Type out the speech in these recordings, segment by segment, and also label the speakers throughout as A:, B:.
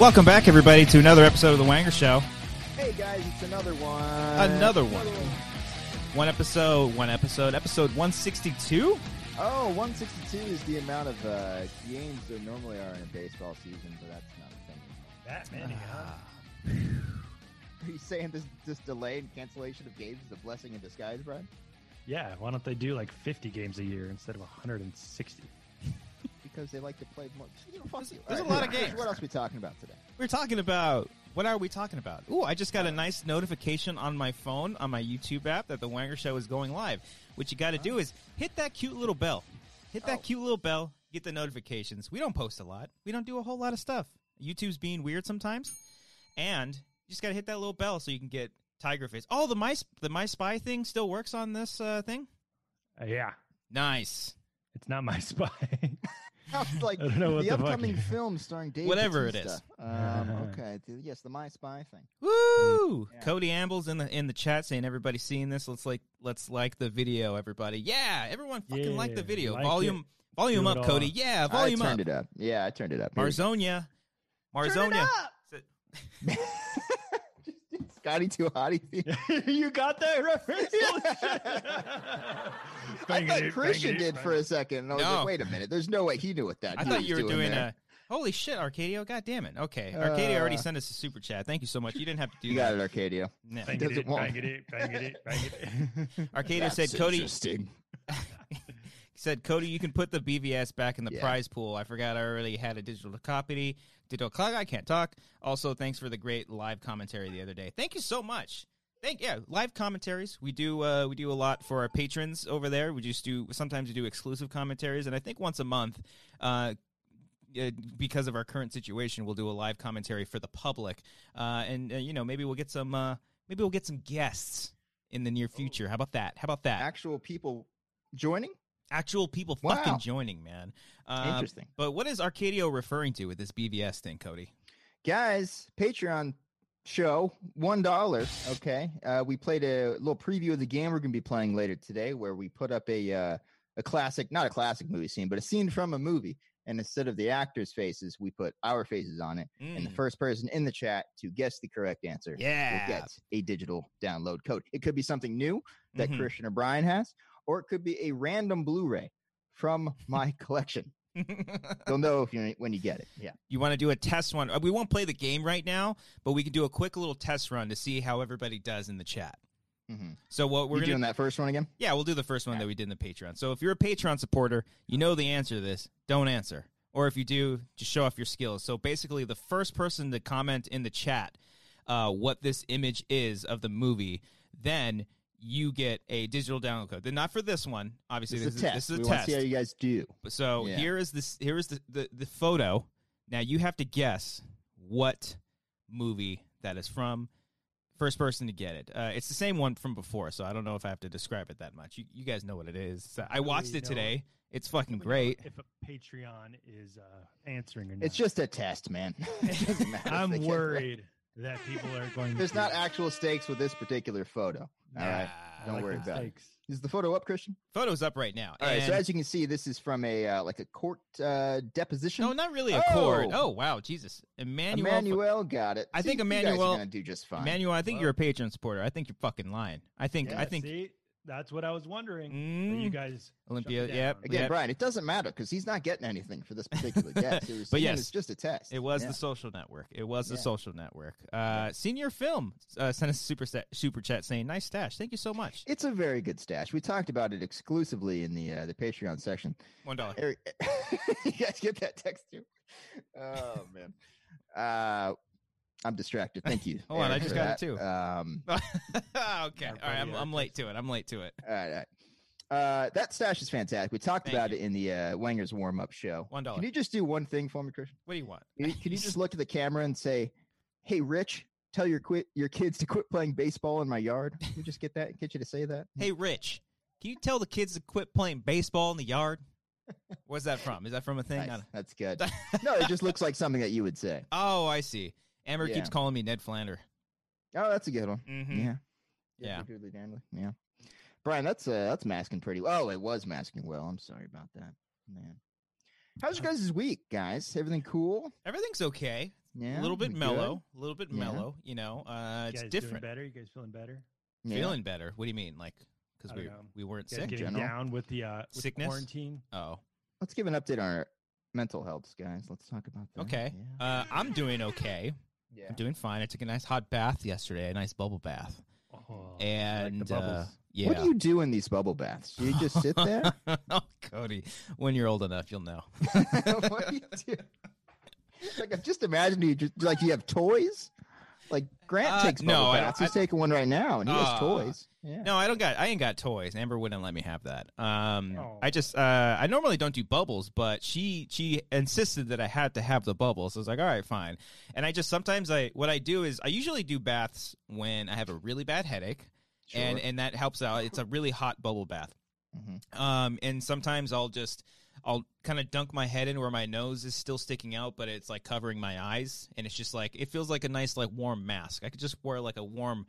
A: Welcome back, everybody, to another episode of The Wanger Show.
B: Hey guys, it's another one.
A: Another one. One episode, one episode, episode 162?
B: Oh, 162 is the amount of uh, games there normally are in a baseball season, but that's not a thing.
C: That many, huh?
B: Are you saying this this delay and cancellation of games is a blessing in disguise, Brian?
C: Yeah, why don't they do like 50 games a year instead of 160?
B: Because they like to play more. You know, fuck you.
A: there's
B: All
A: a lot of games.
B: What else are we talking about today?
A: We're talking about. What are we talking about? Ooh, I just got a nice notification on my phone, on my YouTube app, that The Wanger Show is going live. What you got to do is hit that cute little bell. Hit that
B: Oh.
A: cute little bell, get the notifications. We don't post a lot, we don't do a whole lot of stuff. YouTube's being weird sometimes. And you just got to hit that little bell so you can get Tiger Face. Oh, the My, the my Spy thing still works on this uh, thing?
C: Uh, yeah,
A: Nice.
C: it's not my spy.
B: Sounds like
C: I don't know what
B: the
C: the fuck-
B: upcoming film starring Dave.
A: Whatever it
B: Bautista.
A: is.
B: Um, okay. th- Yes, the My Spy thing.
C: Mm.
A: Woo!
B: Yeah.
A: Cody Amble's in the in the chat saying everybody seeing this. Let's like let's like the video, everybody. Yeah, everyone fucking like the
C: Yeah,
A: video.
C: like
A: volume volume
C: Do it
A: up,
C: all.
A: Cody. Yeah, volume
B: I
A: up.
B: turned it up. Yeah, I turned it up. Here we go.
A: Marzonia.
B: Turn it
A: Marzonia.
B: up! Just did Scotty too hotty.
C: you got that reference?
B: I thought Christian did for a second, and I was
A: No.
B: like, "Wait a minute! There's no way he knew what that."
A: I
B: dude
A: thought
B: was
A: you were doing
B: there.
A: a holy shit, Arcadio. God damn it. Okay. Arcadio already
B: Uh.
A: sent us a super chat. Thank you so much. You didn't have to do
B: You got
A: that.
B: it, Arcadia.
A: No.
C: Bang
B: Doesn't
C: it, in,
B: want-
C: bang it, in, bang it, in, bang it. in.
A: Arcadio said
B: That's
A: Cody
B: Interesting.
A: said Cody, you can put the BVS back in the
B: Yeah.
A: prize pool. I forgot I already had a digital copy. Digital clock. I can't talk. Also, thanks for the great live commentary the other day. Thank you so much. Thank yeah, live commentaries. We do uh, we do a lot for our patrons over there. We just do sometimes we do exclusive commentaries, and I think once a month, uh, uh, because of our current situation, we'll do a live commentary for the public, uh, and uh, you know maybe we'll get some uh, maybe we'll get some guests in the near future. How about that? How about that?
B: Actual people joining.
A: actual people
B: Wow.
A: fucking joining, man. Uh,
B: Interesting,
A: But what is Arcadio referring to with this BVS thing, Cody?
B: guys. Patreon show one dollar. Okay, uh, we played a little preview of the game we're gonna be playing later today, where we put up a uh, a classic, not a classic movie scene, but a scene from a movie. And instead of the actors' faces, we put our faces on it. And the
A: Mm.
B: first person in the chat to guess the correct answer
A: yeah.
B: will get a digital download code. It could be something new that
A: Mhm.
B: Christian O'Brien has, or it could be a random Blu-ray from my collection. You'll know if you when you get it. Yeah.
A: Mm-hmm. you want to do a test one? Uh, We won't play the game right now, but we can do a quick little test run to see how everybody does in the chat.
B: Mm-hmm.
A: So what
B: We're
A: we're
B: doing
A: gonna
B: that first one again.
A: yeah we'll do the first one that we did in the Patreon. So if you're a Patreon supporter, you know the answer to this. Don't answer, or if you do, just show off your skills. So basically, the first person to comment in the chat uh, what this image is of the movie, then you get a digital download code. Then not for this one, obviously. This,
B: This is a test.
A: is, this is a
B: we want to
A: test.
B: see how you guys do.
A: so
B: Yeah.
A: here is this. Here is the, the the photo. Now you have to guess what movie that is from. First person to get it. Uh, it's the same one from before, so I don't know if I have to describe it that much. You, you guys know what it is. So I
C: Really
A: watched it
C: don't.
A: today. It's
C: We
A: fucking
C: know
A: great.
C: If a Patreon is uh, answering or not.
B: It's just a test, man. It doesn't matter if they
C: I'm
B: get it right.
C: worried that people are going. to
B: There's not
C: be-
B: actual stakes with this particular photo. All right.
A: Nah.
C: I
B: Don't
C: like
B: worry
C: the
B: about it.
C: stakes.
B: Is the photo up, Christian?
A: Photo's up right now.
B: All right. So
A: And-
B: as you can see, this is from a uh, like a court uh, deposition.
A: no, not really a
B: Oh!
A: chord. Oh wow, Jesus, Emmanuel.
B: Emmanuel got it.
A: I think
B: you guys are
A: Emmanuel-
B: gonna do just fine.
A: Emmanuel, I think
C: Well.
A: you're a Patreon supporter. I think you're fucking lying. I think.
B: Yeah,
A: I think.
C: See, that's what I was wondering. Are
A: Mm.
C: you guys
A: Olympia,
C: shut
A: yep.
C: me down?
B: Mm-hmm. Again,
A: Yeah.
B: Brian, it doesn't matter because he's not getting anything for this particular guess. It was
A: But
B: seen
A: yes,
B: as just a test.
A: It was
B: Yeah.
A: the social network. It was the
B: Yeah.
A: social network. Uh, Senior film uh, sent us a super sa- super chat saying, "Nice stash. Thank you so much.
B: It's a very good stash. We talked about it exclusively in the uh, the Patreon section.
A: One dollar.
B: Eric, you guys get that text too? Oh man, uh, I'm distracted. Thank you.
A: Hold on, I
B: Eric,
A: just
B: for
A: got it
B: that.
A: too.
B: Um,
A: okay. All right.
C: buddy
A: I'm, I'm
C: Eric
A: late to it. I'm late to it.
B: all right, all right. Uh, that stash is fantastic. We talked
A: Thank
B: about
A: you.
B: it in the uh, Wanger's warm up show.
A: One dollar.
B: Can you just do one thing for me, Christian?
A: What do you want?
B: Can you, can you just look at the camera and say, "Hey, Rich, tell your quit your kids to quit playing baseball in my yard"? Can you just get that? Get you to say that?
A: Hey, Rich, can you tell the kids to quit playing baseball in the yard? Where's that from? Is that from a thing? I
B: Nice.
A: don't-
B: that's good. no, it just looks like something that you would say.
A: Oh, I see. Amber
B: Yeah.
A: keeps calling me Ned Flander.
B: Oh, that's a good one.
A: Mm-hmm.
B: Yeah,
A: Yeah.
B: doodly dandly. Yeah, Brian, that's uh, that's masking pretty. well. Oh, it was masking well. I'm sorry about that, man. How's your guys' week, guys? Everything cool?
A: Everything's okay.
B: Yeah,
A: a little bit
B: we good?
A: mellow, a little bit
B: Yeah.
A: mellow. You know, uh,
C: You
A: it's
C: guys Doing
A: different.
C: better. You guys feeling better?
B: Yeah.
A: Feeling better. What do you mean? Like because
C: I don't
A: we
C: know.
A: we weren't
C: You guys
A: sick.
C: getting
B: General.
C: down with the uh, with the
A: Sickness?
C: quarantine?
A: Oh,
B: Let's give an update on our mental health, guys. Let's talk about that.
A: okay.
B: Yeah.
A: Uh, I'm doing okay.
B: yeah.
A: I'm doing fine. I took a nice hot bath yesterday, a nice bubble bath,
C: Oh,
A: and uh,
C: bubbles.
A: yeah.
B: What do you do in these bubble baths? Do you just sit there?
A: oh, Cody, when you're old enough, you'll know.
B: what do you do? Like, I'm just imagining you just like you have toys. Like Grant
A: Uh,
B: takes
A: no,
B: bubble
A: I don't-
B: baths. He's taking one right now, and he
A: Uh,
B: has toys. Yeah.
A: No, I don't got. I ain't got toys. Amber wouldn't let me have that. Um,
C: Oh.
A: I just. Uh, I normally don't do bubbles, but she she insisted that I had to have the bubbles. I was like, all right, fine. And I just sometimes I what I do is I usually do baths when I have a really bad headache, and and that helps out. It's a really hot bubble bath.
B: Mhm.
A: Um, and sometimes I'll just I'll kind of dunk my head in where my nose is still sticking out, but it's like covering my eyes, and it's just like it feels like a nice like warm mask. I could just wear like a warm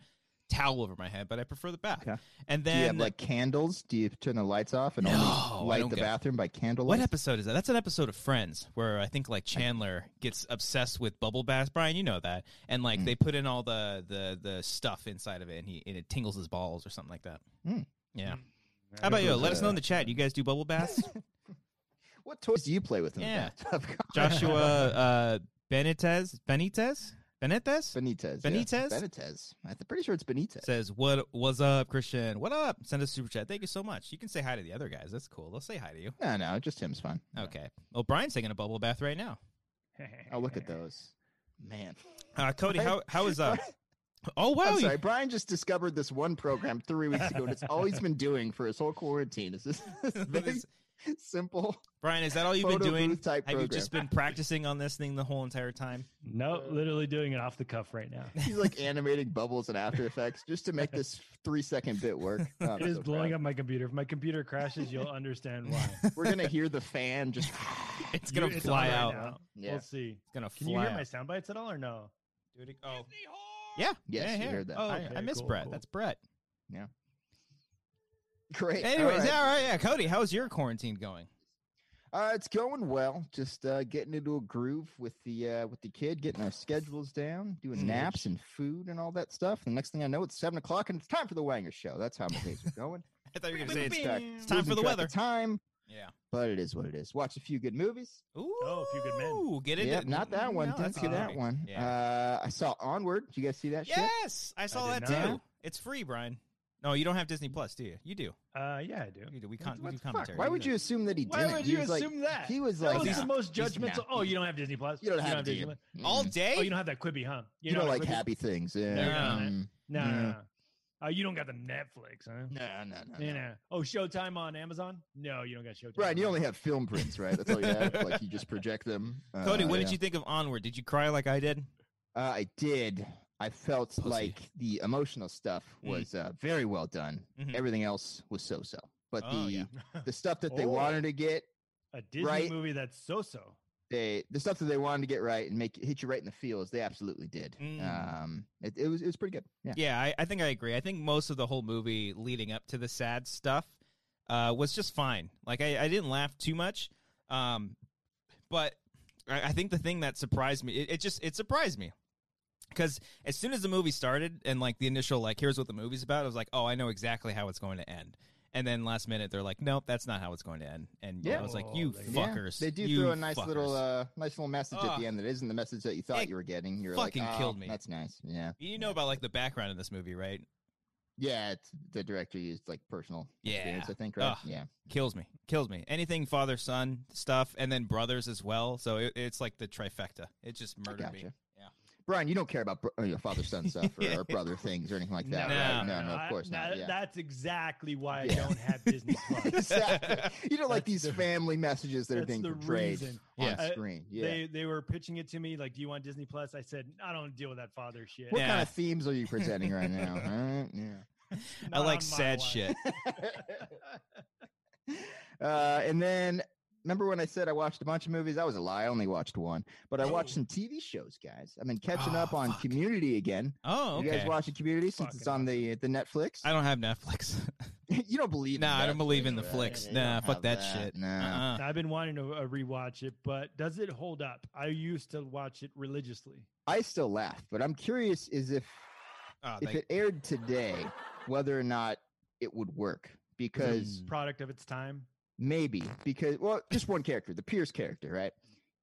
A: towel over my head, but I prefer the bath.
B: Okay.
A: And
B: do
A: then
B: you have like candles? Do you turn the lights off and
A: No, I
B: only
A: don't
B: light the
A: get-
B: bathroom by
A: what
B: candlelight?
A: episode is that? That's an episode of Friends where I think like Chandler gets obsessed with bubble baths. Brian, you know that, and like
B: Mm.
A: they put in all the the the stuff inside of it, and he and it tingles his balls or something like that.
B: Mm.
A: Yeah.
C: I
A: How about you?
B: those,
A: Let us know in
B: uh,
A: the chat. You guys do bubble baths?
B: What toys do you play with in
A: Yeah.
B: the bathtub?
A: Joshua uh, Benitez Benitez Benitez
B: Benitez.
A: Benitez?
B: Yeah. Benitez. I'm pretty sure it's Benitez.
A: says what What's up, Christian? What up? Send us a super chat. Thank you so much. You can say hi to the other guys. That's cool. They'll say hi to you.
B: no, no, just him's fine.
A: Okay. Well, Brian's taking a bubble bath right now.
B: Oh, look at those. Man.
A: Uh, Cody, how how is uh?
B: Brian-
A: Oh wow,
B: I'm
A: you-
B: sorry. Brian just discovered this one program three weeks ago, and it's all he's been doing for his whole quarantine. Is this, this very
A: This-
B: simple
A: Brian, is that all you've been
B: photo
A: doing?
B: booth type
A: Have you
B: program?
A: just been practicing on this thing the whole entire time?
C: No, literally doing it off the cuff right now.
B: He's like animating bubbles and After Effects just to make this three second bit work. Oh, I'm
C: It is
B: so
C: blowing
B: proud.
C: up my computer. If my computer crashes, you'll understand why.
B: We're gonna hear the fan just.
A: It's gonna
C: You- it's on
A: fly
C: right
A: out.
C: now.
B: Yeah.
C: We'll see.
A: It's gonna
C: Can
A: fly
C: you hear
A: out.
C: my sound bites at all or no?
A: Do it ag- Oh. Yeah.
B: Yes,
A: yeah,
B: you
A: yeah.
B: heard that.
A: Oh, I- I
C: Okay,
A: miss
C: cool,
A: Brett.
C: cool.
A: That's Brett.
B: Great. All
A: Anyways, all
B: right.
A: right. yeah, Cody, how's your quarantine going?
B: Uh, it's going well. Just uh, getting into a groove with the uh, with the kid, getting our schedules down, doing
A: Mhm.
B: naps and food and all that stuff. And the next thing I know, it's seven o'clock and it's time for the Wanger Show. That's how my days are going.
A: I thought you were gonna say it's
B: Losing track-
A: time
B: losing
A: for the
B: track of
A: weather.
B: Time,
A: yeah.
B: but it is what it is. Watch a few good movies.
A: Ooh,
C: Oh, Few Good Men.
A: Get into
B: Yeah, not that one.
A: No,
B: Didn't
A: that's
B: see
A: a good
B: that
A: movie.
B: one.
A: Yeah.
B: Uh, I saw Onward. Did you guys see that shit?
A: yes, I saw
C: did
A: that
C: not.
A: too. It's free, Brian. No, you don't have Disney Plus, do you? You do.
C: Uh, yeah, I do.
A: You do. We,
B: What
A: con-
B: the-
A: we
B: what
A: do
B: the fuck?
A: commentary.
B: Why would you assume that he
C: Why
B: didn't?
C: would
B: He
C: you
B: was like-
C: assume that?
B: He was
C: That
B: like,
C: was
A: nah,
C: the most
B: he's-
C: judgmental.
B: nah,
C: Oh,
B: he-
C: you don't have Disney Plus.
B: you don't have
C: Disney
B: Disney.
C: Plus.
A: all
B: Mm.
A: day?
C: Oh, you don't have that Quibi, huh?
B: You don't like
C: Quibi?
B: happy things. Yeah.
A: you don't.
B: Mm.
C: No, no,
B: No.
C: no. Oh, you don't got the Netflix, huh?
B: No, no, no. no.
C: Yeah, no. Oh, Showtime on Amazon? No, you don't got Showtime.
B: Brian, you
C: on
B: only
C: Amazon.
B: have film prints, right? That's all you have. like you just project them.
A: Cody,
B: Uh,
A: what
B: yeah.
A: did you think of Onward? Did you cry like I did?
B: Uh, I did. I felt
A: Pussy.
B: like the emotional stuff
A: Mm.
B: was uh, very well done.
A: Mhm.
B: Everything else was so-so, but
A: Oh,
B: the
A: yeah.
B: the stuff that they
C: Oh.
B: wanted to get,
C: a Disney
B: right?
C: movie that's so-so.
B: they the stuff that they wanted to get right and make hit you right in the feels, they absolutely did.
A: Mm.
B: Um, it, it was it was pretty good. Yeah.
A: Yeah, I, I think I agree. I think most of the whole movie leading up to the sad stuff uh, was just fine. Like I, I didn't laugh too much, um, but I, I think the thing that surprised me, it, it just it surprised me because as soon as the movie started and like the initial like here's what the movie's about, I was like, oh, I know exactly how it's going to end. And then last minute they're like, nope, that's not how it's going to end. And
B: Yeah.
A: I was like,
C: Oh,
A: you
C: they-
B: Yeah,
A: fuckers,
B: they do
A: you
B: throw a nice little
A: fuckers."
B: uh, nice little message at
A: Ugh.
B: the end that isn't the message that you thought
A: It
B: you were getting. You're
A: fucking
B: like, oh,
A: killed me.
B: That's nice. Yeah.
A: you know about like the background of this movie, right?
B: Yeah, it's, the director used like personal experience,
A: Yeah.
B: I think, right?
A: Ugh.
B: Yeah.
A: kills me kills me anything father son stuff and then brothers as well so it, it's like the trifecta it just
B: I
A: murdered
B: gotcha.
A: me
B: Brian, you don't care about bro- uh, your father son stuff or,
A: Yeah.
B: or brother things or anything like that,
A: No,
B: right?
A: no,
B: No, no,
C: I-
B: of course
C: that-
B: not. Yeah.
C: That's exactly why I
B: Yeah.
C: don't have Disney Plus.
B: exactly. You don't like
C: That's
B: these
C: the-
B: family messages that are
C: that's
B: being
C: the
B: portrayed
C: reason.
B: on
A: Yeah.
C: Uh,
B: screen. Yeah.
C: They they were pitching it to me like, "Do you want Disney Plus?" I said, "I don't deal with that father shit."
B: what
A: Yeah.
B: kind of themes are you presenting right now? huh? Yeah.
A: i
C: Not
A: like
C: on my
A: sad
C: watch."
A: shit
B: uh, and then remember when I said I watched a bunch of movies? That was a lie. I only watched one, but I watched
C: Oh.
B: some TV shows, guys. I've been catching up
A: Oh,
B: on
A: fuck.
B: Community again.
A: oh
B: You
A: okay
B: guys watching Community since it's
C: Fucking
B: on the the Netflix?
A: i don't have netflix
B: you don't believe? in
A: Nah, I
B: that
A: don't believe
B: flick,
A: in the
B: right?
A: flicks.
B: They
A: Nah,
B: don't
A: fuck
B: have
A: that shit.
B: Nah.
A: Uh-uh.
C: I've been wanting to uh, rewatch it, but does it hold up? I used to watch it religiously.
B: I still laugh, but I'm curious is if
A: Oh,
B: if
A: thank-
B: it aired today, whether or not it would work.
C: It
B: Because
C: was a product of its time.
B: maybe because well, just one character, the Pierce character, right?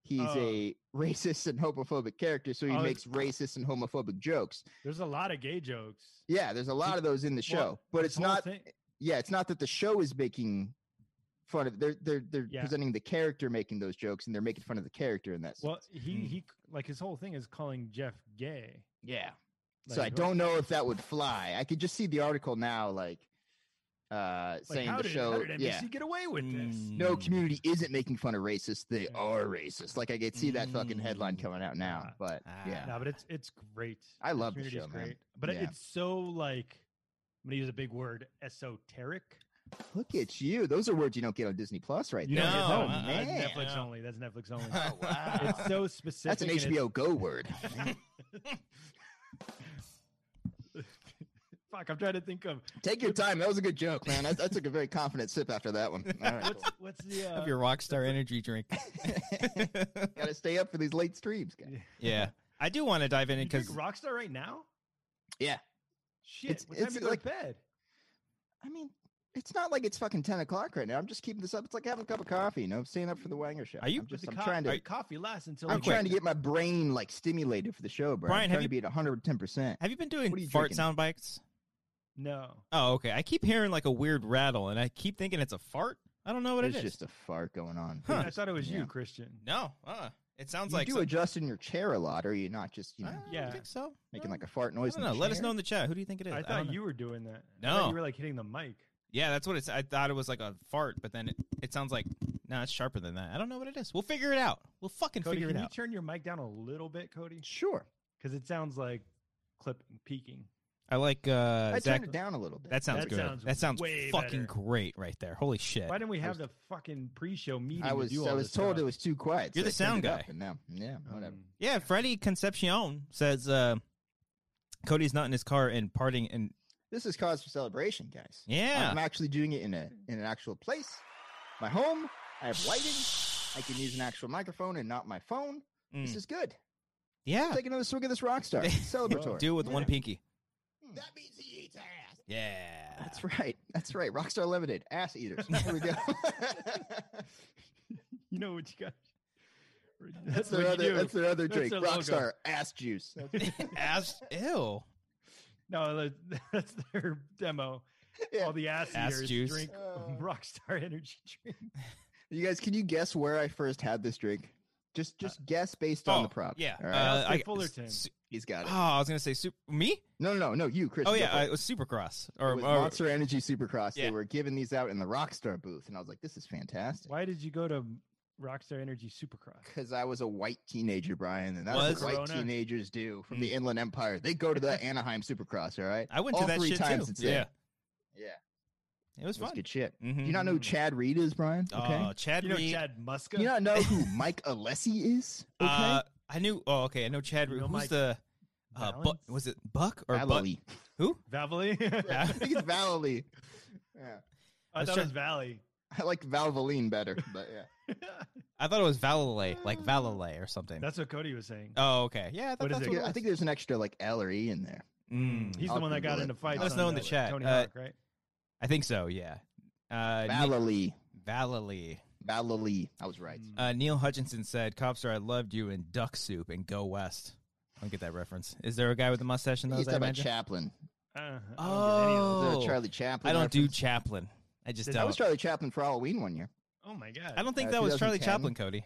B: He's
C: Oh.
B: a racist and homophobic character, so he
C: Oh,
B: makes racist and homophobic jokes.
C: There's a lot of gay jokes.
B: Yeah, there's a lot of those in the show,
C: Well,
B: but it's
C: this whole
B: not.
C: thing-
B: Yeah, it's not that the show is making fun of. They're they're they're
C: Yeah.
B: presenting the character making those jokes, and they're making fun of the character in that.
C: Well,
B: sense.
C: he
A: Mm.
C: he c- like his whole thing is calling Jeff gay.
B: yeah.
C: Like,
B: so I don't know if that would fly. I could just see the article now, like uh,
C: like,
B: saying
C: how
B: the
C: did,
B: show.
C: How did NBC
B: yeah,
C: get away with this?
B: no
A: Mm.
B: community isn't making fun of racists. They
C: Yeah.
B: are racist. Like I could see that fucking headline
A: Mm.
B: coming out now.
C: Ah.
B: But yeah,
C: No, but it's it's great.
B: I love the
C: Community is
B: show, man.
C: But it-
B: Yeah.
C: it's so like I'm gonna use a big word, esoteric.
B: look at you. Those are words you don't get on Disney Plus, right?
C: You
B: there.
C: don't get
A: No,
C: that.
A: uh-uh,
B: man.
C: that's Netflix
A: no.
C: only. That's Netflix only.
A: Oh, wow.
C: it's so specific.
B: That's an
C: and it's-
B: HBO Go word.
C: Fuck, I'm trying to think of
B: Take your time. That was a good joke, man. I, I took a very confident sip after that one. All right,
C: what's what's the uh,
A: Have your Rockstar energy drink.
B: cool. Gotta stay up for these late streams, guys.
C: yeah.
A: yeah, I do want to dive in
C: You
A: because
C: drink Rockstar right now?
B: Yeah.
C: Shit,
B: It's-
C: what time
B: it's
C: you go
B: like-
C: to bed?
B: I mean, it's not like it's fucking ten o'clock right now. I'm just keeping this up. It's like having a cup of coffee. You know, staying up for the Wanger show.
A: Are you-
B: I'm,
C: But
B: just,
C: the
B: I'm
C: co-
B: trying to.
C: the coffee lasts until
B: I'm
C: like-
B: trying to get my brain like stimulated for the show, bro.
A: Brian,
B: I'm
A: have
B: trying
A: you-
B: to be at 110. percent
A: have you been
B: What are
A: doing
B: you
A: fart
B: drinking?
A: sound bites?
C: No.
A: Oh, okay. I keep hearing like a weird rattle, and I keep thinking it's a fart. I don't know what
B: There's
A: it is.
B: just a fart going on.
A: Huh.
C: I thought it was
B: Yeah.
C: you, Christian.
A: No, uh, it sounds
B: you
A: like
B: do
A: some-
B: adjust in your chair a lot, or are you not just you know
A: I don't
C: Yeah.
A: think so.
B: making
A: No.
B: like a fart
A: I
B: noise?
A: don't
B: in
A: know.
B: the
A: Let us
B: chair?
A: know in the chat. Who do you think it is?
C: I
A: don't
C: thought
A: know.
C: you were doing that. I thought
A: No.
C: you were like hitting the mic.
A: Yeah, that's what it's. I thought it was like a fart, but then it, it sounds like no, it's sharper than that. I don't know what it is. We'll figure it out. We'll fucking
C: Cody,
A: figure
C: can
A: it
C: you
A: out.
C: turn your mic down a little bit, Cody?
B: Sure,
C: Because it sounds like clipping, peeking.
A: I like uh,
B: I
A: Zach.
B: turned it down a little bit.
A: That sounds
C: That
A: good.
C: sounds
A: that sounds
C: way
A: fucking
C: better.
A: great right there. Holy shit!
C: Why didn't we
B: I
C: have
B: was-
C: the fucking pre-show meeting?
B: I
C: to
B: was
C: do
B: I
C: all
B: was
C: this
B: told
C: stuff?
B: it was too quiet.
A: You're the
B: so I
A: sound
B: turned it up,
A: guy.
B: and now, yeah, whatever.
C: Um,
A: Yeah, Freddie Concepcion says uh, Cody's not in his car and partying, and
B: This is cause for celebration, guys.
A: yeah,
B: I'm actually doing it in a in an actual place, my home. I have lighting. I can use an actual microphone and not my phone. This
A: Mm.
B: is good.
A: yeah.
B: Take another swig of this rock star. It's Celebratory.
A: Do it with one
B: Yeah.
A: pinky.
B: That means he eats ass.
A: Yeah,
B: That's right. That's right. Rockstar Limited, ass eaters. Here we go.
C: you know what you got.
B: that's
C: That's
B: their
C: what you
B: other.
C: do.
B: That's their other
C: That's
B: drink.
C: their logo.
B: Rockstar ass juice.
A: ass. Ew.
C: No, that- that's their demo.
B: Yeah.
C: All the ass,
A: Ass
C: eaters
A: juice.
C: drink
B: Uh.
C: Rockstar Energy drink.
B: You guys, can you guess where I first had this drink? Just, just guess based on the prop.
A: Oh, Yeah.
B: All right?
A: Uh,
C: I'll say Fullerton.
A: s-
B: He's got
A: oh,
B: it.
A: I was gonna say super, me.
B: No, no, no, no. You, Chris.
A: Oh
B: go
A: yeah,
B: for
A: uh,
B: it.
A: it was Supercross
B: It
A: or,
B: was
A: or-
B: Monster Energy Supercross.
A: yeah.
B: They were giving these out in the Rockstar booth, and I was like, "This is fantastic."
C: Why did you go to Rockstar Energy Supercross?
B: Because I was a white teenager, Brian, and that's what
A: Was?
B: white
C: Corona.
B: teenagers do from
A: Mm.
B: the Inland Empire. They go to the Anaheim Supercross. All right,
A: I went to
B: All
A: that
B: three
A: shit
B: times
A: too.
B: it's
A: yeah,
B: there. yeah,
A: it was
B: that's
A: fun.
B: good shit.
A: Mhm.
B: Do you not know who
C: Mhm.
B: Chad Reed is, Brian? Okay.
A: Oh, Chad
C: You know
A: Reed.
C: Chad Muska?
B: Do you not know who Mike Alessi is? Okay.
A: Uh, I knew. Oh, okay. I know Chad. Reed.
C: Real
A: Who's
C: Mike
A: the? Uh, Bu-
C: Valance?
A: was it Buck or Buck?
B: Vallely.
A: Who?
C: Valley?
B: I think it's Vallely. Yeah.
C: I
A: was
C: thought it
A: trying-
C: was Valley.
B: I like Valvoline better, but yeah.
A: I thought it was Valile, like Valile or something.
C: That's what Cody was saying.
A: oh, okay. Yeah, I thought
C: What is
A: that's
C: it?
A: what
B: I think there's an extra like L or E in there.
A: Mm.
C: He's
B: I'll
C: the one that got
B: Google
C: into
B: it.
C: fights.
A: Let us
C: on,
A: know in the
C: uh,
A: chat.
C: Tony
A: Uh,
C: Hawk, right?
A: I think so. Yeah. Uh, Neil-
B: Vallely.
A: Valile.
B: Vallely. I was right.
C: Mm.
A: Uh, Neil Hutchinson said, "Copster, I loved you in Duck Soup and Go West." I don't get that reference. Is there a guy with a mustache in
B: He's
A: those? I
B: talking about
A: imagine?
B: Chaplin.
C: Uh, I don't get any of those.
B: Is that a
A: Oh.
B: Charlie Chaplin.
A: I don't do
B: reference?
A: Chaplin. I just
C: Did-
B: That
A: don't.
B: was Charlie Chaplin for Halloween one year.
C: Oh my god!
A: I don't think
B: Uh,
A: that was Charlie
B: 2010.
A: Chaplin, Cody.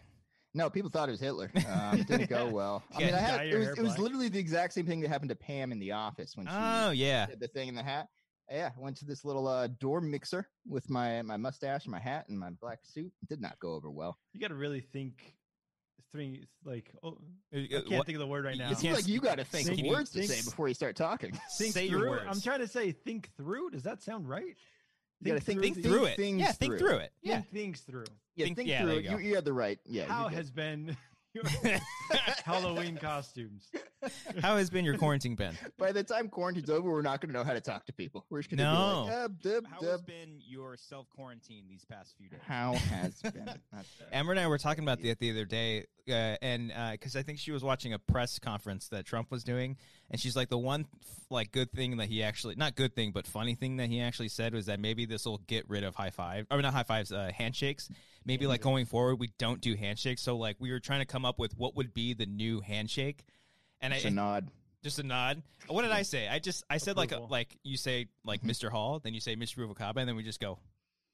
B: No, people thought it was Hitler. Um, it didn't go well. I
A: Yeah,
B: mean, I
C: dye
B: had, it
C: your
B: was,
C: hair
B: it was
C: black.
B: literally the exact same thing that happened to Pam in the office when she
A: Oh yeah.
B: did the thing in the hat. Yeah, I went to this little uh, door mixer with my my mustache, my hat, and my black suit. It did not go over well.
C: you got to really think. Three like oh,
A: Uh,
C: I
A: uh,
C: can't
A: what-
C: think of the word right
A: You
C: now.
B: It seems
A: can't
B: like you got to think of
A: sneaky
B: words to say
A: thinks-
B: before you start talking.
C: Think
A: Say your
C: through.
A: words.
C: I'm trying to say think through. Does that sound right?
B: You gotta think
A: think
B: through
A: through it.
B: things
A: Yeah, think
B: through.
A: through it. Yeah.
C: Think things through.
B: Yeah,
A: Think-
B: think,
A: yeah,
B: through
A: there
B: it.
A: you go.
B: You, you had the right. Yeah, you're
C: How
B: good.
C: has been your Halloween costumes?
A: How has been your quarantine been?
B: By the time quarantine's over, we're not going to know how to talk to people. We're just going to be like,
A: No.
B: uh, dub,
A: How has
B: dub.
A: been your self quarantine these past few days?
B: How has been? That's-
A: Amber and I were talking about that the other day, uh, and because I think she was watching a press conference that Trump was doing, and she's like, the one like good thing that he actually, not good thing, but funny thing that he actually said was that maybe this will get rid of high five, or not high fives, uh, handshakes. Maybe like going forward, we don't do handshakes. So like we were trying to come up with what would be the new handshake, and I,
B: It's a nod.
A: just a nod. What did I say? I just I said like a,
C: Approval.
A: like you say like
B: Mhm.
A: Mr. Hall, then you say Mr. Rubalcaba, and then we just go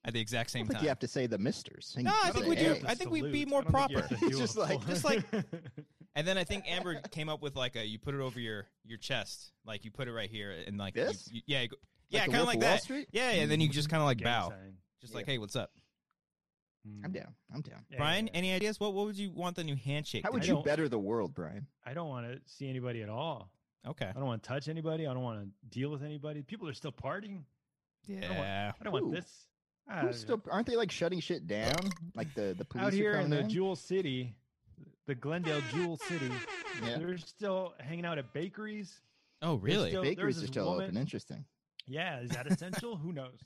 A: at the exact
B: I
A: same
B: don't think
A: time.
B: you have to say the misters.
A: No, I
B: You
A: think
B: say,
A: we do.
B: "Hey."
A: I think we'd be more proper.
B: It's just like-
A: just like- And then I think Amber came up with like a you put it over your your chest, like you put it right here, and like you-
B: This?
A: you- yeah, you go- yeah, kind
B: the
A: of
B: Wolf
A: like
B: of Wall
A: that.
B: Street?
A: Yeah, yeah, and then you just kind of like
C: Gang
A: bow,
C: sign.
A: just like hey, what's up,
C: Mm.
B: I'm down. I'm down.
C: Yeah,
A: Brian?
C: yeah, yeah.
A: Any ideas? What what would you want the new handshake?
B: How
A: to
B: would
C: I
A: be?
B: you
C: don't-
B: better the world, Brian?
C: I don't want to see anybody at all.
A: Okay,
C: I don't want to touch anybody. I don't want to deal with anybody. People are still partying.
A: yeah,
C: I don't
B: Who?
C: want this. I-
B: Who's still? Aren't they like shutting shit down? Like the the police
C: out
B: are
C: here in
B: coming
C: the
B: in?
C: Jewel City, the Glendale Jewel City.
B: Yeah.
C: They're still hanging out at bakeries.
A: Oh really?
C: still- there was
B: Bakeries are
C: this
B: still open.
C: woman-
B: Interesting.
C: Yeah, is that essential? Who knows?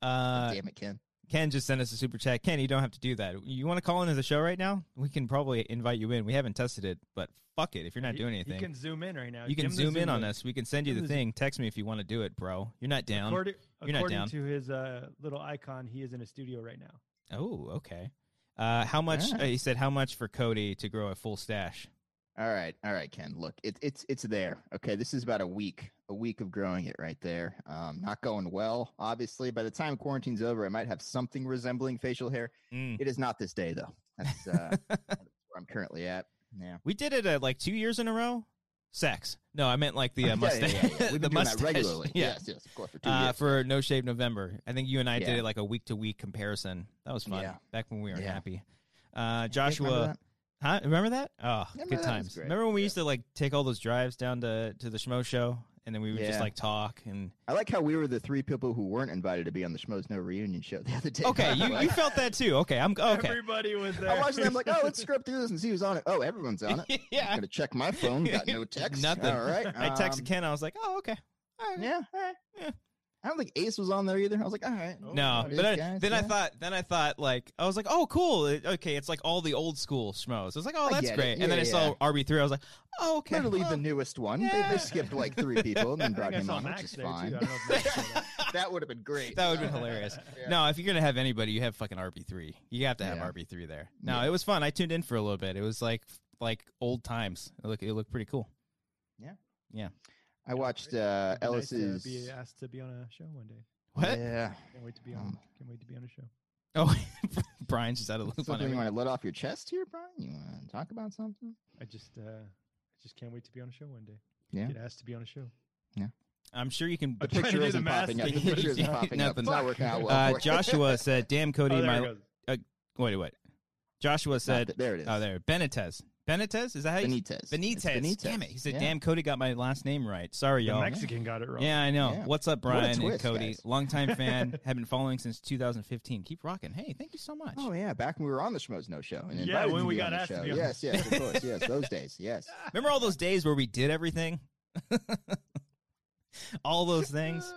A: uh,
B: Damn it, Ken.
A: Ken just sent us a super chat. Ken, you don't have to do that. You want to call into the show right now? We can probably invite you in. We haven't tested it, but fuck it. If you're not
C: He-
A: doing anything,
C: You can zoom in right now.
A: You
C: Give
A: can
C: him the
A: zoom in on
C: link.
A: us. We can send you
C: Give
A: the
C: him the zoom.
A: thing. Text me if you want to do it, bro. You're not down.
C: According,
A: You're not
C: according
A: down.
C: to his uh, little icon, he is in a studio right now.
A: Oh, okay. Uh, how much?
B: Alright.
A: Uh, he said how much for Cody to grow a full stash?
B: All right, all right, Ken. Look, it, it's it's there. Okay, this is about a week, a week of growing it right there. Um, not going well, obviously. By the time quarantine's over, I might have something resembling facial hair.
A: Mm.
B: It is not this day though. That's, uh, that's where I'm currently at. Yeah.
A: We did it uh, like two years in a row. Sex? No, I meant like the
B: Yeah,
A: uh, mustache.
B: Yeah, yeah, yeah. We've been
A: the
B: doing
A: mustache.
B: that regularly.
A: Yeah.
B: Yes, yes, of course. For two
A: Uh,
B: years.
A: for No Shave November, I think you and I
B: Yeah.
A: did it like a week to week comparison. That was fun.
B: Yeah.
A: Back when we were
B: Yeah.
A: happy. Uh,
B: You guys remember
A: Joshua,
B: that?
A: huh? Remember that? Oh,
B: Remember that? It
A: good
B: was
A: times.
B: great.
A: Remember when we
B: Yeah.
A: used to like take all those drives down to to the Schmo Show, and then we would
B: Yeah.
A: just like talk and
B: I like how we were the three people who weren't invited to be on the Schmoes No reunion show the other day.
A: Okay, you, you felt that too. Okay, I'm okay.
C: Everybody was there.
B: I watched them like, oh, let's scrub through this and see who's on it. Oh, everyone's on it.
A: yeah,
B: Gotta check my phone. Got no text.
A: Nothing.
B: All right.
A: I texted
B: um,
A: Ken. I was like, oh, okay. All right.
B: Yeah, all right.
A: Yeah.
B: I don't think Ace was on there either. I was like, all right.
C: Oh,
A: No,
B: these
A: but I,
B: guys,
A: then I
B: yeah.
A: thought, then I thought, like, I was like, oh, cool. It- okay, it's like all the old school schmoes. I was like, oh,
B: I
A: that's
B: get it.
A: great. and then I
B: Yeah,
A: saw RB3. I was like, oh, okay.
B: Literally
A: well.
B: the newest one. They- They,
A: yeah.
B: skipped like three people and
C: I
B: then
C: think
B: brought
C: I
B: him
C: saw
B: on,
C: Max
B: which is
C: there, too. I
B: fine.
C: don't know if Max showed up.
B: that would have been great.
A: That would have been hilarious.
B: Yeah.
A: No, if you're gonna have anybody, you have fucking RB3. You have to have
B: Yeah.
A: RB3 there. No,
B: Yeah.
A: it was fun. I tuned in for a little bit. It was like like old times. It looked it looked pretty cool.
B: I watched uh,
C: It'd be nice to
B: Ellis's.
C: be asked to be on a show one day.
A: What?
B: Yeah.
C: Can't wait to be on.
B: Um,
C: can't wait to be on a show.
A: Oh, Brian's just out of loop on
B: Something you
A: everything.
B: want to let off your chest here, Brian? You want to talk about something?
C: I just, uh, I just can't wait to be on a show one day.
B: Yeah.
C: Get asked to be on a show.
A: I'm sure you can
B: The
C: I'm trying to
B: picture
C: do the
B: isn't
C: math
B: popping up. The
A: thing.
B: picture isn't popping up. It's not
C: Nothing.
B: working out well.
A: Uh,
B: for you.
A: Joshua said, "Damn, Cody,
C: oh, there
A: my
C: it goes.
A: wait, wait." Joshua
B: Not
A: said,
B: that- there it is.
A: "Oh, there, Benitez, Benitez, is that how you?
B: Benitez.
A: Benitez.
B: It's
A: Damn it! He said,
B: Yeah.
A: "Damn, Cody got my last name right. Sorry,
C: The
A: y'all."
C: Mexican got it wrong.
A: Yeah, I know.
B: Yeah.
A: What's up,
B: What a
A: Brian and
B: twist,
A: Cody?
B: guys.
A: Longtime fan, have been following since 2015. Keep rocking. Hey, thank you so much.
B: Oh yeah, back when we were on the Schmoes No Show. And
C: Yeah,
B: invited
C: when
B: to
C: we
B: be
C: got
B: on the
C: asked to
B: show.
C: be on
B: Yes, yes, of course, yes. Those days, yes.
A: Remember all those days where we did everything? all those things.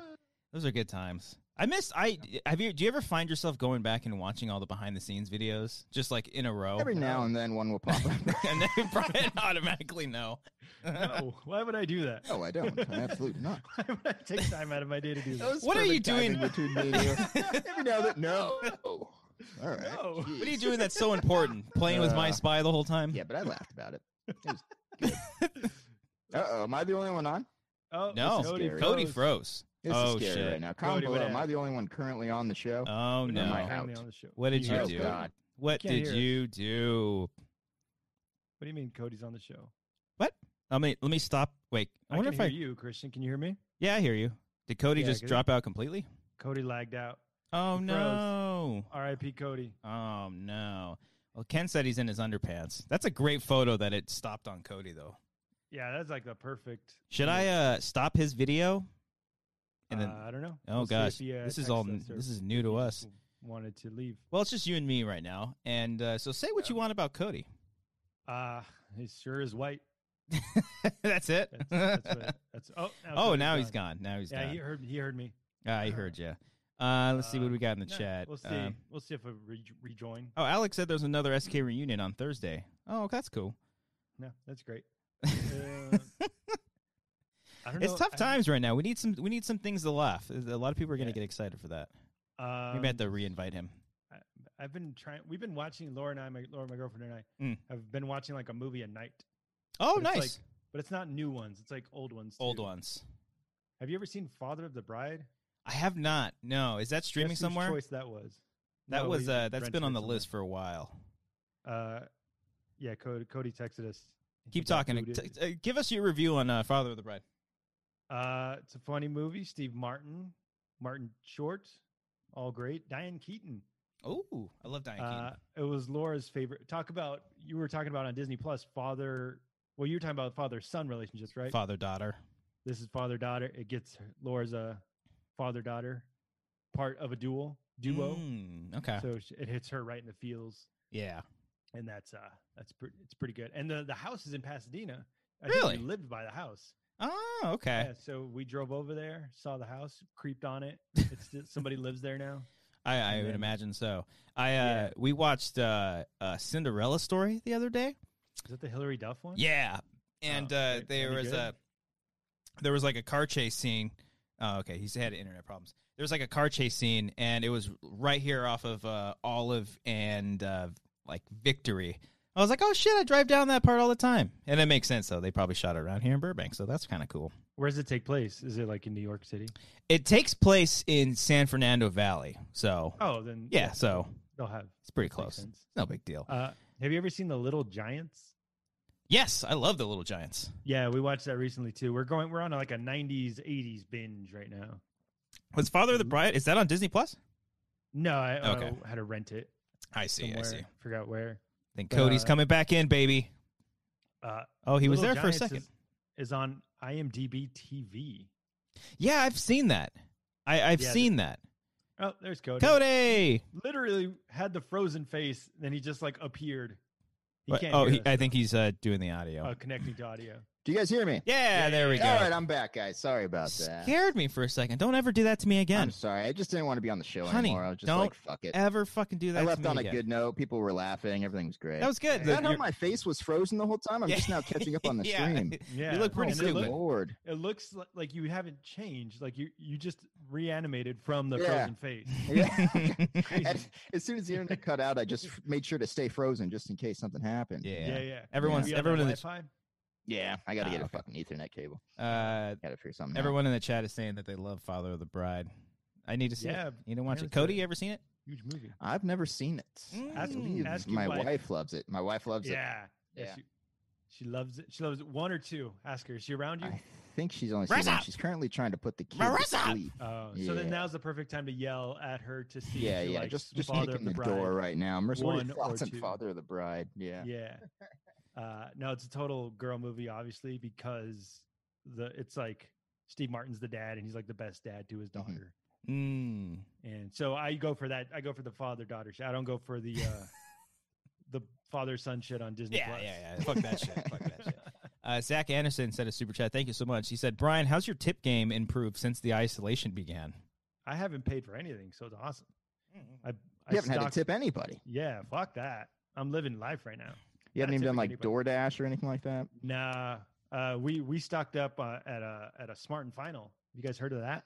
A: Those are good times. I miss. I have you. Do you ever find yourself going back and watching all the behind the scenes videos, just like in a row?
B: Every now and then one will pop up.
A: and then Brian automatically no.
C: No, why would I do that?
B: no, I don't. Absolutely not.
C: Why would I take time out of my day to do
B: That
C: that?
B: was
A: What are you
B: perfect timing
A: doing?
B: Between me and you. Every now and then, no. All right.
C: No. What are
A: What are you
B: jeez.
A: doing that's so important? Playing with my
B: Uh,
A: spy the whole time?
B: Yeah, but I laughed about it. Uh oh, am I the only one on?
C: Oh,
A: No.
C: Cody,
B: Scary.
A: Cody
C: froze.
A: froze.
B: This
A: Oh,
B: is scary
A: shit.
B: right now. Comment
C: Cody, what
B: below. Am I
C: happened?
B: the only one currently on the show?
A: Oh
C: We're not
B: my
A: no.
B: God.
C: currently
B: out.
C: on the show.
A: What did you
B: Oh,
A: do?
B: God.
A: What
C: Can't
A: did
C: hear
A: you do?
C: What do you mean Cody's on the show?
A: Let me let me stop. Wait. I,
C: I
A: wonder
C: can
A: if
C: hear
A: I
C: you, Christian. Can you hear me?
A: Yeah, I hear you. Did Cody
C: Yeah,
A: just
C: good.
A: drop out completely?
C: Cody lagged out.
A: Oh
C: He froze.
A: no.
C: R.I.P. Cody.
A: Oh no. Well, Ken said he's in his underpants. That's a great photo that it stopped on Cody though.
C: Yeah, that's like the perfect.
A: Should I
C: image.
A: uh stop his video? And then
C: Uh, I don't know.
A: Oh
C: We'll see
A: gosh.
C: if he, uh,
A: this is
C: texts
A: all
C: us or
A: this is
C: if
A: new to
C: he
A: us.
C: just Wanted to leave.
A: Well, it's just you and me right now. And uh, so say what you want about Cody.
C: Uh, he Ah, sure is white.
A: that's it.
C: That's, that's what, that's oh.
A: oh, now he's gone. Now he's
C: Yeah,
A: gone.
C: he heard. He heard me.
A: Ah, I heard you. Uh, let's see what
C: Uh,
A: we got in the
C: Nah,
A: chat.
C: We'll see.
A: Um,
C: we'll see if we re- rejoin.
A: oh, Alex said there's another SK reunion on Thursday. Oh, that's cool.
C: No, that's great. Uh, I don't
A: it's
C: know,
A: tough
C: I-
A: times right now. We need some. We need some things to laugh. A lot of people are going to
C: Yeah.
A: get excited for that.
C: Um,
A: Maybe I have to re-invite him.
C: I've been trying. We've been watching Laura and I, my Laura, my girlfriend and I,
A: Mm.
C: have been watching like a movie a night.
A: Oh,
C: but it's,
A: nice.
C: like- but it's not new ones. It's like old ones.
A: Old
C: too.
A: ones.
C: Have you ever seen Father of the Bride?
A: I have not. No, is that streaming
C: Guess whose
A: somewhere?
C: Choice that was.
A: That
C: No,
A: was.
C: he's
A: Uh,
C: just
A: that's
C: rented
A: been on
C: it
A: the
C: somewhere.
A: list for a while.
C: Uh, yeah, Cody, Cody texted us. He
A: Keep
C: got
A: talking.
C: booted.
A: T- uh, give us your review on uh, Father of the Bride.
C: Uh, it's a funny movie. Steve Martin, Martin Short, all great. Diane Keaton.
A: Oh, I love Diane
C: Uh, it was Laura's favorite. Talk about you were talking about on Disney Plus father. Well, you were talking about father son relationships, right?
A: Father daughter.
C: this is father daughter. It gets her- Laura's a father daughter part of a duel duo.
A: Mm, okay.
C: So sh- it hits her right in the feels,
A: yeah.
C: and that's uh that's pretty it's pretty good. And the the house is in Pasadena. I think we
A: Really?
C: lived by the house.
A: Oh, okay.
C: Yeah, so we drove over there, saw the house, creeped on it. It's just, somebody lives there now.
A: I, I
C: And
A: would
C: then-
A: imagine so. I uh,
C: Yeah.
A: we watched uh, uh, Cinderella story the other day.
C: Is that the Hillary Duff one?
A: Yeah, and
C: Oh,
A: uh,
C: great.
A: there
C: Any
A: was
C: good?
A: a there was like a car chase scene. Oh, okay, he's had internet problems. There was like a car chase scene, and it was right here off of uh, Olive and uh, like Victory. I was like, oh shit, I drive down that part all the time, and it makes sense though. They probably shot it around here in Burbank, so that's kind of cool.
C: Where does it take place? Is it like in New York City?
A: It takes place in San Fernando Valley, so
C: Oh, then
A: yeah, so
C: they'll have
A: it's pretty
C: makes
A: close.
C: sense.
A: No big deal.
C: Uh, have you ever seen the Little Giants?
A: Yes, I love the Little Giants.
C: Yeah, we watched that recently too. We're going. We're on like a '90s, '80s binge right now.
A: Was Father of the Bride? Is that on Disney Plus?
C: No, I
A: Okay.
C: uh, had to rent it
A: I see.
C: somewhere.
A: I see.
C: Forgot where.
A: Think
C: But,
A: Cody's
C: uh,
A: coming back in, baby.
C: Uh,
A: Oh, he was
C: Little
A: there for a
C: Giants
A: second.
C: Is, is on IMDb TV.
A: Yeah, I've seen that. I, I've
C: Yeah,
A: seen that.
C: Oh, there's Cody.
A: Cody.
C: literally had the frozen face, then he just like appeared. He
A: What-
C: can't.
A: oh,
C: hear
A: he,
C: us,
A: I think he's uh, doing the audio.
C: uh, connecting to audio.
B: Do you guys hear me?
A: Yeah,
C: Yeah,
A: there we
C: yeah,
A: go.
B: All right, I'm back, guys. Sorry about that.
A: Scared me for a second. Don't ever do that to me
B: I'm
A: again.
B: sorry. I just didn't want to be on the show
A: Honey,
B: anymore. I was just
A: don't
B: like, fuck it.
A: Ever fucking do that?
B: I
A: to
B: left
A: me
B: on a
A: again.
B: good note. People were laughing. Everything was great.
A: That was good.
B: Is that
A: The-
B: how
A: your-
B: my face was frozen the whole time? I'm just now catching up on the
A: yeah.
B: stream. Oh,
C: Yeah,
A: You look pretty
C: and it,
A: stupid.
B: Good
C: look-
B: lord.
C: it looks li- like you haven't changed. Like you, you just reanimated from the
B: Yeah.
C: frozen face.
B: Yeah.
C: Crazy.
B: As soon as the internet cut out, I just f- made sure to stay frozen just in case something happened.
A: yeah.
C: yeah, yeah.
A: Everyone's-
C: You have that
A: everyone in the-
C: Wi-Fi?
B: Yeah, I got to
A: Ah,
B: get a
A: okay.
B: fucking Ethernet cable.
A: Uh,
B: Got to figure something out.
A: everyone in the chat is saying that they love Father of the Bride. I need to see
C: Yeah,
A: it. You didn't watch it.
C: apparently so.
A: Cody, you ever seen it?
C: Huge movie.
B: I've never seen it. I
A: Ask-
B: believe
C: ask your
B: my
C: wife.
B: wife. loves it. My wife loves it.
C: Yeah.
B: Yeah.
C: She, she loves it. She loves it. One or two. Ask her. Is she around you?
B: I think she's only seen
A: Rise
B: one.
A: up!
B: She's currently trying to put the kid
A: Marissa!
B: to sleep.
C: Oh, so then
B: Yeah.
C: now's the perfect time to yell at her to see.
B: Yeah,
C: if she
B: yeah.
C: likes
B: just just
C: Father
B: kick
C: of
B: in
C: the,
B: the,
C: Bride.
B: door right now. Marissa, what are
C: One
B: your
C: or
B: thoughts on
C: two.
B: Father of the Bride? Yeah.
C: Yeah. Uh, no, it's a total girl movie, obviously, because the it's like Steve Martin's the dad, and he's like the best dad to his
B: Mhm.
C: daughter.
A: Mm.
C: And so I go for that. I go for the father daughter shit. I don't go for the uh, the father son shit on Disney.
A: Yeah,
C: Plus.
A: yeah, yeah. Fuck that shit. Fuck that shit. Uh, Zach Anderson sent a super chat. Thank you so much. He said, Brian, how's your tip game improved since the isolation began?
C: I haven't paid for anything, so it's awesome. I
B: You haven't had to
C: stocked-
B: tip anybody.
C: Yeah, fuck that. I'm living life right now.
B: You haven't
C: Not
B: even done
C: tipping
B: like
C: anybody.
B: DoorDash or anything like that.
C: Nah, uh, we we stocked up uh, at a at a Smart and Final. You guys heard of that?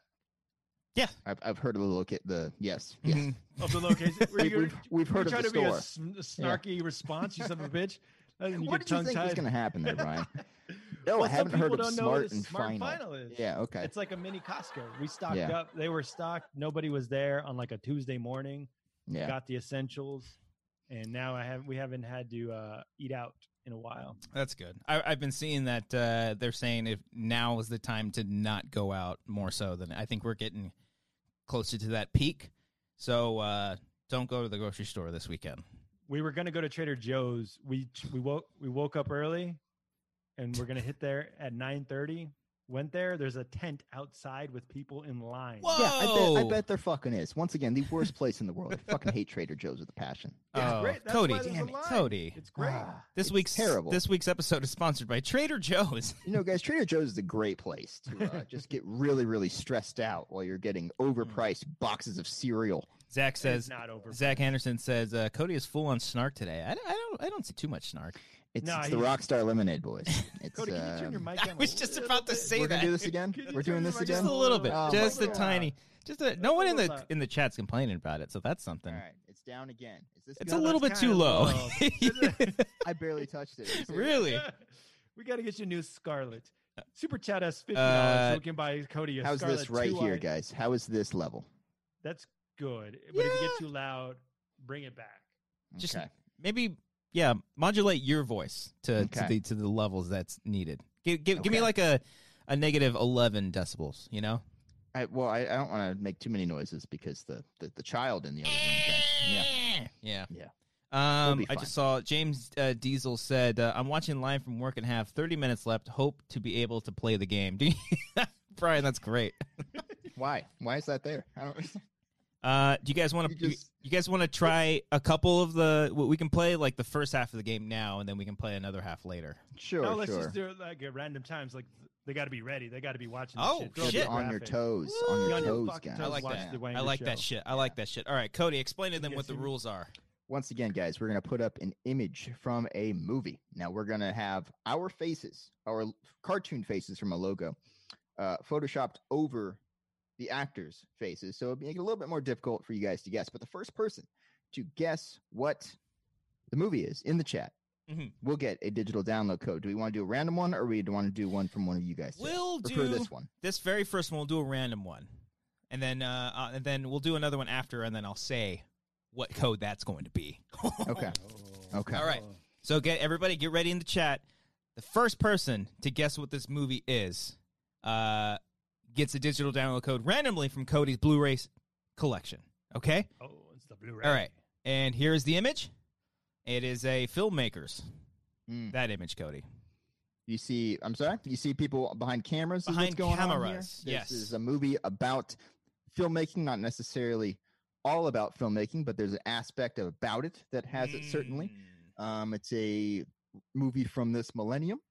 B: I've, I've heard of the look at the yes, yes.
A: Mhm.
C: Of the location? Were
B: We,
C: you-
B: we've we've
C: were
B: heard
C: you
B: of
C: trying
B: the
C: to be a,
B: store.
C: sn- a snarky response, you son of a bitch. And then
B: what
C: get
B: did you think was
C: tongue-tied.
B: going to happen there, Brian? No, I
C: Well, some
B: haven't heard
C: people
B: of
C: don't know what
B: Smart
C: a
B: and
C: Smart
B: Final.
C: is.
B: Yeah. Okay.
C: It's like a mini Costco. We stocked
B: Yeah.
C: up. They were stocked. Nobody was there on like a Tuesday morning.
B: yeah.
C: Got the essentials, and now I haven't. We haven't had to uh, eat out in a while.
A: That's good. I, I've been seeing that uh, they're saying if now is the time to not go out more so than I think we're getting closer to that peak. So uh, don't go to the grocery store this weekend.
C: we were gonna go to Trader Joe's. We ch- we woke we woke up early, and we're gonna hit there at nine thirty, went there, there's a tent outside with people in line.
A: Whoa!
B: Yeah, I
A: Oh.
B: bet, I bet there fucking is. Once again, the worst place in the world. I fucking hate Trader Joe's with a passion.
C: Yeah,
A: Oh,
C: great. That's
A: Cody,
C: why there's
A: damn
C: a
A: it,
C: line.
A: Cody.
C: It's great.
B: Ah,
A: This
B: it's
A: week's
B: terrible.
A: This week's episode is sponsored by Trader Joe's.
B: You know, guys, Trader Joe's is a great place to uh, just get really, really stressed out while you're getting
C: Mm.
B: overpriced boxes of cereal.
A: Zach
C: It's
A: says.
C: not over.
A: Zach Anderson says uh, Cody is full on snark today. I, don't- I don't. I don't see too much snark.
B: It's,
C: Nah,
B: it's the
C: you-
B: Rockstar Lemonade, boys. It's,
C: Cody, can you turn your
B: um,
C: mic
A: I
C: down a
A: was just
C: little
A: about to
C: bit?
A: say
B: We're gonna
A: that.
B: do this again.
C: Can you
B: We're doing
C: turn
B: this
C: your mic
A: Just
B: again.
A: a little bit.
B: Oh,
A: just a
C: little
A: tiny.
C: loud.
A: Just a, no one in the
C: little loud.
A: in the chat's complaining about it, so that's something.
B: All right, it's down again. Is this
A: It's
B: good?
A: a little bit
C: that's
A: too
C: kinda
A: low.
C: low. Isn't
B: I barely touched it. Are you serious?
A: really?
C: we got to get you a new Scarlet. Super chat us fifty
A: Uh,
C: dollars. we can buy Cody a
B: How's
C: Scarlet
B: this right here,
C: two-eyed-
B: guys? How is this level?
C: That's good. But if you
A: Yeah.
C: get too loud, bring it back.
A: Just-
B: Okay.
A: Maybe yeah, modulate your voice to, to
B: Okay.
A: the to the levels that's needed. Give give, give me
B: Okay.
A: like a a negative eleven decibels. You know.
B: I, well, I, I don't want to make too many noises because the, the, the child in the other room. Okay. Yeah.
A: Yeah.
B: Yeah.
A: Um,
B: be
A: I
B: fine.
A: just saw James uh, Diesel said, uh, "I'm watching live from work and have 30 minutes left. Hope to be able to play the game." Do you- Brian, that's great.
B: Why? Why is that there? I don't.
A: Uh, do you guys want
B: You
A: to? You,
B: just-
A: you guys want to try a couple of the? We can play like the first half of the game now, and then we can play another half later.
B: Sure,
C: no, let's
B: sure.
C: just do it like at random times. Like th- they got to be ready. They got to be watching.
A: Oh,
C: this shit. Throw
B: Gotta
A: shit.
B: be on your
C: graphic.
B: toes, on
A: Woo!
B: your
A: On
C: your
B: toes,
C: fucking
B: guys.
A: I like
C: watch
A: that.
C: the Wanger
A: I like that
C: show.
A: shit. I like that shit. All right, Cody, explain to them
C: You
A: what
C: guys
A: the
C: see me?
A: rules are.
B: Once again, guys, we're gonna put up an image from a movie. Now we're gonna have our faces, our l- cartoon faces from a logo, uh, photoshopped over the actors' faces, so it'll make it a little bit more difficult for you guys to guess. But the first person to guess what the movie is in the chat.
A: Mhm.
B: We'll get a digital download code. Do we want to do a random one, or we want to do one from one of you guys? today?
A: We'll
B: prefer
A: do
B: this one.
A: this very first one. We'll do a random one, and then uh, uh, and then we'll do another one after, and then I'll say what code that's going to be.
B: Okay.
C: Oh.
B: Okay.
A: All right. So get everybody get ready in the chat. The first person to guess what this movie is uh, gets a digital download code randomly from Cody's Blu-ray collection. Okay,
C: Oh, it's the Blu-ray.
A: All right. and here is the image. It is a filmmaker's.
B: Mm.
A: That image, Cody.
B: You see, I'm sorry, you see people behind cameras. is
A: Behind
B: what's going On here?
A: cameras,
B: This
A: yes.
B: is a movie about filmmaking, not necessarily all about filmmaking, but there's an aspect about it that has it certainly.
A: Mm.
B: Um, it's a movie from this millennium.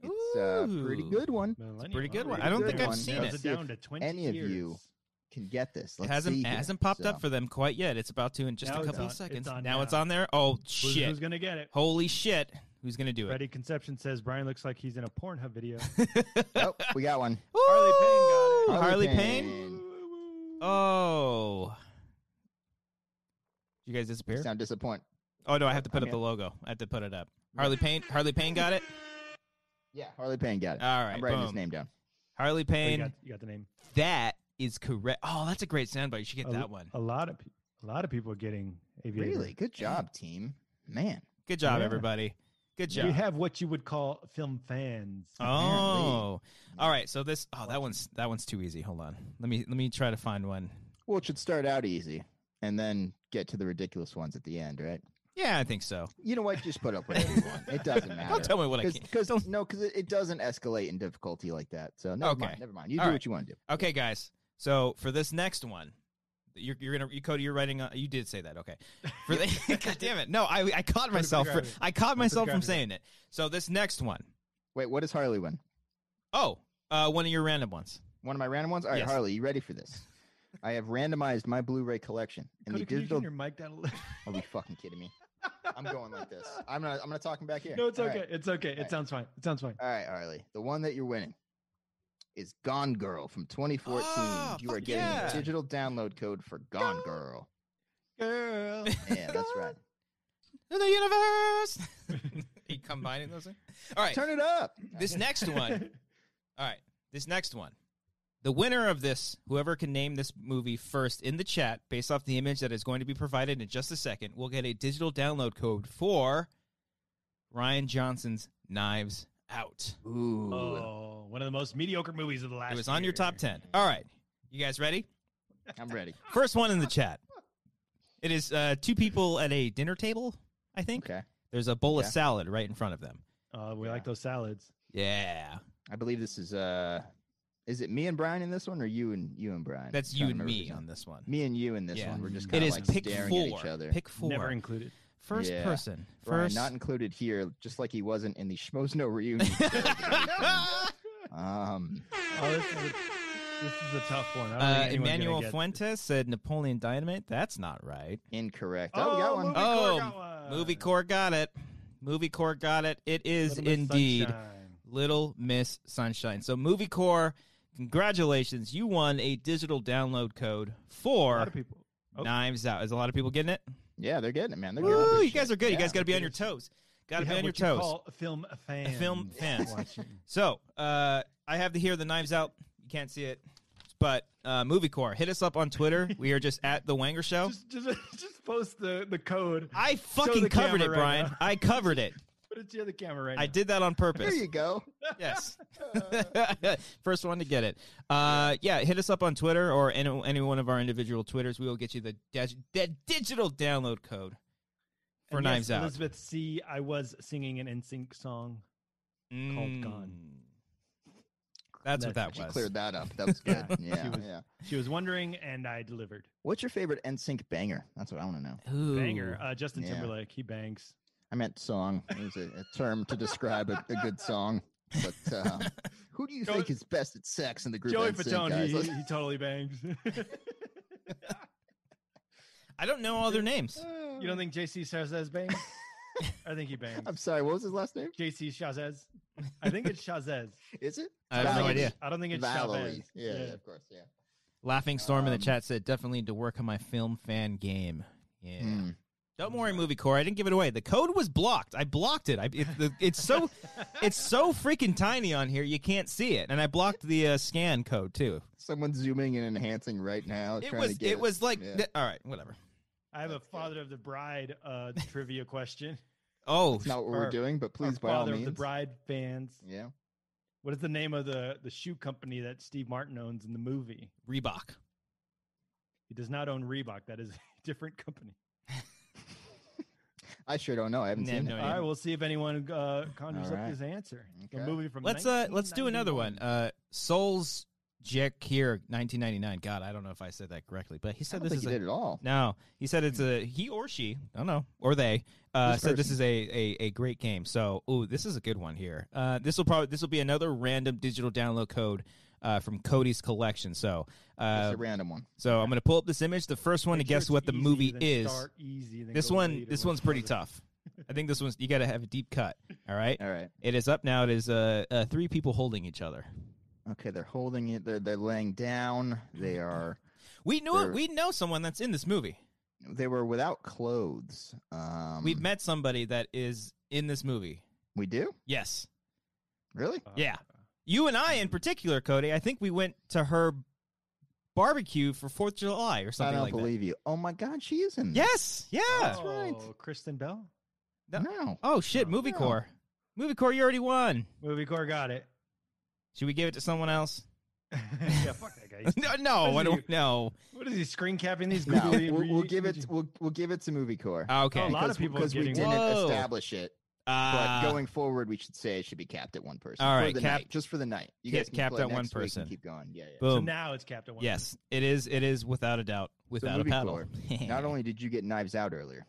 B: It's a pretty
A: Ooh.
B: good one.
C: Millennium,
A: pretty good
C: huh?
A: one.
B: I don't think
C: Pretty good
B: I've
C: one.
B: seen
C: Narrows
B: it. See if
C: down to 20
B: any of you
C: years.
B: Can get this.
A: It
B: Let's see
A: hasn't
B: here.
A: hasn't popped
B: So,
A: up for them quite yet. It's about to in just
C: Now
A: a
C: it's
A: couple
C: on-
A: of
C: it's
A: seconds.
C: on
A: now,
C: now.
A: it's on there. Oh
C: Who's,
A: shit!
C: who's gonna get it?
A: Holy shit! Who's gonna do it?
C: Freddie Conception says Brian looks like he's in a Pornhub video.
B: Oh, we got one.
C: Harley Payne got it.
A: Woo! Harley
B: Harley
A: Payne.
B: Payne.
A: Oh. Did you guys disappear?
B: Sound disappoint.
A: Oh no, I have to put
B: I'm
A: up the logo. I have to put it up. Harley Payne. Harley Payne got it.
B: Yeah, Harley Payne got it.
A: All right,
B: I'm writing his
A: boom.
B: name down.
A: Harley
C: Oh, you,
A: Payne.
C: got, you got the name.
A: That is correct. Oh, that's a great soundbite. You should get
C: A-
A: that one.
C: A lot of pe- a lot of people are getting aviator.
B: Really, good job, team. Man.
A: Good job,
C: yeah.
A: everybody. Good
C: We
A: job. Uh,
C: have what you would call film fans.
A: Oh, all right. So this. Oh, that one's that one's too easy. Hold on. Let me let me try to find one.
B: Well, it should start out easy and then get to the ridiculous ones at the end, right?
A: Yeah, I think so.
B: You know what? Just put up whatever you want. It doesn't
A: Don't
B: matter.
A: tell me what I can't.
B: Because
A: don't-
B: no, because it, it doesn't escalate in difficulty like that. So never
A: Okay.
B: mind. Never mind. You
A: All
B: do
A: right.
B: what you want to do.
A: Okay, guys. So for this next one, you're, you're gonna you, Cody. You're writing. On, you did say that. Okay. For the, God damn it! No, I I caught myself. For,
C: graphic.
A: I caught myself from
C: graphic.
A: saying it. So this next one.
B: Wait, what does Harley win?
A: Oh, uh, one of your random ones.
B: One of my random ones. All right,
A: Yes.
B: Harley, you ready for this? I have randomized my Blu-ray collection and
C: Cody,
B: the
C: can you
B: digital.
C: turn your mic down a little?
B: Are you fucking kidding me? I'm going like this. I'm not. I'm not talking back here.
C: No, it's
B: All right.
C: okay. It's okay. It
B: Alright.
C: sounds fine. It sounds fine.
B: All right, Harley. The one that you're winning is Gone Girl from 2014.
A: Oh,
B: you are
A: fuck
B: getting
A: yeah.
B: a digital download code for Gone Girl.
C: Girl.
B: Yeah, that's right.
A: The universe. Are you combining those? In? All right.
B: Turn it up.
A: This next one. All right. This next one. The winner of this, whoever can name this movie first in the chat, based off the image that is going to be provided in just a second, will get a digital download code for Ryan Johnson's Knives Out.
B: Ooh.
C: Oh, one of the most mediocre movies of the last.
A: It was on your
C: year.
A: top 10. All right. You guys ready?
B: I'm ready.
A: First one in the chat. It is uh, two people at a dinner table, I think.
B: Okay.
A: There's a bowl
B: Yeah.
A: of salad right in front of them.
C: Uh, we
B: Yeah.
C: like those salads.
A: Yeah.
B: I believe this is uh Is it me and Brian in this one, or you and you and Brian?
A: That's
B: Trying
A: you
B: to
A: and
B: remember if
A: me
B: it's
A: on this one.
B: Me and you in this
A: Yeah.
B: one. We're just
C: It
A: It
B: kind of
A: is
B: like
A: pick
B: staring
A: four.
B: at each other.
A: Pick four.
C: Never included.
A: First
B: Yeah.
A: person.
B: Brian,
A: First.
B: not included here, just like he wasn't in the Schmoes No reunion. um,
C: Oh, this, is a, this is a tough one. I don't
A: uh,
C: think anyone's gonna
A: Emmanuel
C: get-
A: Fuentes said Napoleon Dynamite. That's not right.
B: incorrect. Oh,
C: Oh,
B: we got one.
C: Movie Core
A: Oh,
C: got one.
A: Movie Core got it. Movie Core got it. It is
C: Little Miss
A: indeed
C: Sunshine.
A: Little Miss Sunshine. So Movie Core, congratulations. You won a digital download code
C: A lot
A: for
C: of people. Oh.
A: Knives Out. Is a lot of people getting it?
B: Yeah, they're getting it, man. They're
A: Woo,
B: getting it.
A: you guys are good. you
B: Yeah,
A: guys got to be on your
C: good.
A: toes. Got to
C: We
A: be
C: have
A: on your
C: what you
A: toes.
C: call Film fans.
A: Film fans.
C: watching.
A: So, uh, I have to hear the knives out. You can't see it, but uh, movie core. Hit us up on Twitter. We are just at the Wanger Show.
C: Just, just, just post the, the code.
A: I
C: the
A: fucking covered it,
C: camera right
A: Brian.
C: now.
A: I covered it.
C: Put it to the other camera right now.
A: I did that on
B: There
A: purpose.
B: you go.
A: Yes. First one to get it. Uh, yeah, hit us up on Twitter or any, any one of our individual Twitters. We will get you the, dig- the digital download code for
C: And yes,
A: Knives Out.
C: Elizabeth C. I was singing an NSYNC song. called Gone.
A: Mm. That's what that
B: She
A: was.
B: cleared that up. That was good.
C: Yeah, she
B: yeah,
C: was-
B: yeah.
C: She was wondering, and I delivered.
B: What's your favorite NSYNC banger? That's what I want to know.
A: Ooh.
C: Banger. Uh, Justin
B: Yeah.
C: Timberlake. He bangs.
B: I meant song. It was a, a term to describe a, a good song. But um, who do you
C: Joey-
B: think is best at sex in the group?
C: Joey
B: NSYNC,
C: Fatone.
B: guys?
C: He,
B: Let's-
C: he, he totally bangs.
A: I don't know all their names.
C: you don't think JC Chazes bangs? I think he bangs.
B: I'm sorry. What was his last name?
C: JC Chazes. I think it's Chazes.
B: Is it?
A: I have no
B: Valerie.
A: idea.
C: I don't think it's
B: Valerie.
C: Chavez.
B: Yeah, yeah, of course. Yeah.
A: Laughing Storm in
B: Um,
A: the chat said definitely need to work on my film fan game. Yeah.
B: Hmm.
A: Don't worry, movie core. I didn't give it away. The code was blocked. I blocked it. I, it the, it's so it's so freaking tiny on here. You can't see it. And I blocked the uh, scan code too.
B: Someone's zooming and enhancing right now.
A: It
B: trying
A: was
B: To
A: it,
B: get
A: was like
B: Yeah.
A: th- all right, whatever.
C: I have a
B: That's good.
C: father of the bride uh, trivia question.
A: Oh,
B: It's not what
C: or-
B: we're doing, but please,
C: Our
B: by all
C: father of
B: means.
C: the bride fans.
B: Yeah.
C: What is the name of the the shoe company that Steve Martin owns in the movie?
A: Reebok.
C: He does not own Reebok. That is a different company.
B: I sure don't know. I haven't
A: Nah,
B: seen
A: no,
B: it.
A: yeah.
C: All right, we'll see if anyone uh, conjures up
B: Alright.
C: his answer. The
B: Okay.
C: movie from
A: Let's uh let's do another one.
C: 1991.
A: Uh Souls Jack here 1999. God, I don't know if I said that correctly, but he
B: I
A: said
B: don't
A: this
B: think
A: is
B: he
A: a
B: did at all.
A: No, he said it's a he or she. I don't know or they. Uh,
B: This
A: said this
B: person.
A: is a, a a great game. So, ooh, this is a good one here. Uh, this will probably this will be another random digital download code uh, from Cody's collection. So,
B: It's
A: uh,
B: a random one.
A: so I'm gonna pull up this image. The first one
C: Make
A: to
C: sure
A: guess
C: it's
A: what the
C: easy,
A: movie
C: then
A: is.
C: start easy, then
A: This
C: go
A: one
C: later
A: this
C: with
A: one's pretty
C: harder.
A: tough. I think this one's you got to have a deep cut. All right,
B: All right.
A: it is up now. It is uh, uh three people holding each other.
B: Okay, they're holding it. They're they're laying down.
A: Mm-hmm.
B: They are.
A: We know
B: They're-
A: we know someone that's in this movie.
B: They were without clothes. Um,
A: We've met somebody that is in this movie.
B: We do
A: Yes.
B: really.
C: Uh,
A: Yeah. You and I, in
C: Mm.
A: particular, Cody, I think we went to her barbecue for Fourth of July or
B: I
A: something
B: don't
A: like
B: believe you. Oh my God, she is in.
A: that.
B: this.
A: Yes, yeah.
B: That's right.
C: Oh, Kristen Bell.
A: no.
B: No.
A: Oh shit,
C: No.
A: Movie Core, Movie Core, you already won.
C: Movie core got it.
A: Should we give it to someone else?
C: yeah, fuck that guy. He's-
A: no, no,
C: What
A: I
C: is
A: don't know.
C: What is he screen capping these?
B: No,
C: googly
B: we'll, we'll
C: re-
B: give it.
C: images?
B: We'll we'll give it to movie core.
A: Ah, Okay,
C: A lot
B: Because-
C: of people are
B: because we
C: getting
B: didn't
A: one. Whoa.
B: establish it. But
A: uh,
B: going forward, we should say it should be capped at one person.
A: All right,
B: for the
A: cap-
B: night, just for the night. You
A: ca-
B: guys can
A: capped
B: play
A: at one
B: next week and
A: person.
B: keep going. Yeah. yeah.
A: boom.
C: So now it's capped at one.
A: yes, it is. It is without a doubt, without a
B: movie
A: paddle.
B: core, Not only did you get Knives Out earlier,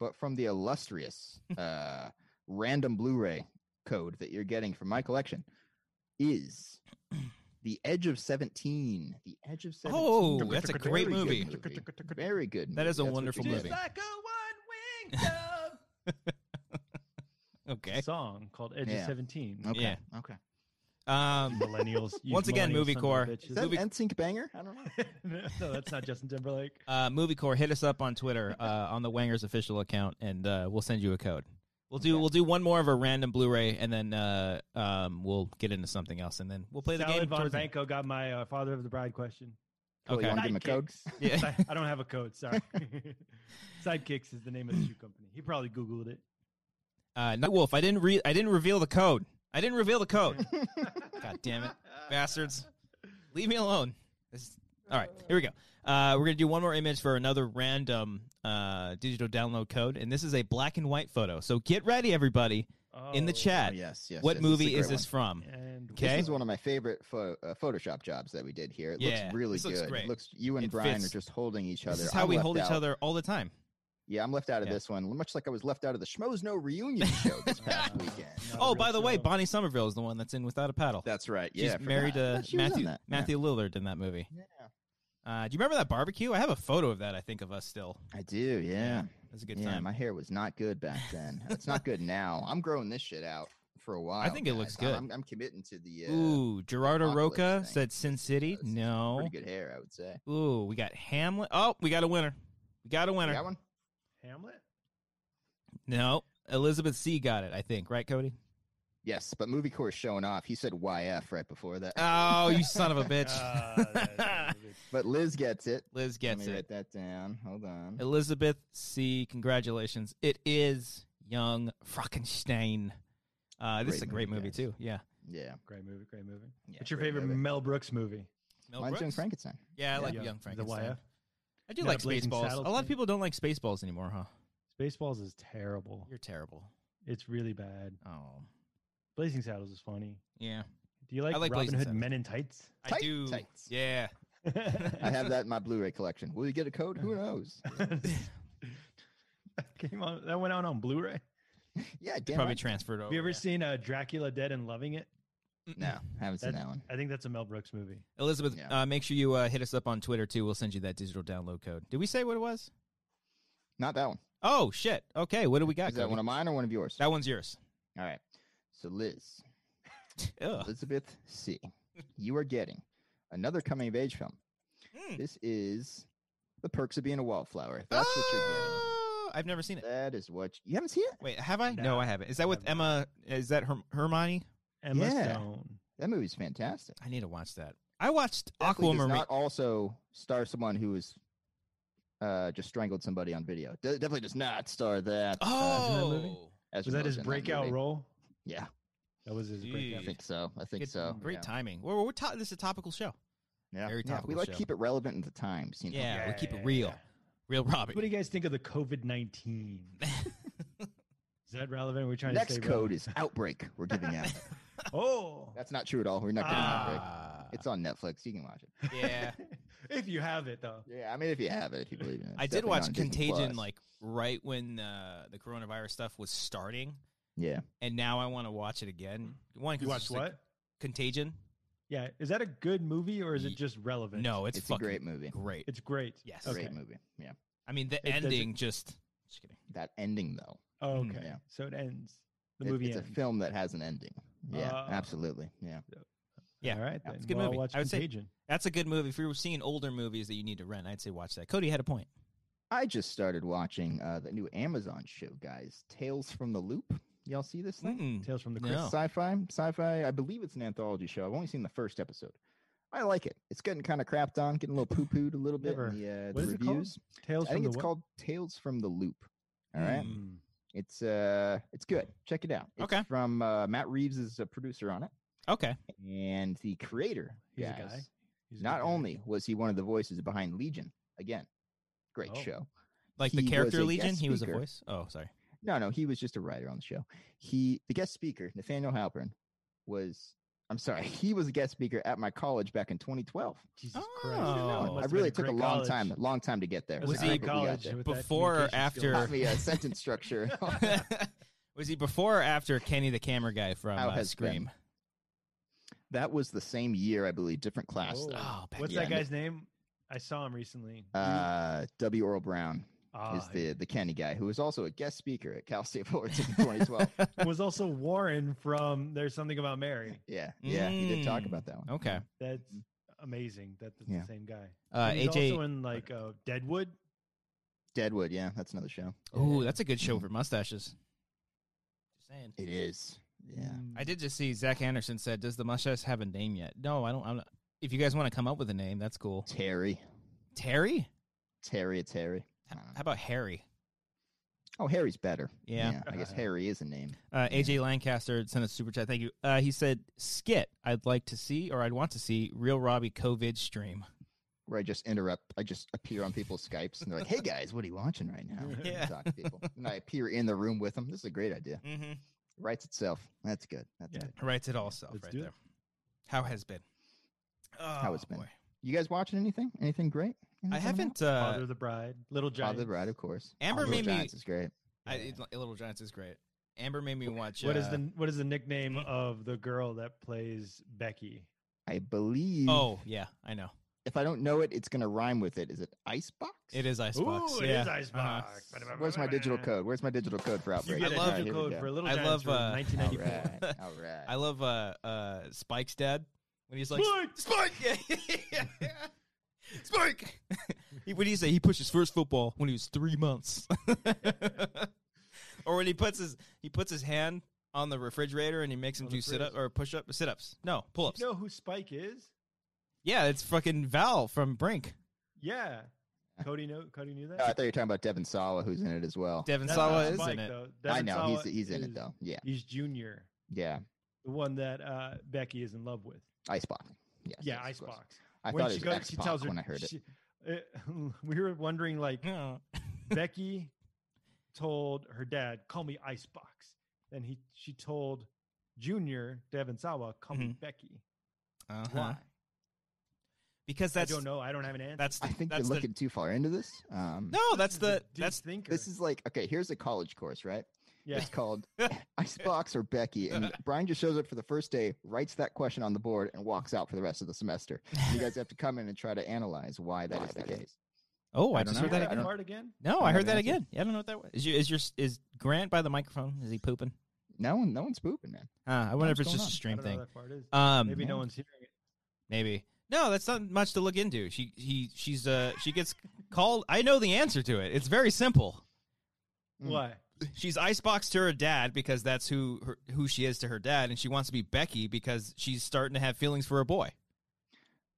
B: but from the illustrious uh, random Blu-ray code that you're getting from my collection is the Edge of Seventeen. The Edge of Seventeen.
A: Oh, that's a great
B: Very good
A: movie.
B: Very good. Movie.
A: That is a
B: That's what
A: wonderful
B: you
C: Just
A: movie.
B: get.
C: like a one winged dove.
A: okay.
C: Song called Edge
B: Yeah.
C: of Seventeen.
B: Okay.
A: Yeah.
B: Okay.
A: Um,
C: Millennials. you
A: Once again,
C: millennial
A: movie
C: sons of
A: core.
C: bitches.
B: Is that
A: Movie-
B: an NSYNC banger? I don't know.
C: no, no, that's not Justin Timberlake.
A: Uh, movie core, hit us up on Twitter uh, on the Wangers official account, and uh, we'll send you a code. We'll do
B: Okay.
A: we'll do one more of a random Blu-ray, and then uh, um, we'll get into something else, and then we'll play the
C: Salad
A: game.
C: Von
A: towards the-
C: Banco got my uh, father of the bride question.
B: Cool,
A: Okay.
B: you wanna give him a code?
C: Sidekicks.
A: Yeah.
C: Si- I don't have a code. Sorry. Sidekicks is the name of the shoe company. He probably Googled it.
A: Uh, Night Wolf, I didn't re- I didn't reveal the code. I didn't reveal the code. God damn it, bastards! Leave me alone. This- all right, here we go. Uh, we're gonna do one more image for another random uh, digital download code, and this is a black and white photo. So get ready, everybody, in the
C: Oh,
A: chat.
B: yes. Yes.
A: what
B: yes, it's a
A: movie
B: great
A: is this
B: one.
A: from?
C: And
A: Okay.
B: This is one of my favorite pho- uh, Photoshop jobs that we did here. It
A: Yeah,
B: looks really
A: this looks
B: good.
A: great.
B: It looks you and
A: It
B: Brian
A: fits.
B: are just holding each other.
A: This is how
B: I'm
A: we
B: left
A: hold each
B: out.
A: other all the time.
B: Yeah, I'm left out of
A: Yeah.
B: this one, much like I was left out of the Schmoes No reunion show this past
C: Uh,
B: weekend.
C: not a
A: Oh,
C: real
A: by the way,
C: show.
A: Bonnie Somerville is the one that's in Without a Paddle.
B: That's right.
A: She's
B: Yeah, I forgot.
A: married
B: I
A: to
B: thought she was on
A: Matthew
B: that. Yeah.
A: Matthew Lillard in that movie.
B: Yeah.
A: Uh, do you remember that barbecue? I have a photo of that. I think of us still.
B: I do. Yeah.
A: It was a
B: Yeah.
A: good time.
B: my hair was not good back then. it's not good now. I'm growing this shit out for a while.
A: think it looks
B: guys. I'm-
A: good.
B: I'm, I'm committing to the uh,
A: Ooh, oh. Gerardo
B: Apocalypse
A: Roca
B: thing.
A: said Sin City.
B: That's
A: No.
B: pretty good hair, I would say.
A: Ooh, we got Hamlet. Oh, we got a winner. We got a winner.
B: That one?
C: Hamlet.
A: No, Elizabeth C got it. I think, right, Cody?
B: Yes, but movie core is showing off. He said YF right before that.
A: Oh, you son of a bitch.
C: Ah, that-
B: but Liz gets it.
A: Liz gets
B: Let me
A: it.
B: write that down. Hold on.
A: Elizabeth C, congratulations. It is Young Frankenstein. Uh, this is a great
B: Great movie,
A: movie
B: guys.
A: too. Yeah.
B: Yeah.
C: great movie, great movie.
B: yeah
C: What's your
B: great
C: favorite
B: movie.
C: Mel Brooks movie?
A: Mel
B: Mine's Young
A: Brooks?
B: Frankenstein.
A: Yeah, I like
C: Yeah.
A: Young
C: The
A: Frankenstein.
C: YF.
A: I do
C: Yeah,
A: like
C: Blazing
A: Spaceballs.
C: Saddles
A: A lot of
C: too.
A: people don't like Spaceballs anymore, huh?
C: Spaceballs is terrible.
A: You're terrible.
C: It's really bad.
A: Oh,
C: Blazing Saddles is funny.
A: yeah.
C: Do you like,
A: like
C: Robin
A: Blazing
C: Hood
A: Saddles.
C: Men in Tights?
A: I
B: Tight-
A: do.
B: tights.
A: Yeah.
B: I have that in my Blu-ray collection. Will you get a code? Who knows?
C: That Came on, that went out on Blu-ray.
B: Yeah, damn
A: Probably
B: right.
A: transferred over.
C: Have you ever
A: Oh, yeah.
C: seen uh, Dracula Dead and Loving It?
A: Mm-mm.
B: No, haven't seen
C: That-
B: that one.
C: I think that's a Mel Brooks movie.
A: Elizabeth,
B: Yeah.
A: uh, make sure you uh, hit us up on Twitter too. We'll send you that digital download code. Did we say what it was?
B: Not that one.
A: Oh shit. Okay, what do we got?
B: Is that
A: Cody?
B: one of mine or one of yours?
A: that one's yours.
B: All right. So Liz,
A: Ugh.
B: Elizabeth C, you are getting another coming of age film.
A: Mm.
B: This is The Perks of Being a Wallflower. If That's what you're getting.
A: Oh, I've never seen it.
B: That is what you, you haven't seen it?
A: Wait, have I?
C: Nah,
A: no, I haven't. Is that with
C: I've
A: Emma? Is that Herm- Hermione?
C: Emma
B: Yeah.
C: Stone.
B: That movie's fantastic.
A: I need to watch that. I watched
B: Definitely does
A: Aquamarine.
B: not also star someone who is uh, just strangled somebody on video. De- definitely does not star that. uh,
C: that movie?
A: oh,
B: Ezra
C: Was that his
B: Miller's in
C: breakout
B: movie.
C: role?
B: Yeah,
C: That was his breakout.
B: I
A: Jeez.
C: role.
B: think so. I think
A: Good-
B: so.
A: Great
B: yeah.
A: timing. Well, we're ta- this is a topical show.
B: Yeah,
A: Very
B: yeah,
A: topical
B: We like to
A: show.
B: keep it relevant in the times. You know?
A: Yeah, we keep it real. Real Robin.
C: What do you guys think of the COVID nineteen? Is that relevant? We're trying to
B: Next
C: stay
B: code
C: relevant?
B: is outbreak. We're giving out.
C: Oh,
B: That's not true at all. We're not giving outbreak.
A: Ah,
B: It's on Netflix. You can watch it.
A: yeah.
C: if you have it though.
B: Yeah, I mean, if you have it, if you believe in it.
A: I
B: It's
A: did
B: definitely
A: watch
B: on Disney
A: Contagion
B: Plus.
A: like right when uh, the coronavirus stuff was starting,
B: yeah,
A: and now I want to watch it again. One, 'cause
C: You
A: it's
C: watched
A: just, like,
C: what?
A: Contagion.
C: Yeah, is that a good movie or is
A: Ye-
C: it just relevant?
A: No, it's,
B: it's, a
A: fucking
B: great movie.
A: great.
C: it's great.
A: Yes.
C: Okay.
B: Great movie. Yeah,
A: I mean, the
C: It- does it-
A: ending just. Just kidding.
B: that ending though.
C: Oh,
A: Mm.
C: okay.
B: Mm-hmm. Yeah.
C: So it ends. The
B: It-
C: movie
B: it's
C: ends.
B: a film that has an ending. Yeah,
C: Ah.
B: absolutely. Yeah,
A: Yeah.
C: All right.
B: Yeah,
C: Then.
A: it's a good
C: well,
A: movie.
C: I'll watch
A: I would say-
C: Contagion.
A: That's a good movie. If you're seeing older movies that you need to rent, I'd say watch that. Cody had a point.
B: I just started watching uh, the new Amazon show, guys. Tales from the Loop. Y'all see this thing?
A: Mm-mm.
C: Tales from the
A: Mm. No.
C: Crypt.
B: Sci-fi, sci-fi. I believe it's an anthology show. I've only seen the first episode. I like it. It's getting kind of crapped on, getting a little poo-pooed a little bit.
C: Never-
B: In the, uh, the
C: what is it called?
B: reviews.
C: Tales
B: I
C: from
B: think
C: the
B: it's
C: what? Hmm.
B: called Tales from the Loop. All right.
A: Mm.
B: It's uh, it's good. Check it out. It's
A: Okay.
B: From uh, Matt Reeves is a producer on it,
A: Okay.
B: and the creator.
C: He's a
B: guys,
C: guy. He's a
B: Not
C: good guy.
B: only was he one of the voices behind Legion. Again, great
C: Oh.
B: show.
A: Like the
B: He was
A: character
B: a
A: Legion,
B: guest
A: he was a
B: speaker.
A: voice. Oh, sorry.
B: No, no, he was just a writer on the show. He, the guest speaker, Nathaniel Halpern, was. I'm sorry, he was a guest speaker at my college back in 2012.
C: Jesus
A: Oh.
C: Christ.
A: Didn't know.
C: That
A: I
C: must
B: I
C: have been
B: really
C: a
B: took a
C: great
B: long
C: college.
B: time, long time to get there.
C: That was
A: Was
C: a
A: he
C: great
B: Alright, but we got
C: college
B: there.
C: with that
A: Before or
C: communication skill.
B: Taught
A: after-
B: me a sentence structure.
A: was he before or after Kenny the Camera Guy from
B: How
A: uh,
B: has
A: Scream?
B: that was the same year, I believe, different class. uh,
C: Oh.
B: though.
A: Oh, back
C: What's
B: Yeah,
A: then.
C: that
B: no-
C: guy's name? I saw him recently.
B: Uh, W. Earl Brown is
C: Ah,
B: the the Kenny guy who was also a guest speaker at Cal State Fullerton in 2012.
C: was also Warren from There's Something About Mary.
B: yeah, yeah, he did talk
A: Mm.
B: about that one.
A: Okay.
C: That's amazing. That- That's
B: Mm-hmm. Yeah.
C: the same guy.
A: Uh,
C: And he's also
A: AJ.
C: in like uh, Deadwood.
B: Deadwood, yeah, that's another show.
A: Oh, that's a good show for mustaches. Just saying.
B: It is. Yeah.
C: Mm.
A: I did just see Zach Anderson said, "Does the mustache have a name yet?" No, I don't. I'm not. If you guys want to come up with a name, that's cool.
B: Terry.
A: Terry.
B: Terry, Terry. I
A: H-
B: don't know.
A: How about Harry?
B: Oh, Harry's better.
A: Yeah. Uh-huh.
B: I guess Harry is a name.
A: Uh, AJ Lancaster sent a super chat. Thank you. Uh, he said, "Skit. I'd like to see, or I'd want to see, real Robbie COVID stream."
B: Where I just interrupt, I just appear on people's Skypes and they're like, hey guys, what are you watching right now? And
A: Yeah.
B: Talk to people. And I appear in the room with them. This is a great idea.
A: Mm-hmm.
B: Writes itself. That's good. That's
C: Yeah.
B: good.
A: Writes it all self
C: Let's
A: right
C: do
A: there.
C: it.
A: How has been?
B: How it's
A: Oh,
B: been.
A: boy.
B: You guys watching anything? Anything
A: I
B: great? Anything coming up?
A: haven't. Uh,
C: Father of the Bride, Little Giants.
B: Father of the Bride, of course.
A: Amber
B: Little
A: made me-
B: Giants is great.
A: I,
C: Yeah.
A: it- Little Giants is great. Amber made me watch.
C: What is
A: uh,
C: the what is the nickname of the girl that plays Becky?
B: I believe.
A: Oh yeah, I know.
B: If I don't know it, it's gonna rhyme with it. Is it Icebox?
A: It is Icebox.
C: Ooh,
A: yeah.
C: it is
A: Uh-huh.
C: Icebox.
B: Where's my digital code? Where's my digital code for
C: You
B: outbreak?
C: get
A: I
C: a
A: love-
C: digital
B: All
C: code for Little
A: I
C: Giants
A: love,
C: from
A: uh,
B: right,
C: 1994.
B: here we go. all right.
A: I love uh uh Spike's dad when he's like
C: Spike!
A: Spike, yeah, Spike. he, what do you say? He pushed his first football when he was three months, or when he puts his he puts his hand on the refrigerator and he makes him
C: On the
A: do sit up
C: fridge.
A: or push up sit ups. No pull ups.
C: You know who Spike is?
A: Yeah, it's fucking Val from Brink.
C: Yeah, Cody knew. Cody knew that.
B: Oh, I thought you were talking about Devin Sawa, who's in it as well.
A: Devin
C: That's
A: Sawa
C: not
A: is
C: Spike,
A: in it.
C: though.
B: I
C: Devin
B: know
C: Sawa
B: he's he's in
C: is-
B: it though. Yeah,
C: He's Junior,
B: yeah.
C: the one that uh, Becky is in love with.
B: Icebox. Yes,
C: yeah,
B: yes, of course.
C: Icebox.
B: I
C: When
B: thought
C: she
B: it was
C: goes-
B: X Pac when I heard it.
C: she- uh, we were wondering, like,
A: Yeah.
C: Becky told her dad, "Call me Icebox," and he she told Junior Devin Sawa, "Call me Becky."
A: Mm-hmm. Uh-huh.
C: Why?
A: Because that's
C: I don't know. I don't have an answer.
A: that's the,
B: I think you're
A: that's the-
B: looking too far into this. Um,
A: no that's
C: This is a
A: the
C: deep
A: that's
C: thinker.
B: This is like okay. Here's a college course, right?
C: yeah.
B: It's called Icebox or Becky. And Brian just shows up for the first day, writes that question on the board, and walks out for the rest of the semester. You guys have to come in and try to analyze why that is the case.
A: oh I,
B: I
A: just
B: don't
A: heard
B: know.
A: that
B: I
A: again.
B: don't-
C: part again.
A: No,
B: I
A: I
B: don't
A: heard
B: have
A: that
B: an answer.
A: again. Yeah, I don't know what that was. Is your is your is Grant by the microphone? Is he pooping?
B: No one, no one's pooping, man.
A: Uh, I wonder
B: What's
A: if it's
B: going
A: just
B: on?
A: a
C: I
A: stream
C: don't know
A: thing.
C: what that part is.
A: Um,
C: Maybe
A: maybe.
C: no
B: yeah.
C: one's hearing it.
A: No, that's not much to look into. She he she's uh she gets called. I know the answer to it. It's very simple.
B: Mm.
C: Why?
A: She's iceboxed to her dad because that's who her, who she is to her dad, and she wants to be Becky because she's starting to have feelings for a boy.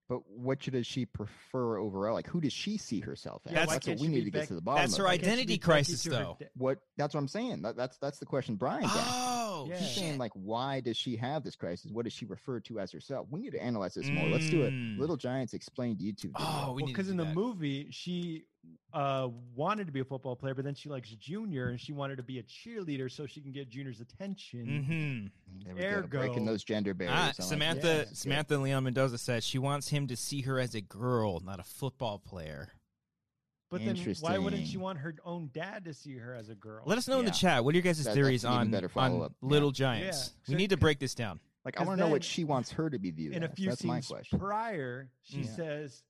B: But what should- does she prefer overall? Like, who does she see herself as?
C: Yeah,
A: why
B: that's
C: can't
B: what we
C: she
B: need
C: be
B: to get
C: Beck-
B: to the bottom.
A: That's
B: of.
A: her
B: Like,
C: Can't she be
A: identity
C: Becky
A: crisis,
C: to her
A: though.
C: da-
B: What? That's what I'm saying. That, that's that's the question Brian's asking.
A: Oh,
C: Yeah.
B: He's saying like, why does she have this crisis? What does she refer to as herself? We need to analyze this more. Let's do it.
A: Mm.
B: Little Giants explained YouTube. Video.
A: Oh, we need to
C: well, because
A: do
C: in the
A: that.
C: movie she uh, wanted to be a football player, but then she likes Junior, and she wanted to be a cheerleader so she can get Junior's attention.
A: Mhm.
B: There we go. breaking
C: ergo-
B: those gender barriers. I
A: Ah,
B: like that.
A: Samantha
B: Yeah, that's good.
A: Samantha Leon Mendoza says she wants him to see her as a girl, not a football player.
C: But then why wouldn't she
B: Interesting.
C: want her own dad to see her as a girl?
A: Let us know in the
B: Yeah.
A: chat. What are your guys'
B: That- that's
A: theories
B: an even
A: on,
B: better
A: on
B: follow-up. Yeah.
A: Little Giants?
C: Yeah.
A: We need to break this down.
B: Like, I
C: 'Cause
B: want to know what
C: then-
B: she wants her to be viewed
C: in a
B: as.
C: few
B: That's my
C: scenes
B: question.
C: prior, she
B: Yeah.
C: says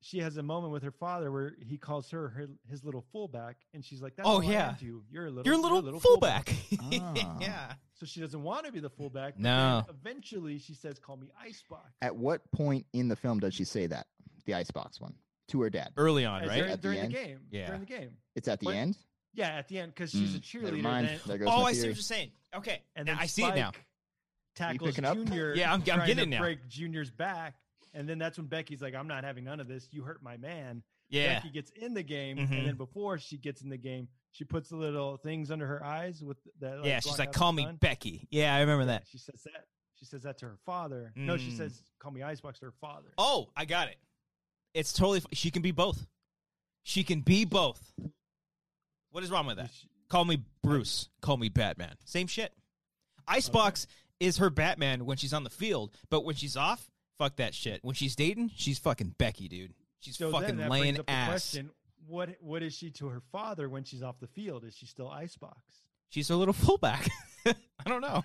C: she has a moment with her father where he calls her, her his little fullback, and she's like, That's
A: Oh,
C: all I am
A: yeah.
C: to you. You're a little,
A: You're a little, fullback.
B: Ah.
A: yeah.
C: So she doesn't want to be the fullback. but then
A: No.
C: Eventually, she says, "Call me Icebox."
B: At what point in the film does she say that? The icebox one to her dad.
A: Early on,
C: As
A: right?
C: During,
B: At the
C: during the,
B: end?
C: game.
A: Yeah.
C: During the game.
B: It's at the
C: What?
B: end. Hmm.
C: Yeah, at the end because she's a
B: Mm, Never
C: cheerleader.
B: mind.
C: Then,
B: there goes
A: oh,
B: my
A: I see
B: theory.
A: what you're saying. Okay.
C: and
A: Now
C: then
A: I see it now.
C: Spike Tackles
B: picking up?
C: Junior.
A: Yeah, I'm- I'm
C: trying to
A: getting it now.
C: Break Junior's back, and then that's when Becky's like, "I'm not having none of this. You hurt my man."
A: Yeah.
C: Becky gets in the game,
A: Mhm.
C: and then before she gets in the game, she puts the little things under her eyes with that.
A: yeah. She's
C: block
A: like,
C: out the
A: call me
C: sun."
A: Becky. Yeah, I remember that.
C: She says that. She says that to her father. No, she
A: Mm.
C: says, "Call me Icebox." To her father.
A: Oh, I got it. It's totally. f- She can be both. She can be both. What is wrong with that?
C: She-
A: Call me Bruce. Call me Batman. Same shit. Icebox is her Batman when she's on the field, but when she's off, fuck that shit. When she's dating, she's fucking Becky, dude. She's
C: so then
A: fucking
C: that brings
A: laying
C: up the
A: ass.
C: question: What what is she to her father when she's off the field? Is she still Icebox?
A: She's a little fullback. I don't know.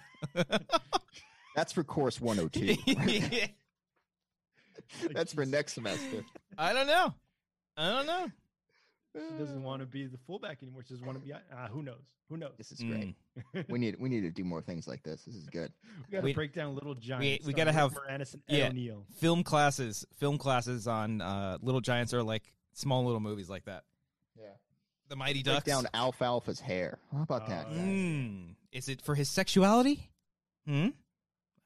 B: That's for course 102. That's for
C: she's-
B: next semester.
A: I don't know. I don't know.
C: She doesn't want to be the fullback anymore. She doesn't want to be. Uh, who knows? Who knows?
B: This is great.
C: Mm.
B: We need we need to do more things like this. This is good.
C: We got
A: We-
C: to break down little giants.
A: we
C: starting
A: gotta
C: with
A: have-
C: Moranis and E
A: yeah.
C: Ed O'Neill.
A: Film classes, film classes on uh, Little Giants are like small little movies like that.
B: Yeah.
A: The Mighty
B: Break
A: Ducks.
B: down Alfalfa's hair. How about that?
C: Oh, yeah.
A: Mm. Is it for his sexuality? Hmm.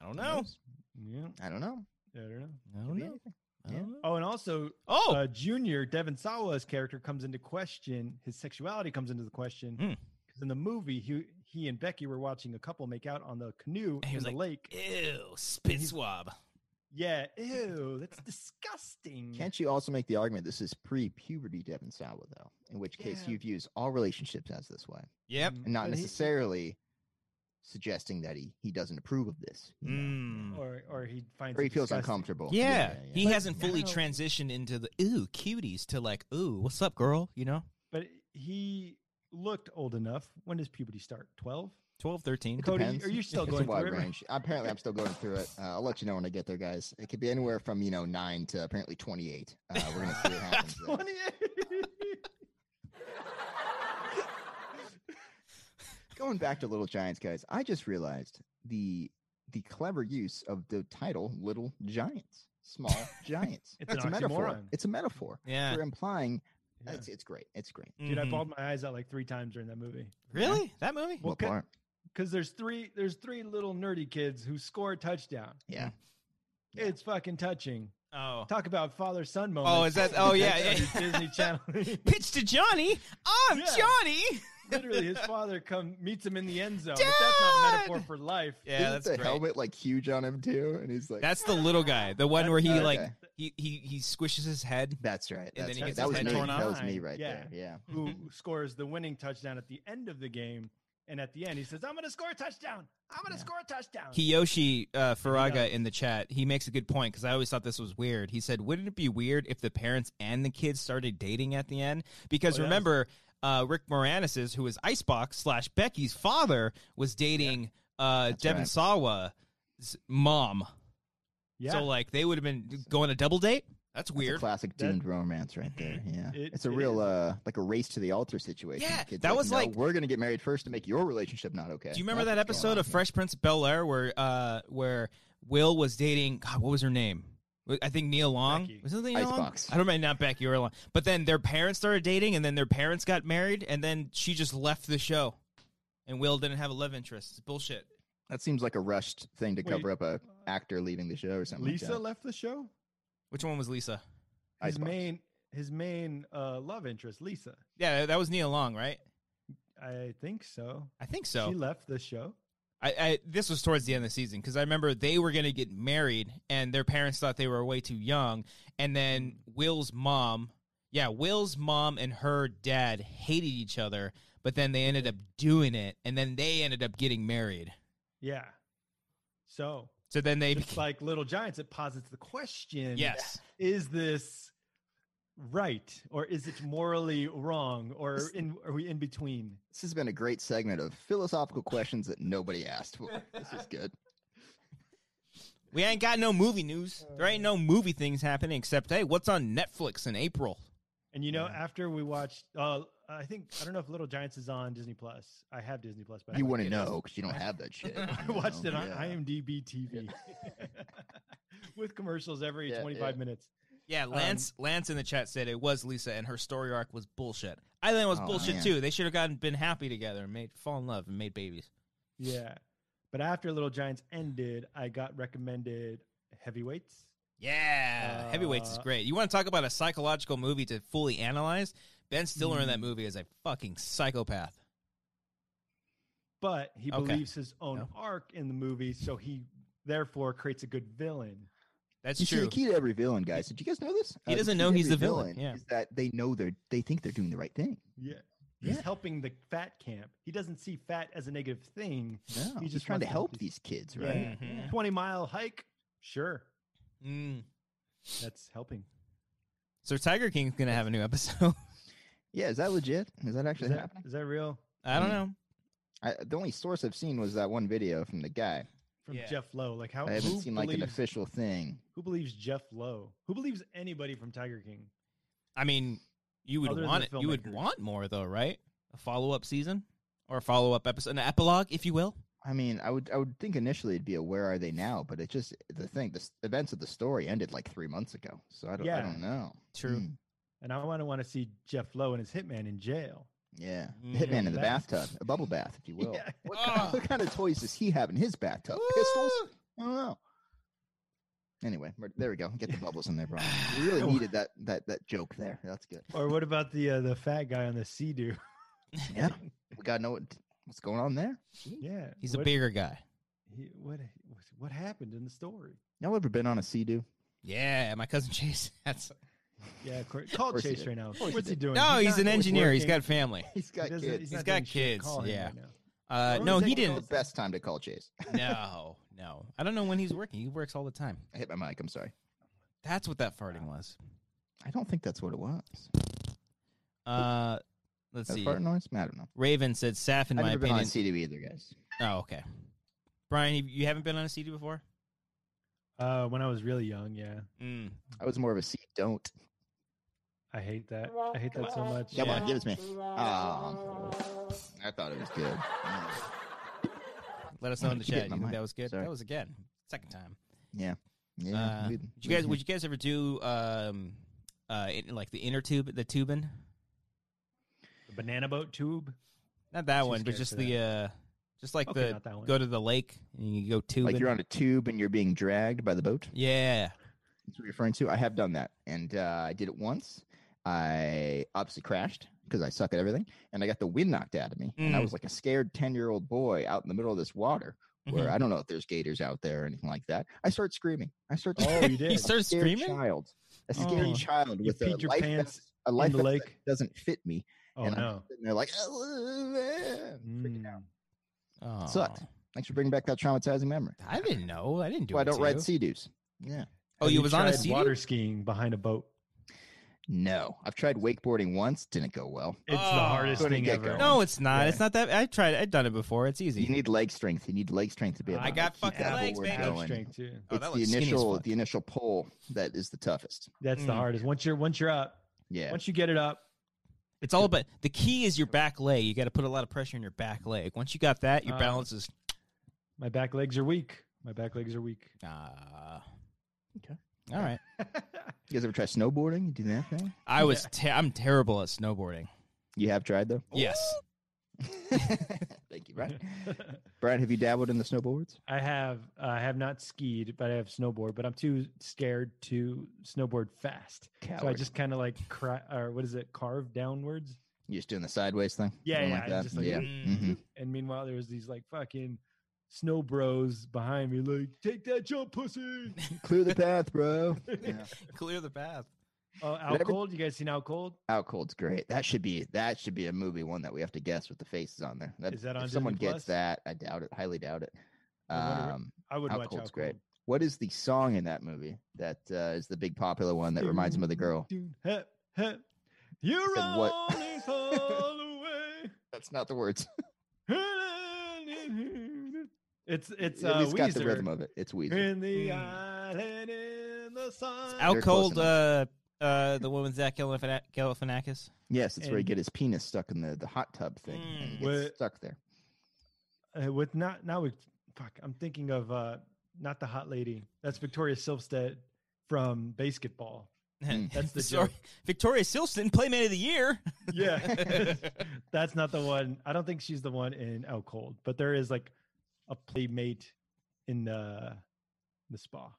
A: I don't
B: Who
A: know.
B: knows?
C: Yeah,
B: I don't know.
C: I don't know.
A: I
B: Could
A: don't
B: be
A: know.
B: anything.
A: I don't know.
C: Oh, and also
A: Oh,
C: uh, Junior Devin Sawa's character comes into question. His sexuality comes into the question
A: Hmm.
C: because in the movie, he he and Becky were watching a couple make out on the canoe
A: And he
C: in
A: was
C: the
A: like,
C: lake.
A: ew, spit swab.
C: Yeah, ew, that's disgusting.
B: Can't you also make the argument this is pre-puberty Devin Sawa though? In which case
C: Yeah.
B: you views all relationships as this way,
A: Yep.
B: and not
C: But he-
B: necessarily suggesting that he he doesn't approve of this. you know?
A: Mm.
C: Or or or he finds
B: or
C: it
B: he feels
C: disgusting.
B: uncomfortable.
A: Yeah, he
C: But
A: hasn't fully
C: now-
A: transitioned into the ooh cuties to like ooh what's up girl you know
C: But he looked old enough. When does puberty start? Twelve.
A: 12 13
C: Cody,
B: Depends.
C: are you still
B: it's
C: going
B: a wide
C: through it?
B: range. Apparently, I'm still going through it. Uh, I'll let you know when I get there, guys. It could be anywhere from you know nine to apparently 28. Uh, we're gonna see what happens. there. Going back to Little Giants, guys, I just realized the the clever use of the title Little Giants, small giants.
C: It's an
B: a metaphor.
C: oxymoron.
B: It's a metaphor.
A: yeah
B: We're implying
C: Yeah.
B: it's, it's great. It's great.
C: Dude, I
A: Mhm.
C: bawled my eyes out like three times during that movie.
A: really that movie
C: Well,
B: What
C: could-
B: part?
C: Because there's three there's three little nerdy kids who score a touchdown.
B: Yeah. Yeah.
C: It's fucking touching.
A: oh
C: Talk about father son moment.
A: oh is that oh yeah, yeah.
C: Disney Channel.
A: pitch to Johnny I'm
C: Yeah.
A: Johnny
C: Literally, his father come meets him in the end zone. If that's not a metaphor
A: Dad!
C: for life.
A: yeah
B: Isn't
A: that's
B: the
A: great
B: helmet like huge on him too? And he's like,
A: that's the little guy the one where he
B: Okay.
A: like he he he squishes his head
B: That's right.
A: And then
B: That's
A: he
B: right.
A: gets
B: That
A: his
B: was
A: head
B: me.
A: torn
B: That
A: off.
B: was me right
C: Yeah.
B: there. Yeah.
C: Who scores the winning touchdown at the end of the game? And at the end, he says, "I'm going to score a touchdown. I'm going to
B: Yeah.
C: score a touchdown."
A: Kiyoshi uh, Faraga
C: does.
A: in the chat, he makes a good point because I always thought this was weird. He said, "Wouldn't it be weird if the parents and the kids started dating at the end?" Because
C: Oh, yeah.
A: remember, uh, Rick Moranis's, who was Icebox slash Becky's father, was dating uh,
B: That's
A: Devin
B: right.
A: Sawa's mom.
C: yeah.
A: So like they would have been going a double date. That's
B: That's a
A: weird.
B: classic
C: That-
B: doomed romance right there. Yeah.
C: It-
B: it's a
C: it
B: real
C: is.
B: uh like a race to the altar situation.
A: Yeah,
B: The kid's
A: that was
B: "No,
A: like-
B: we're gonna get married first to make your relationship not okay.
A: Do you remember that
B: That's what's
A: episode
B: going on
A: of
B: here.
A: Fresh Prince of Bel Air where uh, where Will was dating? God, what was her name? Wa- I think Neil Long.
C: Becky.
A: Was it Neil Long?
B: Icebox.
A: I don't remember. Not Becky or Long. But then their parents started dating, and then their parents got married, and then she just left the show, and Will didn't have a love interest. It's bullshit.
B: That seems like a rushed thing to
C: Wait. uh,
B: cover up a actor leaving the show or something.
C: Lisa
B: like
C: left the show.
A: Which one was Lisa?
B: that.
C: His
B: Icebox.
C: main his main uh, love interest, Lisa.
A: Yeah, that was Neil Long, right?
C: I think so.
A: I think so.
C: She left the show.
A: I, I this was towards the end of the season because I remember they were going to get married and their parents thought they were way too young, and then Will's mom, yeah, Will's mom and her dad hated each other, but then they ended up doing it, and then they ended up getting married.
C: Yeah. So
A: So then they
C: just
A: became,
C: like Little Giants, it posits the question:
A: yes,
C: is this right or is it morally wrong or in are we in between?
B: This has been a great segment of philosophical questions that nobody asked for. this is good.
A: we ain't got no movie news. There ain't no movie things happening except hey, what's on Netflix in April?
C: And you know,
B: Yeah.
C: after we watched, uh, I think I don't know if Little Giants is on Disney Plus. I have Disney Plus, but I
B: You
C: don't
B: wouldn't
C: get it.
B: know because you don't have that shit.
C: I
B: you
C: watched
B: know?
C: it on
B: Yeah.
C: IMDb TV with commercials every
B: Yeah,
C: 25
B: yeah.
C: minutes.
A: Yeah,
B: Um,
A: Lance Lance in the chat said it was Lisa and her story arc was bullshit. I think it was
B: Oh,
A: bullshit
B: man.
A: too. They should have gotten been happy together and made fall in love and made babies.
C: Yeah. But after Little Giants ended, I got recommended Heavyweights.
A: Yeah, Heavyweights is
C: Uh,
A: great. You want to talk about a psychological movie to fully analyze? Ben Stiller in
B: Mm.
A: that
C: Hmm.
A: movie is a fucking psychopath.
C: But he
A: Okay.
C: believes his own
A: No.
C: arc in the movie, so he therefore creates a good villain.
A: That's
B: You see,
A: true.
B: the key to every villain, guys. Did you guys know this?
A: He
B: the
A: doesn't
B: key
A: know
B: to
A: he's
B: every
A: the villain, yeah.
B: Is that they know they're they think they're doing the right thing.
C: Yeah. He's
B: Yeah.
C: helping the fat camp. He doesn't see fat as a negative thing.
B: No, he's
C: just
B: just trying
C: wants
B: to
C: them
B: help
C: to-
B: these kids,
C: Yeah.
B: right?
A: Mhm.
C: 20 mile hike? Sure.
A: Mm.
C: That's helping.
A: So Tiger King's gonna have a new episode.
B: Yeah, is that legit? Is that
C: Is
B: actually
C: that,
B: happening?
C: is that real?
A: I don't
B: Mm.
A: know.
B: I, the only source I've seen was that one video from the guy.
C: From
A: Yeah.
C: Jeff Lowe. Like how
B: I haven't
C: who
B: seen like
C: believes,
B: an official thing.
C: who believes Jeff Lowe? Who believes anybody from Tiger King?
A: I mean, you would
C: Other than
A: want it.
C: the
A: You would
C: filmmakers.
A: want more though, right? A follow up season or a follow up episode, an epilogue, if you will.
B: I mean, I would I would think initially it'd be a where are they now, but it just the thing the s- events of the story ended like three months ago, so I don't I
C: Yeah.
B: don't know.
A: True.
B: Hmm,
C: And I want to want to see Jeff Lowe and his hitman in jail.
B: Yeah, The
A: Mm.
B: hitman in the
C: Bath.
B: bathtub, a bubble bath, if you will.
C: Yeah.
B: What, kind
A: Ah.
B: what kind of toys does he have in his bathtub? Pistols?
A: Ooh.
B: I don't know. Anyway, we're- there we go. Get the bubbles in there, Brian. We
C: Oh.
B: really needed that that that joke there. That's good.
C: Or what about the uh, the fat guy on the sea doo?
B: Yeah, we gotta know what, what's going on there.
C: yeah,
A: He's a
C: what,
A: bigger guy.
C: He, what what happened in the story?
B: Y'all ever been on a sea doo?
A: Yeah, my cousin Chase. That's
C: Yeah, of course. call
B: course he
C: Chase
B: did.
C: right now.
B: course he
C: What's he
B: did.
C: doing?
A: no. He's
C: not
A: an engineer. He's
C: working.
A: got family.
B: He's
C: He
B: got
C: doesn't-
B: kids.
A: He's
C: not
A: got
C: doing shit.
A: kids,
C: Call him
A: yeah.
C: right now.
A: Uh,
C: When
A: no,
C: was that
A: he
C: game
B: The
A: didn't.
B: best time to call Chase.
A: No, no. I don't know when he's working. He works all the time.
B: I hit my mic. I'm sorry.
A: That's what that farting was.
B: I don't think that's what it was.
A: Uh, let's
B: That
A: see.
B: fart noise? I don't know.
A: Raven said Saf, in
B: I've
A: my
B: never been on
A: opinion.
B: CDB either, guys.
A: Oh, okay. Brian, you- you haven't been on a CD before?
C: Uh, when I was really young, yeah,
A: Mm.
B: I was more of a C don't.
C: I hate that. I hate that so much.
B: Come
A: Yeah.
B: on, give it to me. Um, I thought it was good.
A: Uh,
B: Mm.
A: Let us know in the
B: Keep
A: chat. You
B: hitting my
A: think
B: mic.
A: that was good?
B: Sorry.
A: That was again second time.
B: Yeah. Yeah.
A: Uh,
B: we-
A: did you
B: we-
A: guys, would you guys ever do um, uh, in, like the inner tube, the tubing?
C: The banana boat tube.
A: Not that
C: Too
A: one, but
C: scared
A: just
C: for
A: the uh, just like
C: Okay, not
A: the
C: that one.
A: go to the lake and you go tubing.
B: like you're on a tube and you're being dragged by the boat?
A: yeah.
B: That's what you're referring to. I have done that, and uh, I did it once. I obviously crashed because I suck at everything, and I got the wind knocked out of me, and I
A: Mm.
B: was like a scared ten year old boy out in the middle of this water where
A: Mhm.
B: I don't know if there's gators out there or anything like that. I start screaming. I start.
C: Oh, you did.
A: He
B: a
A: started
B: scared
A: screaming?
B: Child, a scared
C: Oh.
B: child
C: You
B: with a
C: peed your
B: life
C: pants
B: vest, a life
C: the
B: vest
C: lake?
B: that doesn't fit me,
C: Oh
B: and I'm
C: no.
B: sitting there like. "Oh, freaking out.
C: Mm.
A: Oh,
B: Sucked. Thanks for bringing back that traumatizing memory.
A: I didn't know. I didn't do.
B: Why I
A: it
B: don't
A: to
B: ride
A: you.
B: sea dudes. Yeah.
A: Oh,
C: Have
A: you was on a
C: tried
A: CD?
C: water skiing behind a boat.
B: No, I've tried wakeboarding once. Didn't go well.
A: Oh.
C: It's the hardest
B: Couldn't
C: thing
B: get
C: ever.
B: going.
A: No, it's not.
C: Yeah.
A: It's not that. I tried. I've done it before. It's easy.
B: You need leg strength. You need leg strength to be able.
A: I
B: to
A: got
B: keep
A: fucking
B: that
A: legs,
B: forward
A: baby.
C: Ab
B: going.
C: strength too.
A: Oh,
B: It's
A: that
B: the
A: looks skinny as
B: initial
A: fuck.
B: the initial pull that is the toughest.
C: That's the
A: Mm.
C: hardest. Once you're once you're up,
B: Yeah.
C: once you get it up,
A: It's all about the key is your back leg. You got to put a lot of pressure on your back leg. Once you got that, your
C: Ah.
A: balance is.
C: my back legs are weak. My back legs are weak.
A: Ah.
B: Okay.
A: All right.
B: You guys ever try snowboarding? You do that thing?
A: I was. Te- I'm terrible at snowboarding.
B: You have tried though.
A: Yes.
B: Thank you, Brian. Brian, have you dabbled in the snowboards?
C: I have I have not skied, but I have snowboard. But I'm too scared to snowboard fast,
B: Coward.
C: so I just kind of like cry, or what is it, carve downwards.
B: You're just doing the sideways thing.
C: Yeah,
B: Something
C: yeah,
B: Like
C: I'm
B: that?
C: just like, mm-hmm.
B: yeah.
A: mm.
B: Mhm.
C: And meanwhile, there was these like fucking snow bros behind me, like take that jump, pussy.
B: Clear the path, bro. Yeah.
A: Clear the path.
C: Oh, out
B: ever-
C: cold. You guys seen out cold?
B: Out cold's great. That should be that should be a movie one that we have to guess with the faces on there. That,
C: Is that on
B: if someone
C: Disney
B: gets
C: Plus?
B: that, I doubt it. Highly doubt it.
C: I wonder what-
B: Um,
C: I would
B: Out
C: watch
B: Cold's
C: out
B: great.
C: cold.
B: what is the song in that movie that uh, is the big popular one that reminds him of the girl?
C: Dun, hep, hep. You're
B: Said what?
C: always all the
B: That's not the words.
C: way. It's it's
B: at
C: uh,
B: least got the
C: Weezer.
B: rhythm of it. It's Weezer. Hmm.
C: In the
A: Mm.
C: island in the sun.
A: Out
B: They're close
A: cold. Uh, uh, the woman Zach Galifina- Galifianakis.
B: Yes, it's where you
C: And-
B: get his penis stuck in the, the hot tub thing. and he
A: Mm.
B: gets
C: Wait.
B: stuck there.
C: Uh, with not now with fuck. I'm thinking of uh, not the hot lady. That's Victoria Silvstedt from basketball.
B: Mm.
C: That's the
A: Hmm. Sorry.
C: joke.
A: Victoria Silston, Playmate of the Year.
C: Yeah, that's not the one. I don't think she's the one in Out Cold, but there is like a playmate in the the spa,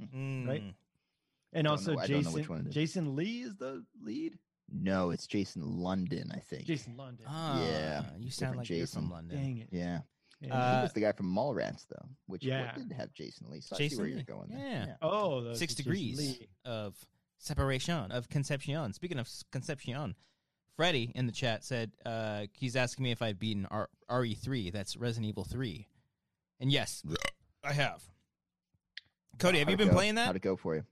B: Hmm.
C: Right?
A: Mm.
C: and
B: Don't
C: also
B: know- I don't know which one
C: Jason
B: it is.
C: Jason Lee is the lead.
B: No, it's Jason London, I think.
C: Jason London.
A: Ah,
B: Yeah,
A: You sound
B: different
A: like you're
B: Jason.
A: from London.
C: Dang it.
B: Yeah. I
C: Yeah.
B: think
A: Uh,
B: it's the guy from Mallrats, though, which what
C: yeah.
B: did have Jason Lee. So I see
A: Jason
B: where
A: Lee,
B: you're going there.
A: yeah.
C: oh, that's
A: Six
C: Jason
A: degrees
C: Lee.
A: of separation of conception. Speaking of s- conception, Freddie in the chat said uh, he's asking me if I've beaten R- RE3. That's Resident Evil 3, and yes, I have. Cody, have
B: How'd
A: you
B: it
A: been
B: go?
A: playing
B: How'd
A: that?
B: it go for you?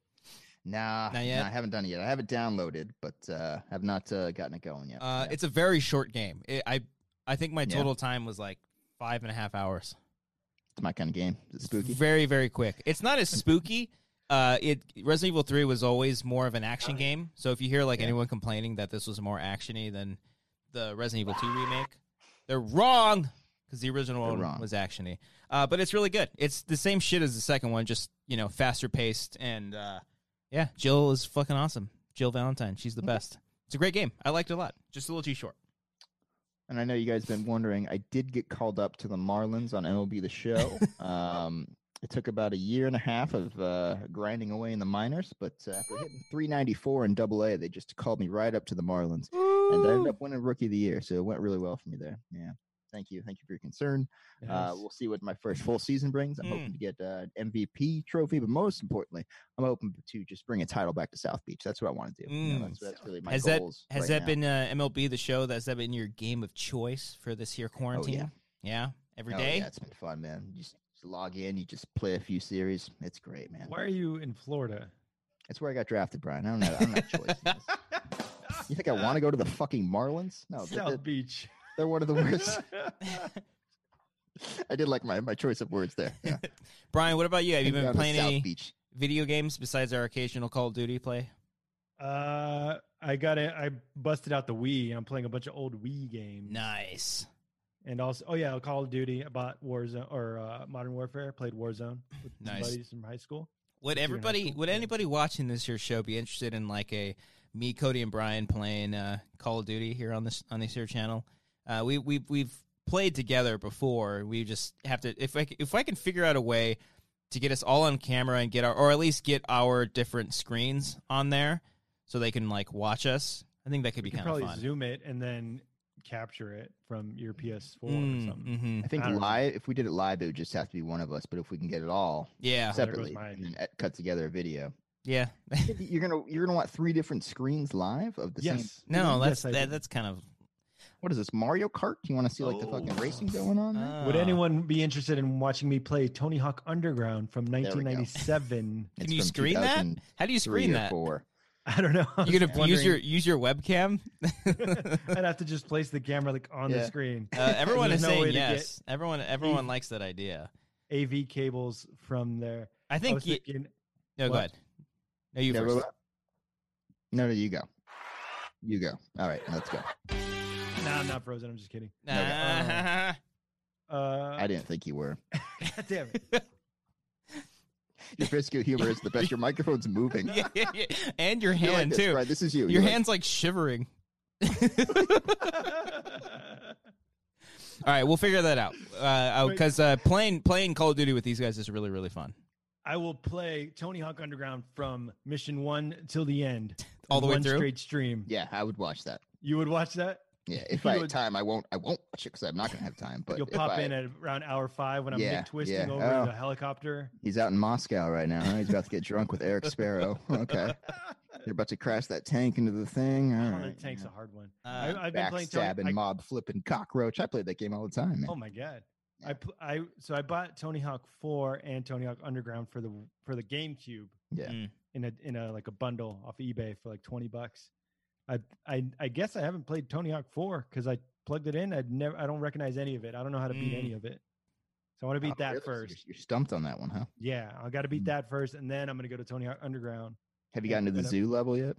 B: Nah,
A: Not
B: nah,
A: yet?
B: I haven't done it yet. I have it downloaded, but uh, have not uh, gotten it going yet.
A: Uh,
B: Yeah.
A: It's a very short game. It, I I think my
B: Yeah.
A: total time was like five and a half hours.
B: It's my kind of game. Is it spooky?
A: Very very quick. It's not as spooky. Uh, it Resident Evil Three was always more of an action game. So if you hear like
B: Yeah.
A: anyone complaining that this was more actiony than the Resident Evil Two remake, they're wrong because the original
B: They're
A: one
B: wrong.
A: was actiony. Uh, but it's really good. It's the same shit as the second one, just you know faster paced and uh, yeah. Jill is fucking awesome. Jill Valentine, she's the
B: Okay.
A: best. It's a great game. I liked it a lot. Just a little too short.
B: and I know you guys have been wondering, I did get called up to the Marlins on MLB The Show. um, it took about a year and a half of uh, grinding away in the minors, but uh, after hitting 394 in Double A, they just called me right up to the Marlins,
C: Uh,
B: and I ended up winning Rookie of the Year. So it went really well for me there. Yeah. Thank you. Thank you for your concern. Uh,
C: Nice.
B: we'll see what my first full season brings. I'm hoping
A: Mm.
B: to get uh, an MVP trophy, but most importantly, I'm hoping to just bring a title back to South Beach. That's what I want to do. You know,
A: Mm.
B: that's, that's really my
A: Has that-
B: goals.
A: Has
B: right
A: that
B: now.
A: been uh, MLB the show? Has that been your game of choice for this here quarantine? Yeah, every
B: Oh,
A: day.
B: yeah, it's been fun, man. You just, just log in, you just play a few series. It's great, man.
C: Why are you in Florida?
B: That's where I got drafted, Brian. I don't know. I don't have a choice. in this. You think I want to go to the fucking Marlins? No, th-
C: South
B: th-
C: Beach.
B: they're one of the worst. I did like my, my choice of words there. Yeah.
A: Brian, what about you? Have you
B: Heading
A: been
B: down to
A: playing
B: South
A: any
B: Beach?
A: video games besides our occasional Call of Duty play?
C: Uh, I got it. I busted out the Wii. I'm playing a bunch of old Wii games.
A: Nice.
C: And also, oh yeah, Call of Duty. I bought Warzone or uh, Modern Warfare. Played Warzone with some
A: Nice.
C: buddies from high school.
A: Would
C: You're in high
A: everybody,
C: school?
A: would
C: Yeah.
A: anybody watching this here show be interested in like a me, Cody, and Brian playing uh, Call of Duty here on this on this here channel? Uh, we we we've played together before. We just have to if I c- if I can figure out a way to get us all on camera and get our or at least get our different screens on there so they can like watch us. I think that could be
C: You can
A: kind of
C: probably
A: fun. Mm.
C: zoom it and then capture it from your PS4 or something.
A: hmm
B: I think
C: I don't know.
B: live. If we did it live, it would just have to be one of us. But if we can get it all
A: Yeah,
C: Ah, there goes
B: separately
C: mine.
B: and then et- cut together a video,
A: yeah.
B: you're gonna you're gonna want three different screens live of the same.
C: Yes.
A: No, that's
C: I
A: that,
C: do.
A: that's kind of
B: What is this Mario Kart? Do you want to see like the
C: Oh.
B: fucking racing going on? there?
A: Ah.
C: Would anyone be interested in watching me play Tony Hawk Underground from
B: we go.
C: 1997?
A: Can
B: It's
A: you
B: from
A: screen that?
B: 2003
A: How do you screen
B: or
A: that?
B: Four.
C: I don't know.
A: You
C: are
A: gonna use your use your webcam?
C: I'd have to just place the camera like on
B: Yeah.
C: the screen.
A: Uh, everyone
C: There's
A: is
C: no way
A: saying
C: to get
A: yes. Everyone everyone
C: Eve-
A: likes that idea.
C: AV cables from there.
A: I
C: I
A: think.
C: was
A: you,
C: thinking-
A: no, go
C: Oh, what?
A: ahead. No, you
B: Yeah,
A: first.
B: but- No, no, you go. You go. All right, let's go.
C: Nah, I'm not frozen. I'm just kidding.
B: no, go.
A: Nah.
C: Uh,
B: I didn't think you were.
C: God damn it.
B: Your fiscal humor is the best. Your microphone's moving.
A: Yeah, yeah, yeah. And your
B: You're like
A: hand
B: this,
A: too.
B: Right, this is you.
A: Your
B: You're like,
A: hand's like shivering. All right, we'll figure that out. Uh,
C: Wait.
A: because uh, playing playing Call of Duty with these guys is really really fun.
C: I will play Tony Hawk Underground from mission one till the end.
A: All the way
C: One
A: through?
C: Straight stream.
B: yeah, I would watch that.
C: You would watch that?
B: Yeah, if
C: You
B: I
C: would-
B: had time, I won't. I won't watch it because I'm not gonna have time. But
C: You'll
B: if
C: pop
B: I-
C: in at around hour five when I'm
B: Yeah,
C: Nick twisting
B: yeah.
C: over
B: Oh.
C: the helicopter.
B: He's out in Moscow right now. Huh? He's about to get drunk with Eric Sparrow. Okay, they're about to crash that tank into the thing. All
C: Oh, the
B: right,
C: tank's
B: yeah.
C: a hard one.
A: Uh,
C: I, I've been playing
B: Backstabbing,
C: Tony. I,
B: mob flipping, cockroach. I played that game all the time. Man.
C: oh my god!
B: Yeah.
C: I pl- I so I bought Tony Hawk Four and Tony Hawk Underground for the for the GameCube
B: yeah,
A: Mm.
C: in a in a like a bundle off eBay for like twenty bucks. I I I guess I haven't played Tony Hawk Four because I plugged it in. I'd never. I don't recognize any of it. I don't know how to beat
A: Mm.
C: any of it. So I want to beat
B: Oh,
C: that
B: really? So you're-
C: first.
B: You're, stumped on that one, huh?
C: Yeah, I got to
B: Mm.
C: beat that first, and then I'm gonna go to Tony Hawk Underground.
B: Have you
C: Yeah,
B: gotten to the
C: but, uh,
B: zoo level yet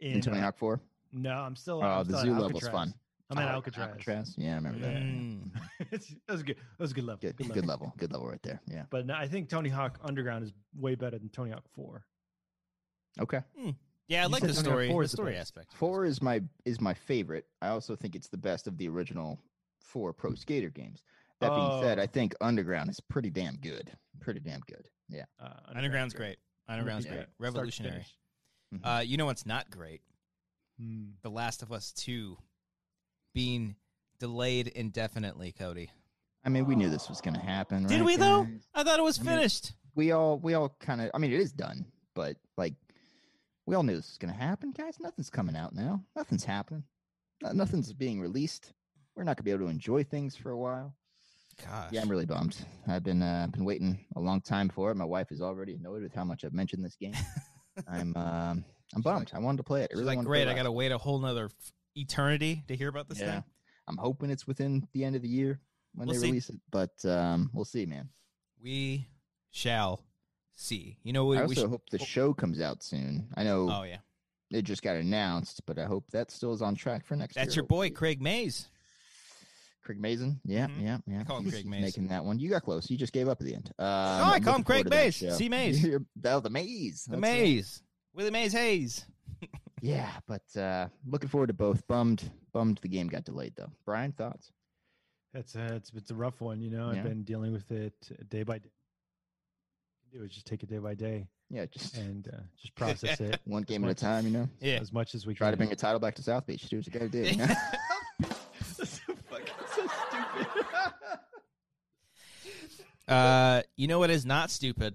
B: in
C: in,
B: Tony
C: uh,
B: Hawk Four?
C: No, I'm still.
B: Oh,
C: I'm
B: the
C: still at
B: zoo level's
C: Alcatraz.
B: fun.
C: I'm at
B: Oh,
C: Alcatraz.
B: Alcatraz. Yeah, I remember that.
A: Mm.
C: It's- that was good. That was a good level.
B: Good, good level, good level right there. Yeah.
C: But no, I think Tony Hawk Underground is way better than Tony Hawk Four.
B: Okay.
A: Yeah, I
C: You
A: like
C: said
A: the
C: Tony Hawk
A: story.
C: 4
A: The
C: is the
A: story
C: best.
A: aspect.
B: Four is my is my favorite. I also think it's the best of the original four Pro Skater games. That being said,
C: Oh.
B: I think Underground is pretty damn good. Pretty damn good. Yeah.
C: Uh,
A: Underground's great. Underground's
B: Yeah.
A: great.
C: Start to
A: Revolutionary.
C: finish.
B: finish.
A: Uh, you know what's not great?
C: Hmm.
A: The Last of Us Two being delayed indefinitely. Cody,
B: I mean, we knew this was going to happen.
A: Did
B: right,
A: we, though?
B: guys?
A: I thought it was
B: I mean-
A: finished.
B: We all we all kind of. I mean, it is done, but like, we all knew this was going to happen, guys. Nothing's coming out now. Nothing's happening. No- Nothing's being released. We're not going to be able to enjoy things for a while.
A: Gosh.
B: Yeah, I'm really bummed. I've been uh, been waiting a long time for it. My wife is already annoyed with how much I've mentioned this game. I'm um, I'm
A: She's
B: bummed. I wanted to play it. I
A: She's
B: really
A: like,
B: wanted to play
A: great. I
B: last
A: got to wait a whole nother f- eternity to hear about this
B: Yeah.
A: thing.
B: I'm hoping it's within the end of the year when
A: We'll
B: they
A: see.
B: release it, but um, we'll see, man.
A: We shall see. You know what?
B: I
A: we
B: also
A: should-
B: hope the show comes out soon. I know
A: Oh yeah,
B: it just got announced, but I hope that still is on track for next year.
A: that's your boy
B: hopefully.
A: Craig Mays.
B: Craig Mason. Yeah,
A: Mhm.
B: yeah, yeah.
A: call him
B: He's-
A: Craig
B: he's
A: Mason.
B: Making that one. You got close. You just gave up at the end. Um,
A: I
B: I'm
A: call him Craig
B: looking forward to that
A: Maze.
B: show.
A: See Maze.
B: You're- oh, the Maze.
A: The
B: That's right.
A: Maze, Willie Mays Hayes.
B: Yeah, but uh looking forward to both. Bummed, bummed the game got delayed though. Brian, thoughts?
C: That's a, it's it's a rough one. You know,
B: Yeah.
C: I've been dealing with it day by day. Do is just take it day by day
B: Yeah, just
C: and uh, just process it
B: one game at a
C: much-
B: time. You know,
A: Yeah.
C: as much as we
B: try to
C: can.
B: bring a title back to South Beach. Do what you gotta do. you know?
C: That's so fucking so stupid.
A: Uh, you know what is not stupid?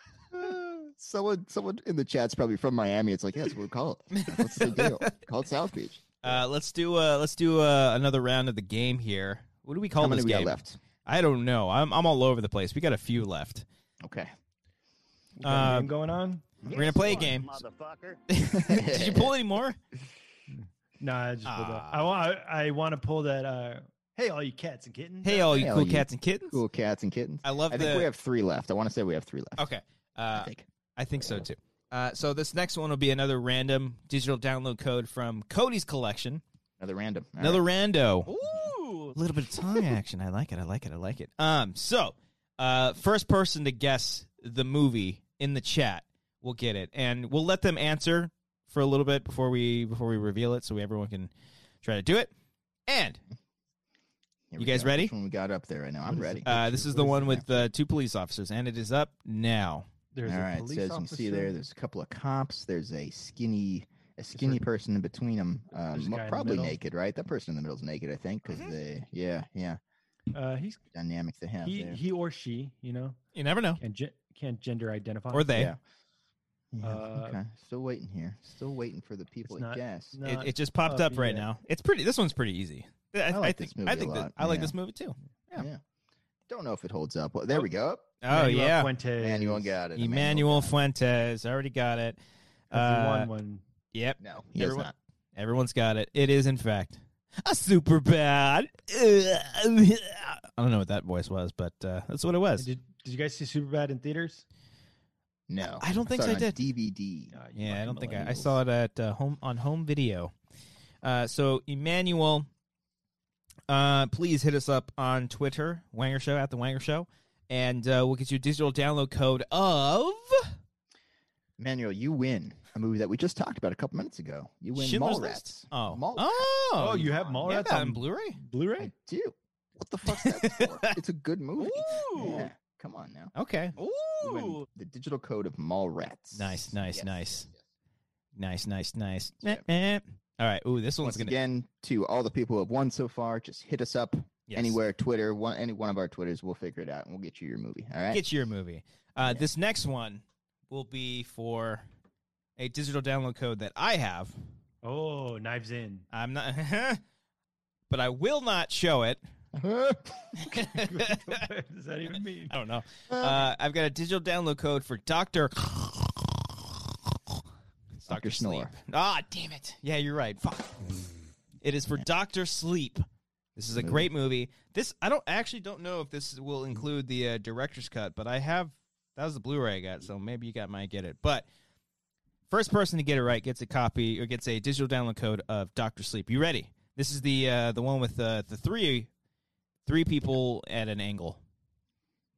B: someone, someone in the chat's probably from Miami. It's like, yes, we'll call it. What's the big deal? Call it South Beach.
A: Uh, let's do uh, let's do uh, another round of the game here. What do we call
B: How many
A: this
B: we got
A: game?
B: left?
A: I don't know. I'm I'm all over the place. We got a few left.
B: Okay.
C: We got a
A: Uh,
C: game Um, going on?
A: We're gonna play a game.
D: motherfucker.
A: Did you pull any more?
C: Nah, I just pulled up. I
A: Ah.
C: want. I, I want to pull that. Uh, hey, all you cats and kittens.
A: Hey, all you
B: Hey, all
A: cool
B: you
A: cats and kittens.
B: cool cats and kittens?
A: I love
B: I
A: the.
B: think we have three left. I want to say we have three left.
A: okay, uh,
B: I think.
A: I think so too. Uh, so this next one will be another random digital download code from Cody's collection.
B: Another random. All
A: another
B: right.
A: rando.
D: Ooh.
A: A little bit of tongue action. I like it. I like it. I like it. Um, so uh, first person to guess the movie in the chat will get it, and we'll let them answer for a little bit before we before we reveal it, so everyone can try to do it. And You
B: Here we
A: guys
B: go. Which
A: ready?
B: one we got up there right now. I'm
C: What is
B: ready.
C: it?
A: uh, this is the one
B: Yeah.
A: with the two police officers, and it is up now.
C: There's
B: All
C: a
B: right.
C: police
B: So as you can see there,
C: officer.
B: there's a couple of cops. There's a skinny, a skinny person in between them.
C: There's a
B: Um,
C: guy in the
B: probably
C: middle.
B: naked, right? That person in the middle is naked, I think, because
A: Mhm.
B: they, yeah, yeah,
C: Uh, he's
B: dynamic they have
C: he
B: there.
C: he or she. You know,
A: You never know,
C: can gen- can't gender identify.
A: or they.
B: Yeah. Yeah,
C: Uh,
B: okay. Still waiting here. Still waiting for the people to
C: not-
B: guess.
C: No,
A: It, it just popped
C: up
A: up right
C: yet.
A: now. It's pretty. This one's pretty easy. I, I
B: like
A: think.
B: this movie
A: I
B: a
A: think that-
B: lot,
A: I like
B: yeah.
A: this movie too. yeah.
B: Don't know if it holds up. Well, there we go.
A: Oh
C: Manuel
A: yeah,
C: Fuentes.
B: Manuel got it.
A: Emmanuel Fuentes already got it.
C: That's the
A: Uh,
C: one one.
A: Yep,
B: No, he has
A: Everyone-
B: not.
A: everyone's got it. It is in fact a super bad. I don't know what that voice was, but uh, that's what it was.
C: Did, did you guys see Superbad in theaters?
B: No,
A: I don't think
B: saw
A: so,
B: it
A: I
B: on
A: did.
B: DVD.
C: Uh, you
A: Yeah, I
C: fucking
A: don't think I, I
C: millennials.
A: saw it at uh, home on home video. Uh, so Emmanuel, uh, please hit us up on Twitter, Wanger Show at the Wanger Show, and uh, we'll get you a digital download code of
B: Manuel, you win a movie that we just talked about a couple minutes ago. You win
A: Schindler's
B: Mallrats.
A: List. Oh,
B: Mallrats.
A: oh,
C: Oh, you have
A: yeah,
C: Mallrats
A: that
C: on
A: on Blu-ray.
C: Blu-ray.
B: I do. What the fuck's that for? it's a good movie.
D: Ooh.
B: Yeah, come on now.
A: Okay,
B: You win
D: Ooh.
B: the digital code of Mallrats.
A: Nice, nice,
B: Yes,
A: nice.
B: yes,
A: nice,
B: yes.
A: nice, nice.
B: Yeah.
A: Eh, eh. All right. Ooh, this one's
B: Once
A: gonna
B: again, to all the people who have won so far, just hit us up
A: yes.
B: anywhere, Twitter, one any one of our Twitters, we'll figure it out and we'll get you your movie. All right.
A: Get your movie. Uh, This next one will be for a digital download code that I have.
C: Oh, Knives In.
A: I'm not, but I will not show it.
B: Uh,
A: I
C: what does that even mean?
A: don't know. Uh, I've got a digital download code for Doctor.
B: Dr. Snore.
A: Ah, damn it. Yeah, you're right. Fuck. It is for Doctor Sleep. This is a great movie. This I don't I actually don't know if this will include the uh, director's cut, but I have that was the Blu-ray I got, so maybe you got might get it. But first person to get it right gets a copy or gets a digital download code of Doctor Sleep. You ready? This is the uh, the one with uh, the three three people at an angle.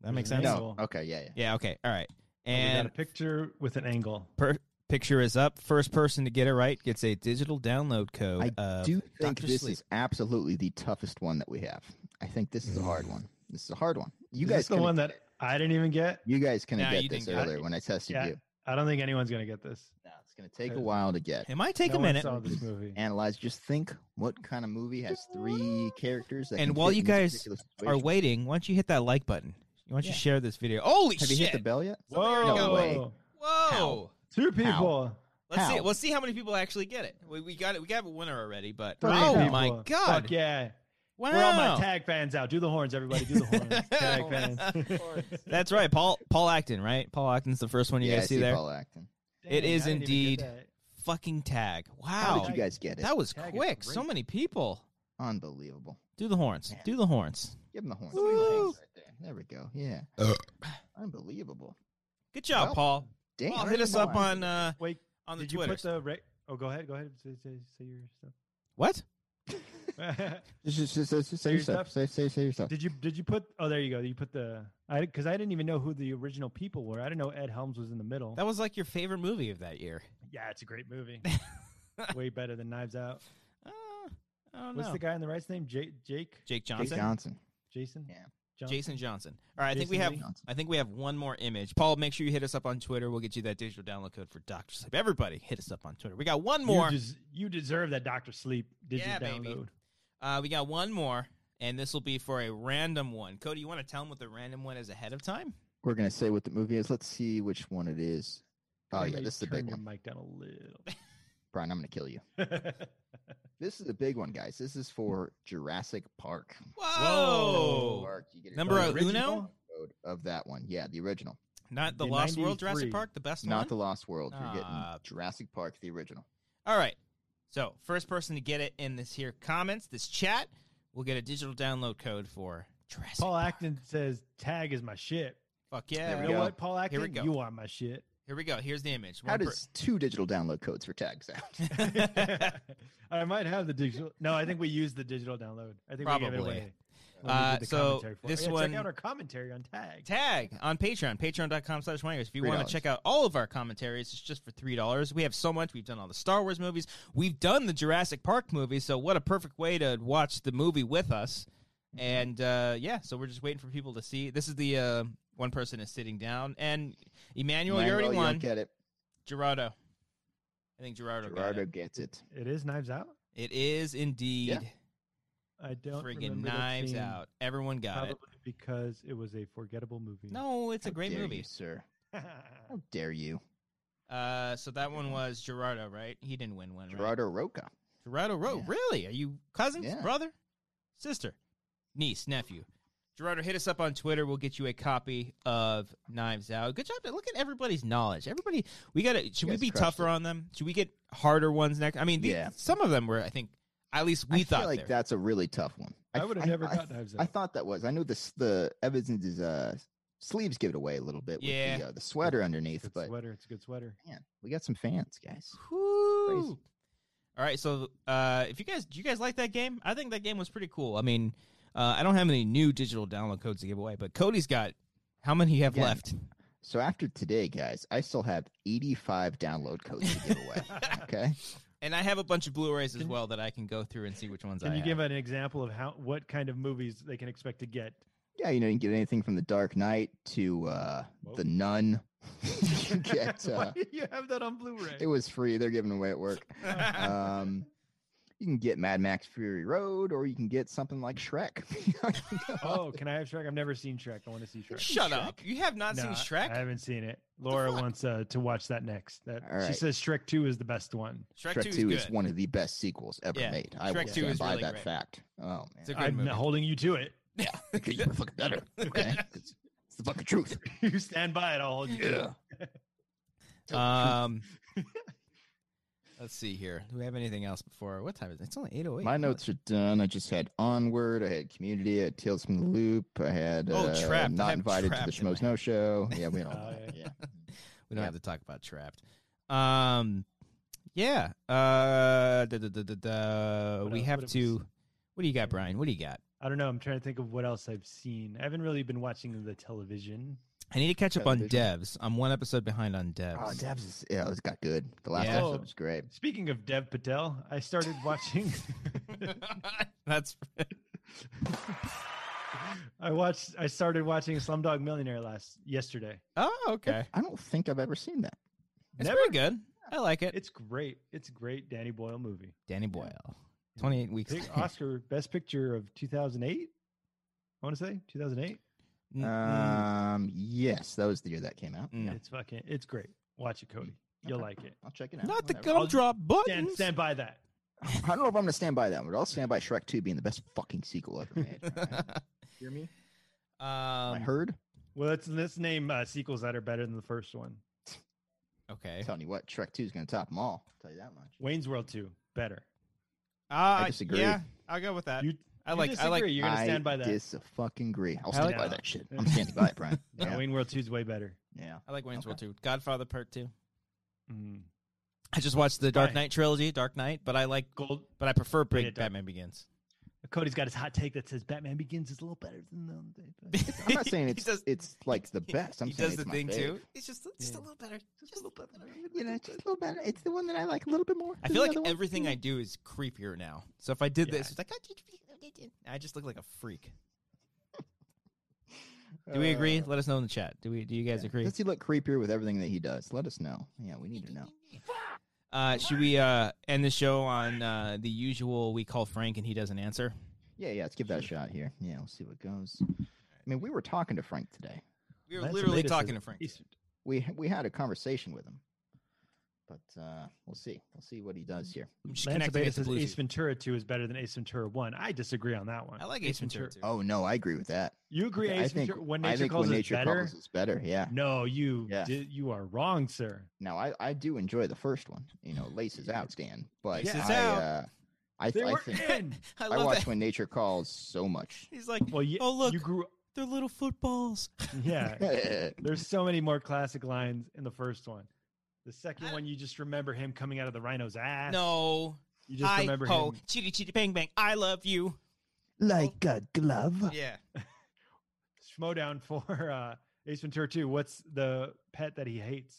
A: That makes
C: There's
A: sense.
C: an
B: no.
C: angle.
B: Okay, yeah, yeah.
A: Yeah. Okay. All right.
C: we got
A: And
C: a picture with an angle.
A: per- picture is up. First person to get it right gets a digital download code.
B: I
A: of
B: do think
A: Dr.
B: this
A: Sleep.
B: is absolutely the toughest one that we have. I think this is a hard one. This is a hard one. You
C: Mm. Is
B: guys
C: this the
B: kinda-
C: one that I didn't even get.
B: you guys kind of
A: Nah, you
B: get this
A: didn't get
C: it.
B: earlier when I tested
C: Yeah.
B: you.
C: I don't think anyone's gonna get this.
B: No, it's going to take
C: Uh,
B: a while to get.
A: It might take
C: No
A: a
C: one
A: minute.
C: Saw this movie.
B: Analyze. Just think, what kind of movie has three characters? That
A: And
B: can
A: while
B: fit
A: you
B: in this
A: guys
B: particular
A: Are
B: situation?
A: waiting? Why don't you hit that like button? Why don't you
B: Yeah.
A: share this video? Holy
B: have you
A: shit!
B: hit the bell yet?
A: So there you
C: Whoa!
A: go.
B: way.
A: Whoa!
C: Two people.
A: Let's see.
B: How?
A: Let's see how many people actually get it. We, we got it. We have a winner already, but
C: Three
A: oh
C: people.
A: my god!
C: Fuck yeah!
A: Wow!
C: We're all my tag fans out. Do the horns, everybody. Do the horns. tag fans.
A: That's right, Paul. Paul Acton, right? Paul Acton's the first one you
B: yeah, I
A: guys see
B: see
A: there.
B: Paul Acton.
A: It
C: Dang,
A: is
C: I didn't even get
A: indeed.
C: that.
A: Fucking tag!
B: How
A: Wow,
B: did you guys get it?
A: that was
C: Tag is
A: quick. So
C: great.
A: many people.
B: Unbelievable.
A: Do the horns.
B: Man.
A: Do the horns.
B: Give him the horn.
A: Somebody
B: Right
A: likes-
B: there. there we go. Yeah. Unbelievable.
A: Good job,
B: Well,
A: Paul.
B: Damn.
A: Paul, hit us up on uh,
C: Wait,
A: on the
C: did you
A: Twitter.
C: put the ra- Oh, go ahead. Go ahead. Say, say, say your
A: What?
C: stuff.
B: Just, just, just, just say
C: your
B: yourself. Say, say, say yourself.
C: did you did you put? Oh, there you go. You put the I because I didn't even know who the original people were. I didn't know Ed Helms was in the middle.
A: That was like your favorite movie of that year.
C: yeah, it's a great movie. Way better than Knives Out.
A: Uh, I don't
C: What's
A: know.
C: the guy on the right's name? Jake? Jake?
A: Jake
B: Jake
A: Johnson.
B: Johnson.
C: Jason?
B: Yeah.
C: John-
A: Jason Johnson. All right, I think we
C: Jason
A: have.
C: Lee?
B: Johnson.
A: I think we have one more image. Paul, make sure you hit us up on Twitter. We'll get you that digital download code for Doctor Sleep. Everybody, hit us up on Twitter. We got one more.
C: You, des- you deserve that Doctor Sleep digital
A: Yeah, baby.
C: download.
A: Uh, we got one more, and this will be for a random one. Cody, you want to tell them what the random one is ahead of time?
B: We're gonna say what the movie is. Let's see which one it is. Oh yeah,
C: Everybody
B: this is the
C: turn
B: big
C: your
B: one,
C: Mic down a little.
B: Brian. I'm gonna kill you. This is a big one, guys. This is for Jurassic Park.
A: Whoa.
B: Park, you get a
A: Number
B: code
C: original?
A: uno?
B: code of that one. Yeah, the original,
A: Not the,
C: The
A: Lost World
C: 93.
A: Jurassic Park, the best
B: not
A: one.
B: the Lost World. You're
A: Ah.
B: getting Jurassic Park, the original.
A: All right. So, first person to get it in this here comments, this chat, will get a digital download code for Jurassic
C: Paul
A: Park.
C: Acton says tag is my shit.
A: Fuck yeah.
B: There
C: You
B: we
C: know
B: go.
C: what, Paul Acton?
A: Here we go.
C: You are my shit.
A: Here we go. Here's the image.
B: How
A: One per-
B: does two digital download codes for tag sound?
C: I might have the digital. No, I think we used the digital download. I think we gave it
A: Probably.
C: away. when we
A: Uh,
C: did the
A: so
C: commentary for it.
A: this
C: Yeah,
A: one-
C: check out our commentary on tag.
A: tag on Patreon, patreon.com slash wangers. If you want
B: $3.
A: to check out all of our commentaries, it's just for $3. We have so much. We've done all the Star Wars movies. We've done the Jurassic Park movies. So what a perfect way to watch the movie with us. And uh, yeah, so we're just waiting for people to see. This is the uh, one person is sitting down. And Emmanuel, you
B: Manuel,
A: already
B: don't
A: won.
B: Get it?
A: Gerardo. I think Gerardo, got
B: Gerardo
A: it.
B: gets it.
C: It is Knives Out.
A: It is indeed
B: Yeah.
C: I don't
A: friggin'
C: remember that
A: knives
C: scene,
A: out. Everyone got
C: Probably
A: it.
C: because it was a forgettable movie.
A: No, it's a
B: How
A: great
B: dare
A: movie.
B: you, sir. How dare you,
A: Uh, so that one was Gerardo, right? He didn't win one. Right?
B: Gerardo Roca?
A: Gerardo Rowe.
B: Yeah.
A: Really? Are you cousins,
B: Yeah.
A: brother, sister, niece, nephew? Gerardo, hit us up on Twitter. We'll get you a copy of Knives Out. Good job. Look at everybody's knowledge. Everybody, we got to, should we
B: guys
A: be
B: crushed
A: tougher
B: it.
A: on them? Should we get harder ones next? I mean, the,
B: Yeah.
A: some of them were, I think, at least we
B: I
A: thought
B: feel like
A: they're-
B: that's a really tough one.
C: I would have never
B: I,
C: got Knives Out.
B: I thought that was. I knew this. The Evans's uh, sleeves give it away a little bit with
A: Yeah.
B: the, uh, the sweater underneath,
C: it's a good
B: but
C: sweater. It's a good sweater.
B: man, we got some fans, guys.
A: Whoo. All right, so uh, if you guys do you guys like that game? I think that game was pretty cool. I mean, uh, I don't have any new digital download codes to give away, but Cody's got how many you have
B: Yeah.
A: left?
B: So after today, guys, I still have 85 download codes to give away. okay,
A: And I have a bunch of Blu-rays as
C: Can-
A: well that I can go through and see which ones
C: Can
A: I
C: you
A: have.
C: give an example of how what kind of movies they can expect to get?
B: yeah, you know, you can get anything from The Dark Knight to uh,
C: Whoa.
B: The Nun. you get.
C: Why
B: Uh,
C: do you have that on Blu-ray?
B: it was free. They're giving away at work. Um, you can get Mad Max Fury Road, or you can get something like Shrek.
C: oh, can I have Shrek? I've never seen Shrek. I want to see Shrek.
A: Shut
B: Shrek?
A: up! You have not
C: No,
A: seen
C: Oh. I
A: Shrek.
C: haven't seen it. Laura
A: fuck?
C: wants uh, to watch that next. That
B: All
C: she
B: right.
C: says Shrek Two is the best one.
A: Shrek,
B: Shrek
A: 2 is
B: Two
A: good.
B: is one of the best sequels ever
A: Yeah,
B: made. I
A: Shrek
B: will
A: 2 is
B: stand by
A: really
B: that
A: great.
B: fact. Oh
A: It's a
B: man,
A: good
C: I'm
A: movie.
C: not holding you to it.
B: Okay, you're fucking better. Okay, it's, it's the fucking truth.
C: you stand by it. I'll hold you. To it.
B: Yeah.
A: Um, let's see here. Do we have anything else before? What time is it? It's only eight oh eight.
B: My notes are done. I just had Onward. I had Community. I had Tales from the Loop. I had
A: Oh,
B: uh,
A: Trapped. I
B: Not
A: have
B: invited to the
A: Trapped in my
B: Schmoes No Show. Yeah, we don't.
C: Oh,
B: that. yeah.
A: We don't
B: Yeah.
A: have to talk about Trapped. Um, yeah. Uh, da, da, da, da, da.
C: What
A: we
C: else-
A: have
C: what else?
A: to. What do you got, Brian? What do you got?
C: I don't know. I'm trying to think of what else I've seen. I haven't really been watching the television.
A: I need to catch up on
B: Television.
A: devs. I'm one episode behind on devs.
B: Oh, Debs is yeah, it got good. The last
A: Yeah.
B: episode was great.
C: Speaking of Dev Patel, I started watching.
A: That's
C: I watched. I started watching Slumdog Millionaire last yesterday.
A: oh okay.
B: I don't think I've ever seen that.
A: It's
C: Never-
A: pretty good. I like it.
C: It's great. It's a great Danny Boyle movie.
A: Danny Boyle. 28 weeks.
C: Big
A: later.
C: Oscar Best Picture of 2008. I want to say 2008.
A: Mm, mm.
B: Um, yes, that was the year that came out.
A: Mm.
B: Yeah.
C: It's fucking. It's great. Watch it, Cody. You'll
B: Okay.
C: like it.
B: I'll check it out.
A: Not the
B: whatever.
A: gumdrop
C: Stand,
A: buttons.
C: stand by that.
B: I don't know if I'm going to stand by that one, but I'll stand by Shrek 2 being the best fucking sequel ever made. all right? Hear me?
A: um,
B: I heard.
C: Well, let's let's name uh, sequels that are better than the first one.
A: Okay. Uh,
B: telling you what, Shrek 2 is going to top them all. I'll tell you that much.
C: Wayne's World 2 better.
A: Uh, I
B: disagree.
A: Yeah, I'll go with that.
C: You,
A: I
C: you
A: like. I like.
C: disagree. You're gonna stand
B: I
C: by that.
B: Dis fucking agree. I'll
A: I
B: stand
A: like-
B: by that shit. I'm standing by it, Brian.
C: No,
B: Yeah.
C: Wayne World 2 is way better.
B: yeah.
A: I like Wayne's
B: Okay.
A: World too. Godfather Part Two.
C: Mm.
A: I just watched the Dark
C: Right.
A: Knight trilogy, Dark Knight, but I like,
C: Gold.
A: but I prefer Big
C: it, Dark-
A: Batman Begins.
C: Cody's got his hot take that says Batman Begins is a little better than the other. but Just
B: I'm not saying
A: He
B: it's
A: does-
B: it's like the best. I'm
A: he
B: saying
A: does the
B: it's my
A: thing
B: fave.
A: too. It's just, just a
C: Yeah.
A: little better.
C: a little better.
B: You know, it's just a little better. It's the one that I like a little bit more.
A: I
B: than
A: feel
B: the
A: like
B: other one.
A: everything I do is creepier now. So if I did
C: Yeah.
A: this, it's like "I did- I just look like a freak. Do we agree?
B: Uh,
A: Let us know in the chat. Do we? Do you guys
B: yeah.
A: agree?
B: Does he look creepier with everything that he does? Let us know. Yeah, we need to know.
A: Uh, should we uh, end the show on uh, the usual? We call Frank and he doesn't answer.
B: Yeah, yeah. Let's give that a shot here. Yeah, we'll see what goes. I mean, we were talking to Frank today.
A: We were
C: Lance
A: literally
C: Leitis
A: talking
C: is
A: to Frank.
C: decent.
B: We we had a conversation with him, But uh, we'll see. We'll see what he does here.
A: I'm just
C: Lance
A: connecting
C: Abeda
A: it to
C: says
A: Bluetooth.
C: Ace Ventura 2 is better than Ace Ventura 1. I disagree on that one.
A: I like Ace Ventura. too.
B: Oh no, I agree with that.
C: You agree
B: I
C: Ace
B: think
C: Ventura When
B: I
C: Nature
B: think
C: Calls
B: when
C: is
B: nature
C: better?
B: calls is better. Yeah.
C: No, you
B: Yeah.
C: did, you are wrong, sir.
B: Now I, I do enjoy the first one. You know, Lace is out, Stan. But
A: Lace
B: I,
A: is out.
B: Uh, I,
C: They
B: I
C: were
B: think
C: in.
A: I
B: I
A: love
B: watch
A: that.
B: when nature calls so much.
A: He's like,
C: Well, yeah,
A: oh look,
C: you grew.
A: they're little footballs.
C: Yeah,
B: yeah,
C: there's so many more classic lines in the first one. The second
A: I-
C: one, you just remember him coming out of the rhino's ass.
A: No,
C: you just
A: I
C: remember
A: ho,
C: him.
A: chitty chitty bang bang. I love you.
B: like a glove.
A: Yeah,
C: Schmodown for uh, Ace Ventura 2. What's the pet that he hates?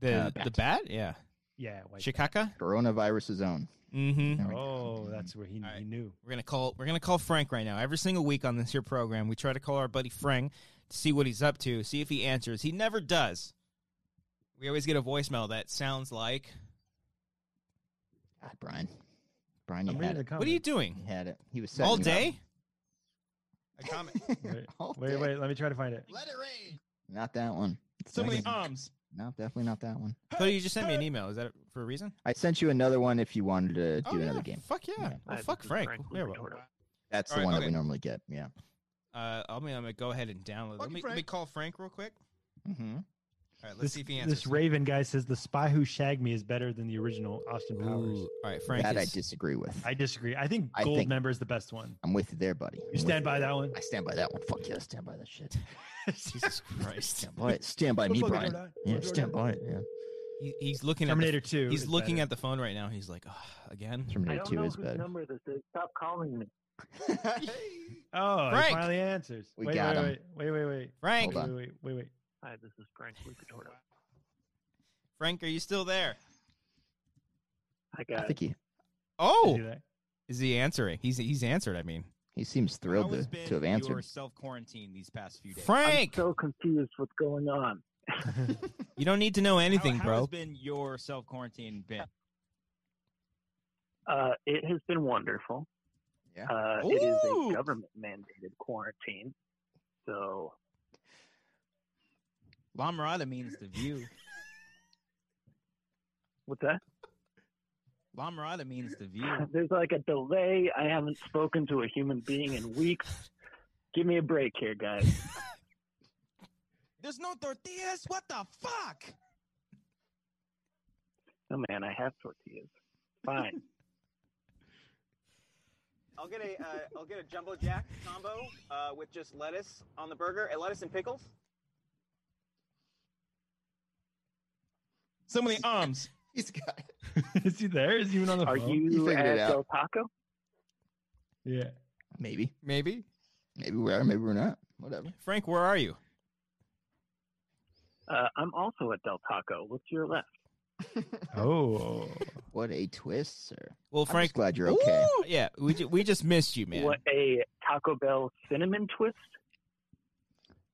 A: the
B: Uh,
A: the bat. Yeah,
C: Yeah, white
A: Shikaka.
B: Coronavirus's own.
A: Mm-hmm.
B: There we
C: bat.
B: go. Mm,
C: Oh, that's where he,
A: All right.
C: he knew.
A: We're gonna call. We're gonna call Frank right now. Every single week on this here program, we try to call our buddy Frank to see what he's up to, see if he answers. He never does. We always get a voicemail that sounds like,
B: God, Brian. Brian, you
C: I'm
B: had
C: reading the
B: it.
C: comment.
A: "What are you
B: He
A: doing
B: had it. He was setting
A: all
B: you up.
A: day?" A comment.
C: Wait,
B: All
C: wait,
B: day.
C: wait, let me try to find it.
A: Let it rain.
B: Not that one.
A: So many
B: Second-
A: arms.
B: No, definitely not that one.
A: So you just sent me an email. Is that for a reason?
B: I sent you another one if you wanted to do
A: oh,
B: another
A: yeah.
B: game.
A: Fuck yeah.
B: Yeah.
A: Well,
D: Uh,
A: fuck
D: this is
A: Frank. Here,
D: We've been
A: well,
D: over.
B: That's
A: All
B: the
A: right,
B: one that
A: okay.
B: we normally get. Yeah.
A: uh, I'm gonna I'm gonna go ahead and download. Let
D: Fuck
A: me,
D: you,
A: let me
D: Frank.
A: call Frank real quick.
B: Mm-hmm.
A: All right, let's
C: This,
A: see if he answers.
C: this Raven guy says the spy who shagged me is better than the original Austin Powers.
A: Ooh. All right, Frank.
B: that
A: is-
B: I disagree with. I,
C: I disagree. I think
B: I
C: gold
B: think-
C: member is the best one.
B: am with you there, buddy. I'm
C: You
B: with
C: stand by that one.
B: I stand by that one. Fuck yeah, stand by that shit.
A: Jesus Christ.
B: Stand by it. Stand by me,
C: Fucking
B: Brian.
C: Jordan.
B: Yeah,
C: Fucking
B: stand by it. Yeah.
A: He, he's looking at the-
C: Terminator Two.
A: He's
C: is
A: looking
C: better.
A: at the phone right now. He's like, oh, again.
D: I
B: Terminator
D: don't
B: 2
D: know
B: is
D: whose
B: better.
D: number this is. Stop calling me.
C: Oh,
A: Frank.
C: he finally answers.
B: We
C: wait,
B: got
C: wait,
B: him.
C: wait, wait, wait, wait,
A: Frank,
B: Hold
C: wait,
B: on.
C: wait, wait, wait.
D: Hi, this is Frank Lucatorta.
A: Frank, are you still there?
D: Hi,
B: I
D: guys.
B: think he,
A: Oh,
C: Did you do that?
A: is he answering? He's he's answered. I mean,
B: he seems thrilled to, to have answered.
A: self quarantine these past few days.
D: I'm
A: Frank,
D: so confused what's going on.
A: you don't need to know anything, bro.
E: been your self quarantine been?
D: Uh, it has been wonderful.
B: Yeah.
D: Uh, it is
A: Ooh.
D: a government mandated quarantine. So
E: La Mirada means the view.
D: what's that?
E: La Mirada means the view.
B: Mm.
D: There's like a delay. I haven't spoken to a human being in weeks. Give me a break here, guys.
E: There's no tortillas. What the fuck?
D: Oh man, I have tortillas. Fine.
F: I'll get a uh, I'll get a jumbo jack combo uh, with just lettuce on the burger, and lettuce and pickles.
E: So many
A: uh.
E: arms.
B: He's got it.
C: Is he there? Is he even on the
D: Are
C: phone?
D: you
B: Uh-huh. figured
D: at
B: it
D: Del
B: out.
D: Taco?
C: Yeah.
B: Maybe.
A: Maybe.
B: Maybe we are. Maybe we're not. Whatever.
A: Frank, where are you?
D: Uh, I'm also at Del Taco. What's your left?
C: Oh.
B: What a twist, sir.
A: Well,
B: I'm just
A: Frank,
B: glad you're okay.
A: Ooh, yeah, we ju- we just missed you, man.
D: What a Taco Bell cinnamon twist.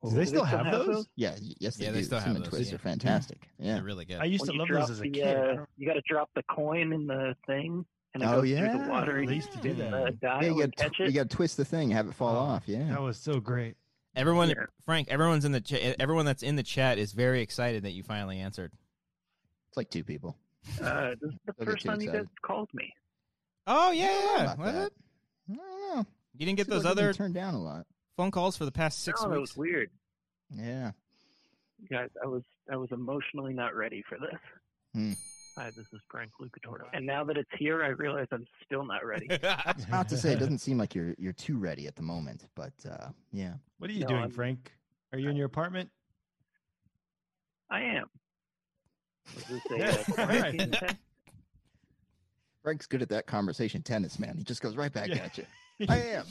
C: Do they
D: Do
C: still have those?
B: Yeah, y- yes, they,
A: Yeah, they
B: do.
A: still have
B: Cinnamon
A: those,
B: twists
A: yeah.
B: are fantastic. Yeah.
A: They're really good.
C: I used
D: When
C: to
D: you
C: love
D: drop
C: those as a
D: the,
C: kid. I
D: uh,
C: don't-
D: you got to drop the coin in the thing, and it
B: Oh,
D: goes through
B: yeah.
D: the water.
C: They
D: You
C: used to do
A: Mm.
C: that.
D: uh, dial
B: yeah, you
D: and
B: got
D: catch
B: to
D: it.
B: you got to twist the thing, have it fall
C: Oh,
B: off. Yeah.
C: That was so great.
A: Everyone,
D: Yeah.
A: Frank, everyone's in the cha- everyone that's in the chat is very excited that you finally answered.
B: It's like two people.
D: Uh,
B: Don't
D: this is the
B: get
D: first
B: too
D: time you guys
B: excited.
D: called me.
A: Oh
B: I don't know
A: yeah,
B: about
A: was
B: that.
A: it?
B: I don't know.
A: You didn't get
B: Seems
A: those
B: like you've been
A: other
B: turned down a lot.
A: phone calls for the past six
D: no, Oh, that was
A: weeks.
D: weird,
B: Yeah.
D: You guys. I was I was emotionally not ready for this.
B: Hmm.
D: Hi, this is Frank Lucatorta, and now that it's here, I realize I'm still not ready.
B: Not to say it doesn't seem like you're you're too ready at the moment, but uh, yeah.
C: What are you
D: No,
C: doing,
D: I'm-
C: Frank? Are you in your apartment?
D: I am. Was this a,
C: Yeah,
D: uh,
C: all right.
D: quarantine test?
B: Frank's good at that conversation tennis, man. He just goes right back
C: Yeah.
B: at you. I am.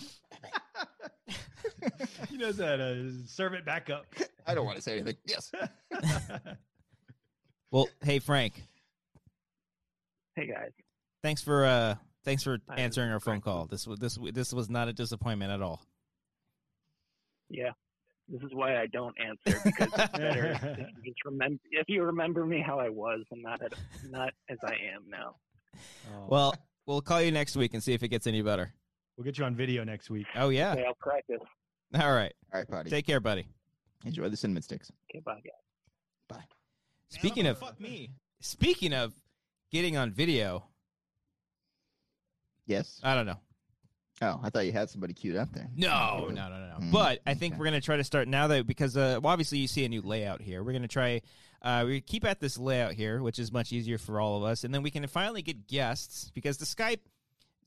C: he uh, knows how to serve it back up.
B: I don't want to say anything. Yes.
A: well, hey Frank,
D: Hey guys,
A: thanks for uh thanks for
D: Hi, this
A: answering
D: is
A: our phone
D: Frank.
A: call. This was this w- this was not a disappointment at all.
D: yeah, this is why I don't answer because it's better. if you Just remember if you remember me how I was and not at, not as I am now.
C: Oh.
A: Well, we'll call you next week and see if it gets any better.
C: we'll get you on video next week.
A: Oh yeah.
D: Okay, I'll practice.
A: All right.
B: All right, buddy.
A: Take care, buddy.
B: Enjoy the cinnamon sticks.
D: Okay, bye.
B: Bye.
A: Speaking of
E: fuck me.
A: Speaking of getting on video,
B: Yes.
A: I don't know.
B: Oh, I thought you had somebody queued up there.
A: No, no, no, no, no.
B: Hmm,
A: But I think
B: okay.
A: we're gonna try to start now that because uh, well, obviously you see a new layout here. We're gonna try uh, we keep at this layout here, which is much easier for all of us, and then we can finally get guests because the Skype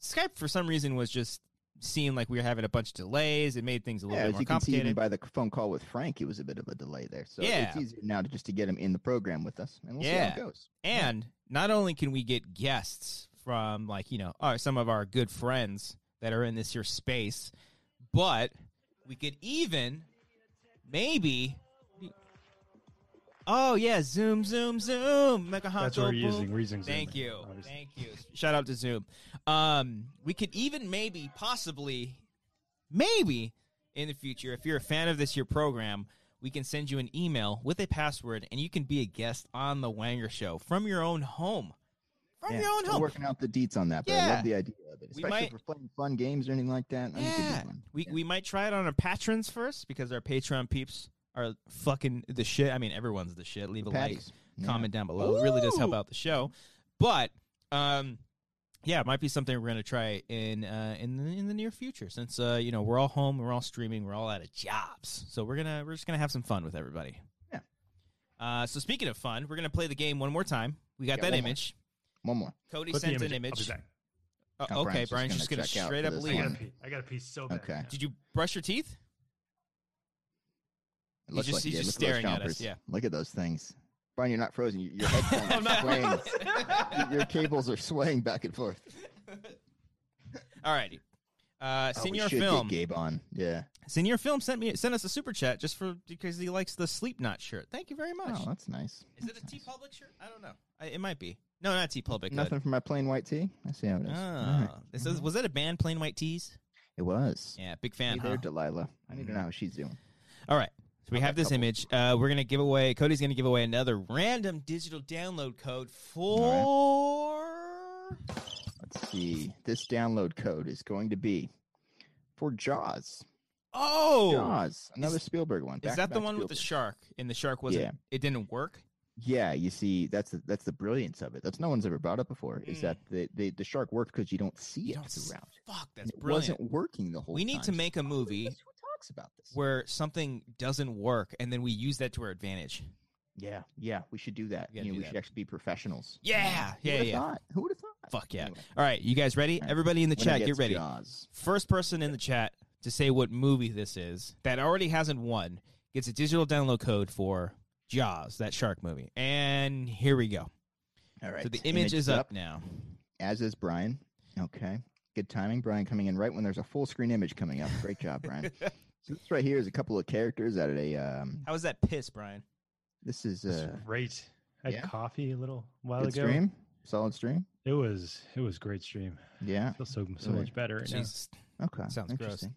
A: Skype for some reason was just seemed like we were having a bunch of delays. It made things a little
B: Yeah,
A: bit
B: as
A: more
B: you can see, even
A: complicated.
B: by the c- phone call with Frank, it was a bit of a delay there. So
A: Yeah.
B: it's easier now to just to get him in the program with us, and we'll
A: Yeah.
B: see how it goes.
A: And not only can we get guests from like, you know, our, some of our good friends that are in this here space, but we could even maybe Oh yeah, zoom zoom zoom. Like a
C: That's what
A: honko
C: we're
A: boom.
C: using. We're using Zoom.
A: Thank you.
C: obviously.
A: Thank you. Shout out to Zoom. Um, we could even maybe, possibly, maybe in the future, if you're a fan of this year program, we can send you an email with a password and you can be a guest on the Wanger Show from your own home. From
B: Yeah,
A: your own
B: still
A: home.
B: working out the deets on that, but I
A: Yeah.
B: love the idea of
A: We
B: it, especially
A: might-
B: if we're playing fun games or anything like that. I think it'd be
A: Yeah.
B: fun.
A: We, we might try it on our patrons first because our Patreon peeps are fucking the shit. I mean, everyone's the shit. Leave a like.
B: Patties. Yeah.
A: comment down below. It really does help out the show. But um, yeah, it might be something we're going to try in uh, in the, in the near future. Since uh, you know we're all home, we're all streaming, we're all out of jobs, so we're gonna we're just gonna have some fun with everybody.
B: Yeah.
A: Uh, so speaking of fun, we're gonna play the game one more time. We got
B: Yeah,
A: that
B: one more.
A: image.
B: One more.
A: Cody
C: Put the
A: sent
C: image.
A: an
C: up. I'll be
A: image.
C: back.
A: Uh,
B: Oh,
A: okay,
B: Brian's just
A: Brian's
B: gonna
A: just gonna,
B: check out
A: straight
B: for
A: up
B: this
C: I
A: leave.
C: gotta
B: one.
C: pee. I gotta pee so bad.
B: Okay.
C: now.
A: Did you brush your teeth?
B: It looks
A: just-
B: like
A: he's
B: it.
A: just
B: Look those
A: staring at us,
B: chompers.
A: yeah.
B: Look at those things. Brian, you're not frozen. Your, your headphones are swaying. Your- Your cables are swaying back and forth.
A: All righty. Uh,
B: Oh, we
A: senior
B: should get
A: film.
B: Gabe on. Yeah.
A: Senior Film sent me sent us a super chat just for because he likes the Sleep Knot shirt. Thank you very much.
B: Oh, that's nice.
A: Is it a T Public shirt? I don't know. I, it might be. No, not T Public.
B: Nothing for my plain white tea. I see how it is.
A: Oh,
B: All right.
A: It says, was that a band, Plain White Tees?
B: It was.
A: Yeah, Mm-hmm. big fan.
B: Hey there,
A: huh?
B: Delilah. I need to know how she's doing.
A: All right. So we
B: I've got
A: have this
B: a couple.
A: image. Uh, we're gonna give away. Cody's gonna give away another random digital download code for.
B: Let's see. This download code is going to be for Jaws.
A: Oh,
B: Jaws. Another Spielberg one.
A: is
B: Back to
A: that the
B: back
A: one with the
B: Spielberg.
A: shark? And the shark wasn't.
B: Yeah.
A: It didn't work.
B: Yeah, you see, that's the, that's the brilliance of it. That's no one's ever brought up before. Is
A: Mm.
B: that the, the the shark worked because you don't see
A: You
B: it
A: don't s-
B: throughout.
A: Fuck,
B: And
A: that's
B: it
A: brilliant.
B: wasn't working the whole.
A: We need to
B: time.
A: make a
B: Who is
A: movie
B: this Who talks about this?
A: where something doesn't work and then we use that to our advantage.
B: Yeah, yeah, we should do that.
A: We gotta
B: You know,
A: do
B: we
A: that.
B: should actually be professionals.
A: Yeah,
B: Who
A: yeah,
B: would've
A: yeah.
B: Thought? Who would have thought?
A: Fuck yeah.
B: Anyway,
A: All right, you guys ready?
B: All right.
A: Everybody in the
B: when it
A: chat, get
B: gets
A: ready.
B: Jaws.
A: First person in the chat to say what movie this is that already hasn't won gets a digital download code for Jaws, that shark movie. And here we go.
B: All right.
A: So the image is up now.
B: as is Brian. Okay. Good timing, Brian, coming in right when there's a full screen image coming up. Great job, Brian. so this right here is a couple of characters out of a. Um,
A: How was that piss, Brian?
B: this is
C: That's
B: a
C: great. I had
B: uh, yeah.
C: coffee a little while
B: good
C: ago.
B: stream, solid stream.
C: It was it was great stream.
B: Yeah.
C: I feel so so
B: Really?
C: much better right now.
A: Jesus.
B: Okay.
A: Sounds gross.
B: Interesting.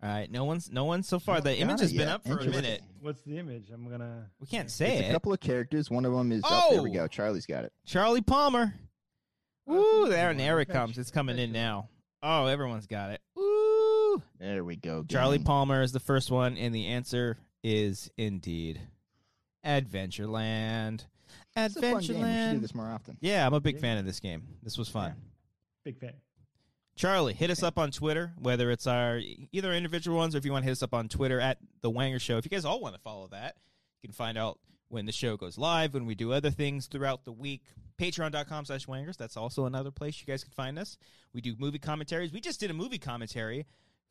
A: All right, no one's no one so far.
B: No
A: The
B: one's
A: image
B: got
A: has
B: it
A: been
B: yet.
A: up for a
B: Interesting.
A: minute.
C: What's the image? I'm gonna.
A: We can't
B: It's
A: say
B: a
A: it.
B: couple of characters. One of them is. up. there we
A: Oh!
B: go. Charlie's got it.
A: Charlie Palmer.
C: Oh, it's
A: Ooh,
C: an
A: there
C: easy
A: and
C: one.
A: there it
C: Fetch-
A: comes. It's coming in
C: fetch it.
A: now. Oh, everyone's got it. Ooh.
B: There we go.
A: Charlie
B: gang.
A: Palmer is the first one, and the answer is indeed Adventureland.
B: It's a fun game. We should do
A: Adventureland.
B: this more often.
A: Yeah, I'm a big
C: Yeah.
A: fan of this game. This was fun.
C: Big fan.
A: Charlie, hit us up on Twitter, whether it's our either individual ones or if you want to hit us up on Twitter at the Wanger Show. If you guys all want to follow that, you can find out when the show goes live, when we do other things throughout the week. Patreon.com slash wangers. That's also another place you guys can find us. We do movie commentaries. We just did a movie commentary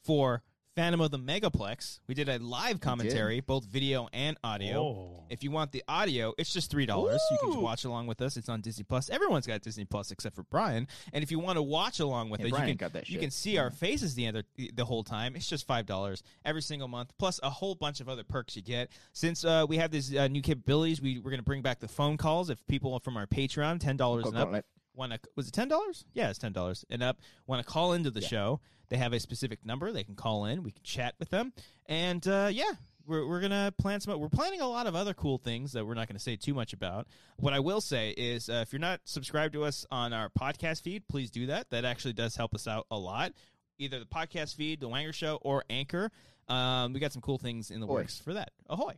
A: for Phantom of the Megaplex. We did a live commentary, both video and audio.
C: Oh,
A: If you want the audio, it's just three dollars. You can just watch along with us. It's on Disney Plus. Everyone's got Disney Plus except for Brian. And if you want to watch along with
B: Yeah,
A: us,
B: Brian
A: you can
B: got that.
A: you
B: shit. Mm.
A: can see our faces the other the whole time. It's just five dollars every single month, plus a whole bunch of other perks you get. Since uh, we have these uh, new capabilities, we we're gonna bring back the phone calls. If people from our Patreon, ten dollars
B: Coke
A: and up,
B: on it.
A: want to was it ten dollars? Yeah, it's ten dollars and up. Want to call into the
B: Yeah.
A: show? They have a specific number. They can call in. We can chat with them, and uh, yeah, we're we're gonna plan some. We're planning a lot of other cool things that we're not gonna say too much about. What I will say is, uh, if you're not subscribed to us on our podcast feed, please do that. That actually does help us out a lot. Either the podcast feed, the Wanger Show, or Anchor. Um, we got some cool things in the
B: Ahoy.
A: works for that. Ahoy!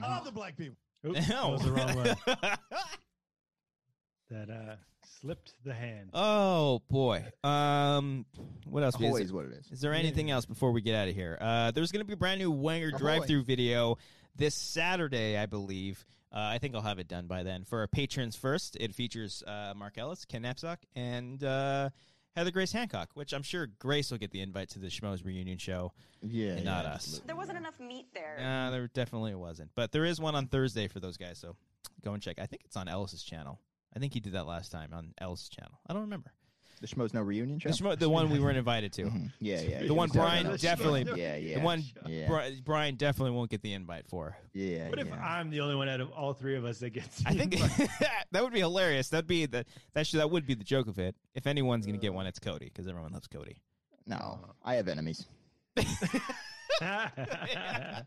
E: I love the black people.
C: Oop, that was the wrong one. that uh, slipped the hand.
A: Oh boy. Um, what else?
B: Ahoy
A: Is,
B: is what it is.
A: is there anything else before we get out of here? Uh, there's going to be a brand new Wanger
B: Ahoy.
A: drive-through video this Saturday, I believe. Uh, I think I'll have it done by then. For our patrons first, it features uh, Mark Ellis, Ken Knapsack, and uh, Heather Grace Hancock, which I'm sure Grace will get the invite to the Schmoes reunion show.
B: Yeah,
A: And
B: yeah,
A: not us.
B: absolutely.
G: There wasn't enough meat there.
A: Uh, there definitely wasn't, but there is one on Thursday for those guys. So go and check. I think it's on Ellis's channel. I think he did that last time on Ellis's channel. I don't remember
B: The Schmoes No Reunion show.
A: the, Schmo- the one we weren't invited to.
B: Mhm. Yeah, yeah.
A: The one
B: yeah, we talked
A: Brian
B: about it.
A: definitely-
B: Yeah, yeah.
A: The one
B: Yeah,
A: Bri- Brian definitely won't get the invite for.
B: yeah.
C: What if
B: yeah.
C: I'm the only one out of all three of us that gets?
A: I think
C: invited?
A: that would be hilarious. That'd be the that should, that would be the joke of it. If anyone's gonna get one, it's Cody because everyone loves Cody.
B: No, I have enemies.
A: I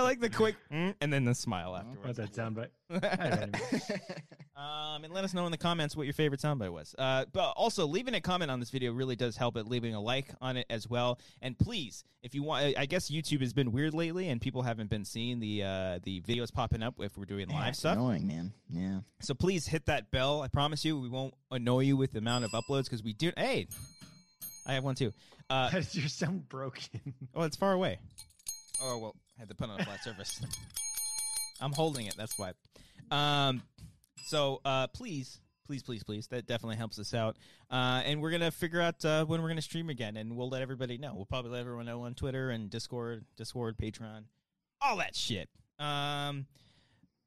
A: like the quick mm, and then the smile
C: What's
A: afterwards.
C: that soundbite?
A: um, and let us know in the comments what your favorite soundbite was. Uh, but also leaving a comment on this video really does help it. Leaving a like on it as well. And please, if you want, I- I guess YouTube has been weird lately, and people haven't been seeing the uh, the videos popping up if we're doing
B: Yeah,
A: live
B: it's
A: stuff.
B: Annoying, man. Yeah.
A: So please hit that bell. I promise you, we won't annoy you with the amount of uploads because we do. Hey, I have one too. Uh,
C: That's your sound broken.
A: oh, it's far away. Oh well, I had to put it on a flat surface. I'm holding it. That's why. Um, so uh, please, please, please, please. That definitely helps us out. Uh, and we're gonna figure out uh, when we're gonna stream again, and we'll let everybody know. We'll probably let everyone know on Twitter and Discord, Discord, Patreon, all that shit. Um,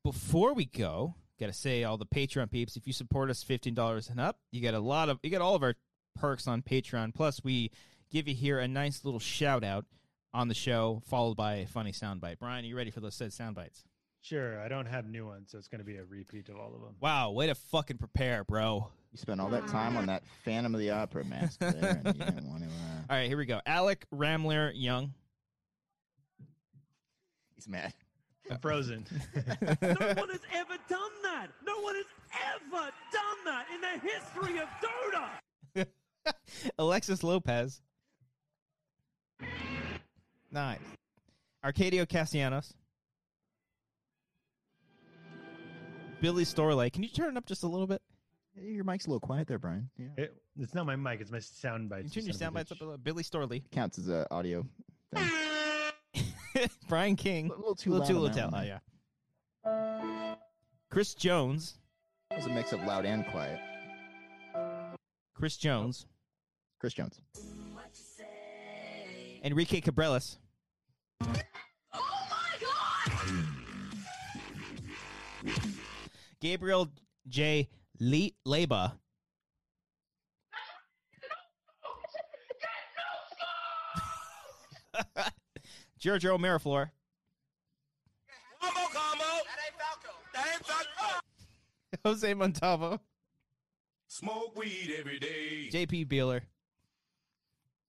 A: before we go, gotta say all the Patreon peeps. If you support us fifteen dollars and up, you get a lot of you get all of our perks on Patreon. Plus, we give you here a nice little shout out on the show, followed by a funny soundbite. Brian, are you ready for those said sound bites?
C: Sure, I don't have new ones, so it's going to be a repeat of all of them.
A: Wow, way to fucking prepare, bro.
B: You spent all that time on that Phantom of the Opera mask there, and you didn't want to. Uh,
A: All right, here we go. Alec Ramler Young.
B: he's mad.
A: uh,
C: I'm frozen.
H: No one has ever done that. No one has ever done that in the history of Dota.
A: Alexis Lopez. Nice. Arcadio Castellanos. Billy Storley. Can you turn it up just a little bit?
B: Your mic's a little quiet there, Brian. Yeah.
C: It- it's not my mic; it's my sound
A: Can you
C: bites.
A: turn your
C: son
A: sound
C: of a
A: bites up
C: bitch.
A: a little? Billy Storley.
B: Counts as a audio.
A: Brian King.
B: A little too
A: Little
B: loud.
A: too little
B: on that
A: tell.
B: one.
A: Oh, yeah. Chris Jones.
B: It was a mix of loud and quiet.
A: Chris Jones.
B: Chris Jones.
A: Enrique Cabrales.
G: Oh my god!
A: Gabriel J. Le- Leba. Giorgio Miraflor. Jose Montalvo.
I: Smoke weed every day.
A: JP Beeler.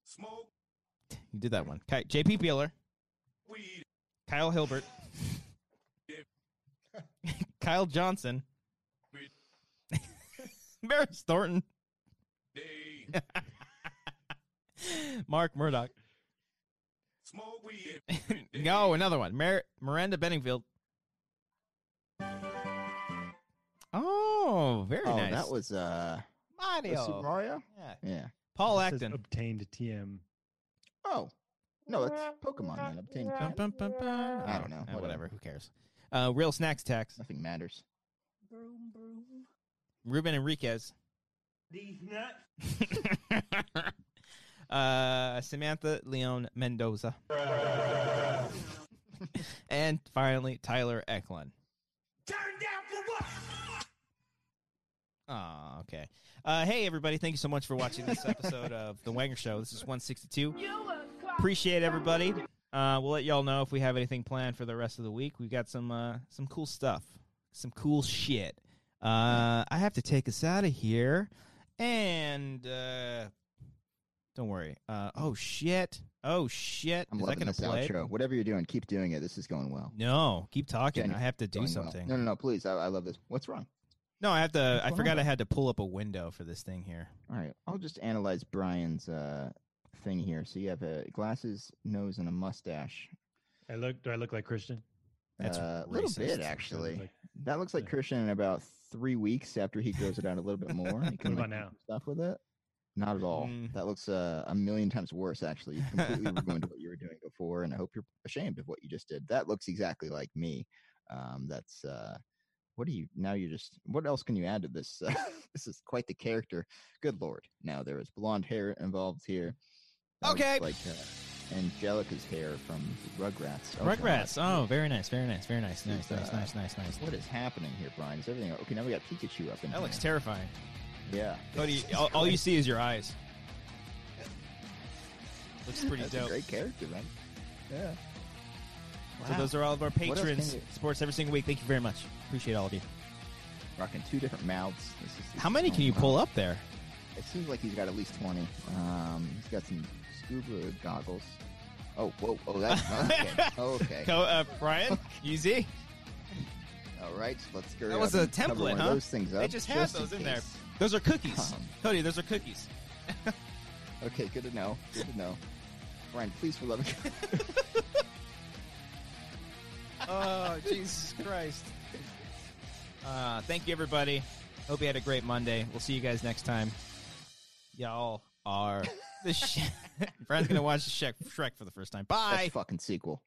I: Smoke
A: You did that one. Ki- JP Beeler.
I: weed.
A: Kyle Hilbert. Kyle Johnson. Maris Thornton.
I: Day.
A: Mark Murdoch.
I: Smoke weed.
A: no, another one. Mar- Miranda Benningfield. Oh, very
B: oh,
A: nice.
B: that was uh, that was
A: Mario.
B: Super Mario.
A: Yeah.
B: Yeah.
A: Paul
C: It says
A: Acton.
C: obtained TM.
B: Oh, no, that's Pokemon. Man. Obtained.
A: Bum,
B: Pokemon.
A: bum, bum, bum.
B: I don't know,
A: Eh,
B: whatever.
A: Whatever. Who cares? Uh, Real Snacks Tax.
B: Nothing matters.
A: Ruben Enriquez.
H: These nuts.
A: uh, Samantha Leon Mendoza. and finally, Tyler Eklund.
H: Turn down for what?
A: Oh, okay. Uh, hey, everybody. Thank you so much for watching this episode of The Wanger Show. This is 162. Appreciate everybody. Uh, we'll let y'all know if we have anything planned for the rest of the week. We've got some uh, some cool stuff, some cool shit. Uh, I have to take us out of here. And uh, don't worry. Uh, oh, shit. Oh, shit.
B: I'm
A: is that
B: loving
A: going
B: this
A: to play?
B: outro. Whatever you're doing, keep doing it. This is going well.
A: No, keep talking.
B: Daniel,
A: I have to do
B: Going well.
A: something.
B: No, no, no. Please, I, I love this. What's wrong?
A: No, I have to.
B: What's
A: I
B: wrong?
A: forgot I had to pull up a window for this thing here.
B: All right, I'll just analyze Brian's uh, thing uh, here. So you have a glasses, nose, and a mustache.
C: I look. Do I look like Christian?
A: That's
B: uh, a little
A: racist.
B: bit
A: Sounds
B: actually.
C: like-
B: that looks like
C: yeah.
B: Christian in about three weeks after he grows it out a little bit more. He can like,
C: What about now?
B: do stuff with it. Not at all.
A: Mm.
B: That looks uh, a million times worse. Actually, you completely ruined what you were doing before, and I hope you're ashamed of what you just did. That looks exactly like me. Um, that's uh, what do you now? You just what else can you add to this? Uh, this is quite the character. Good lord! Now there was blonde hair involved here. That looks
A: Okay.
B: like uh, Angelica's hair from Rugrats. Oh, God.
A: Rugrats. Oh, very nice, very nice, very nice, nice,
B: Uh,
A: nice, nice, nice, nice.
B: What is happening here, Brian? Is everything okay? Now we got Pikachu up in
A: That looks
B: here.
A: terrifying.
B: Yeah,
A: Cody, all, all you see is your eyes. Looks pretty
B: That's a
A: dope.
B: great character, man. Yeah.
A: So those are all of our
B: else can
A: patrons.
B: you-
A: Sports every single week. Thank you very much. Appreciate all of you.
B: Rocking two different mouths. This is-
A: How many
B: oh,
A: can you
B: wow.
A: pull up there?
B: It seems like he's got at least twenty. Um, he's got some scuba goggles. Oh, whoa, oh, that's okay. okay.
A: Co- uh, Brian, easy.
B: All right, let's go.
A: That was
B: up
A: a
B: and cover
A: template,
B: one of
A: huh?
B: Those things up.
A: They just had those in there. Those are cookies.
B: Um,
A: Cody, those are cookies.
B: there. Okay, good to know. Good to know. Brian, please for love. and-
A: oh, Jesus Christ. Uh, thank you, everybody. Hope you had a great Monday. We'll see you guys next time. Y'all are the sh- Brian's gonna watch Shrek, Shrek for the first time. Bye.
B: That's fucking sequel.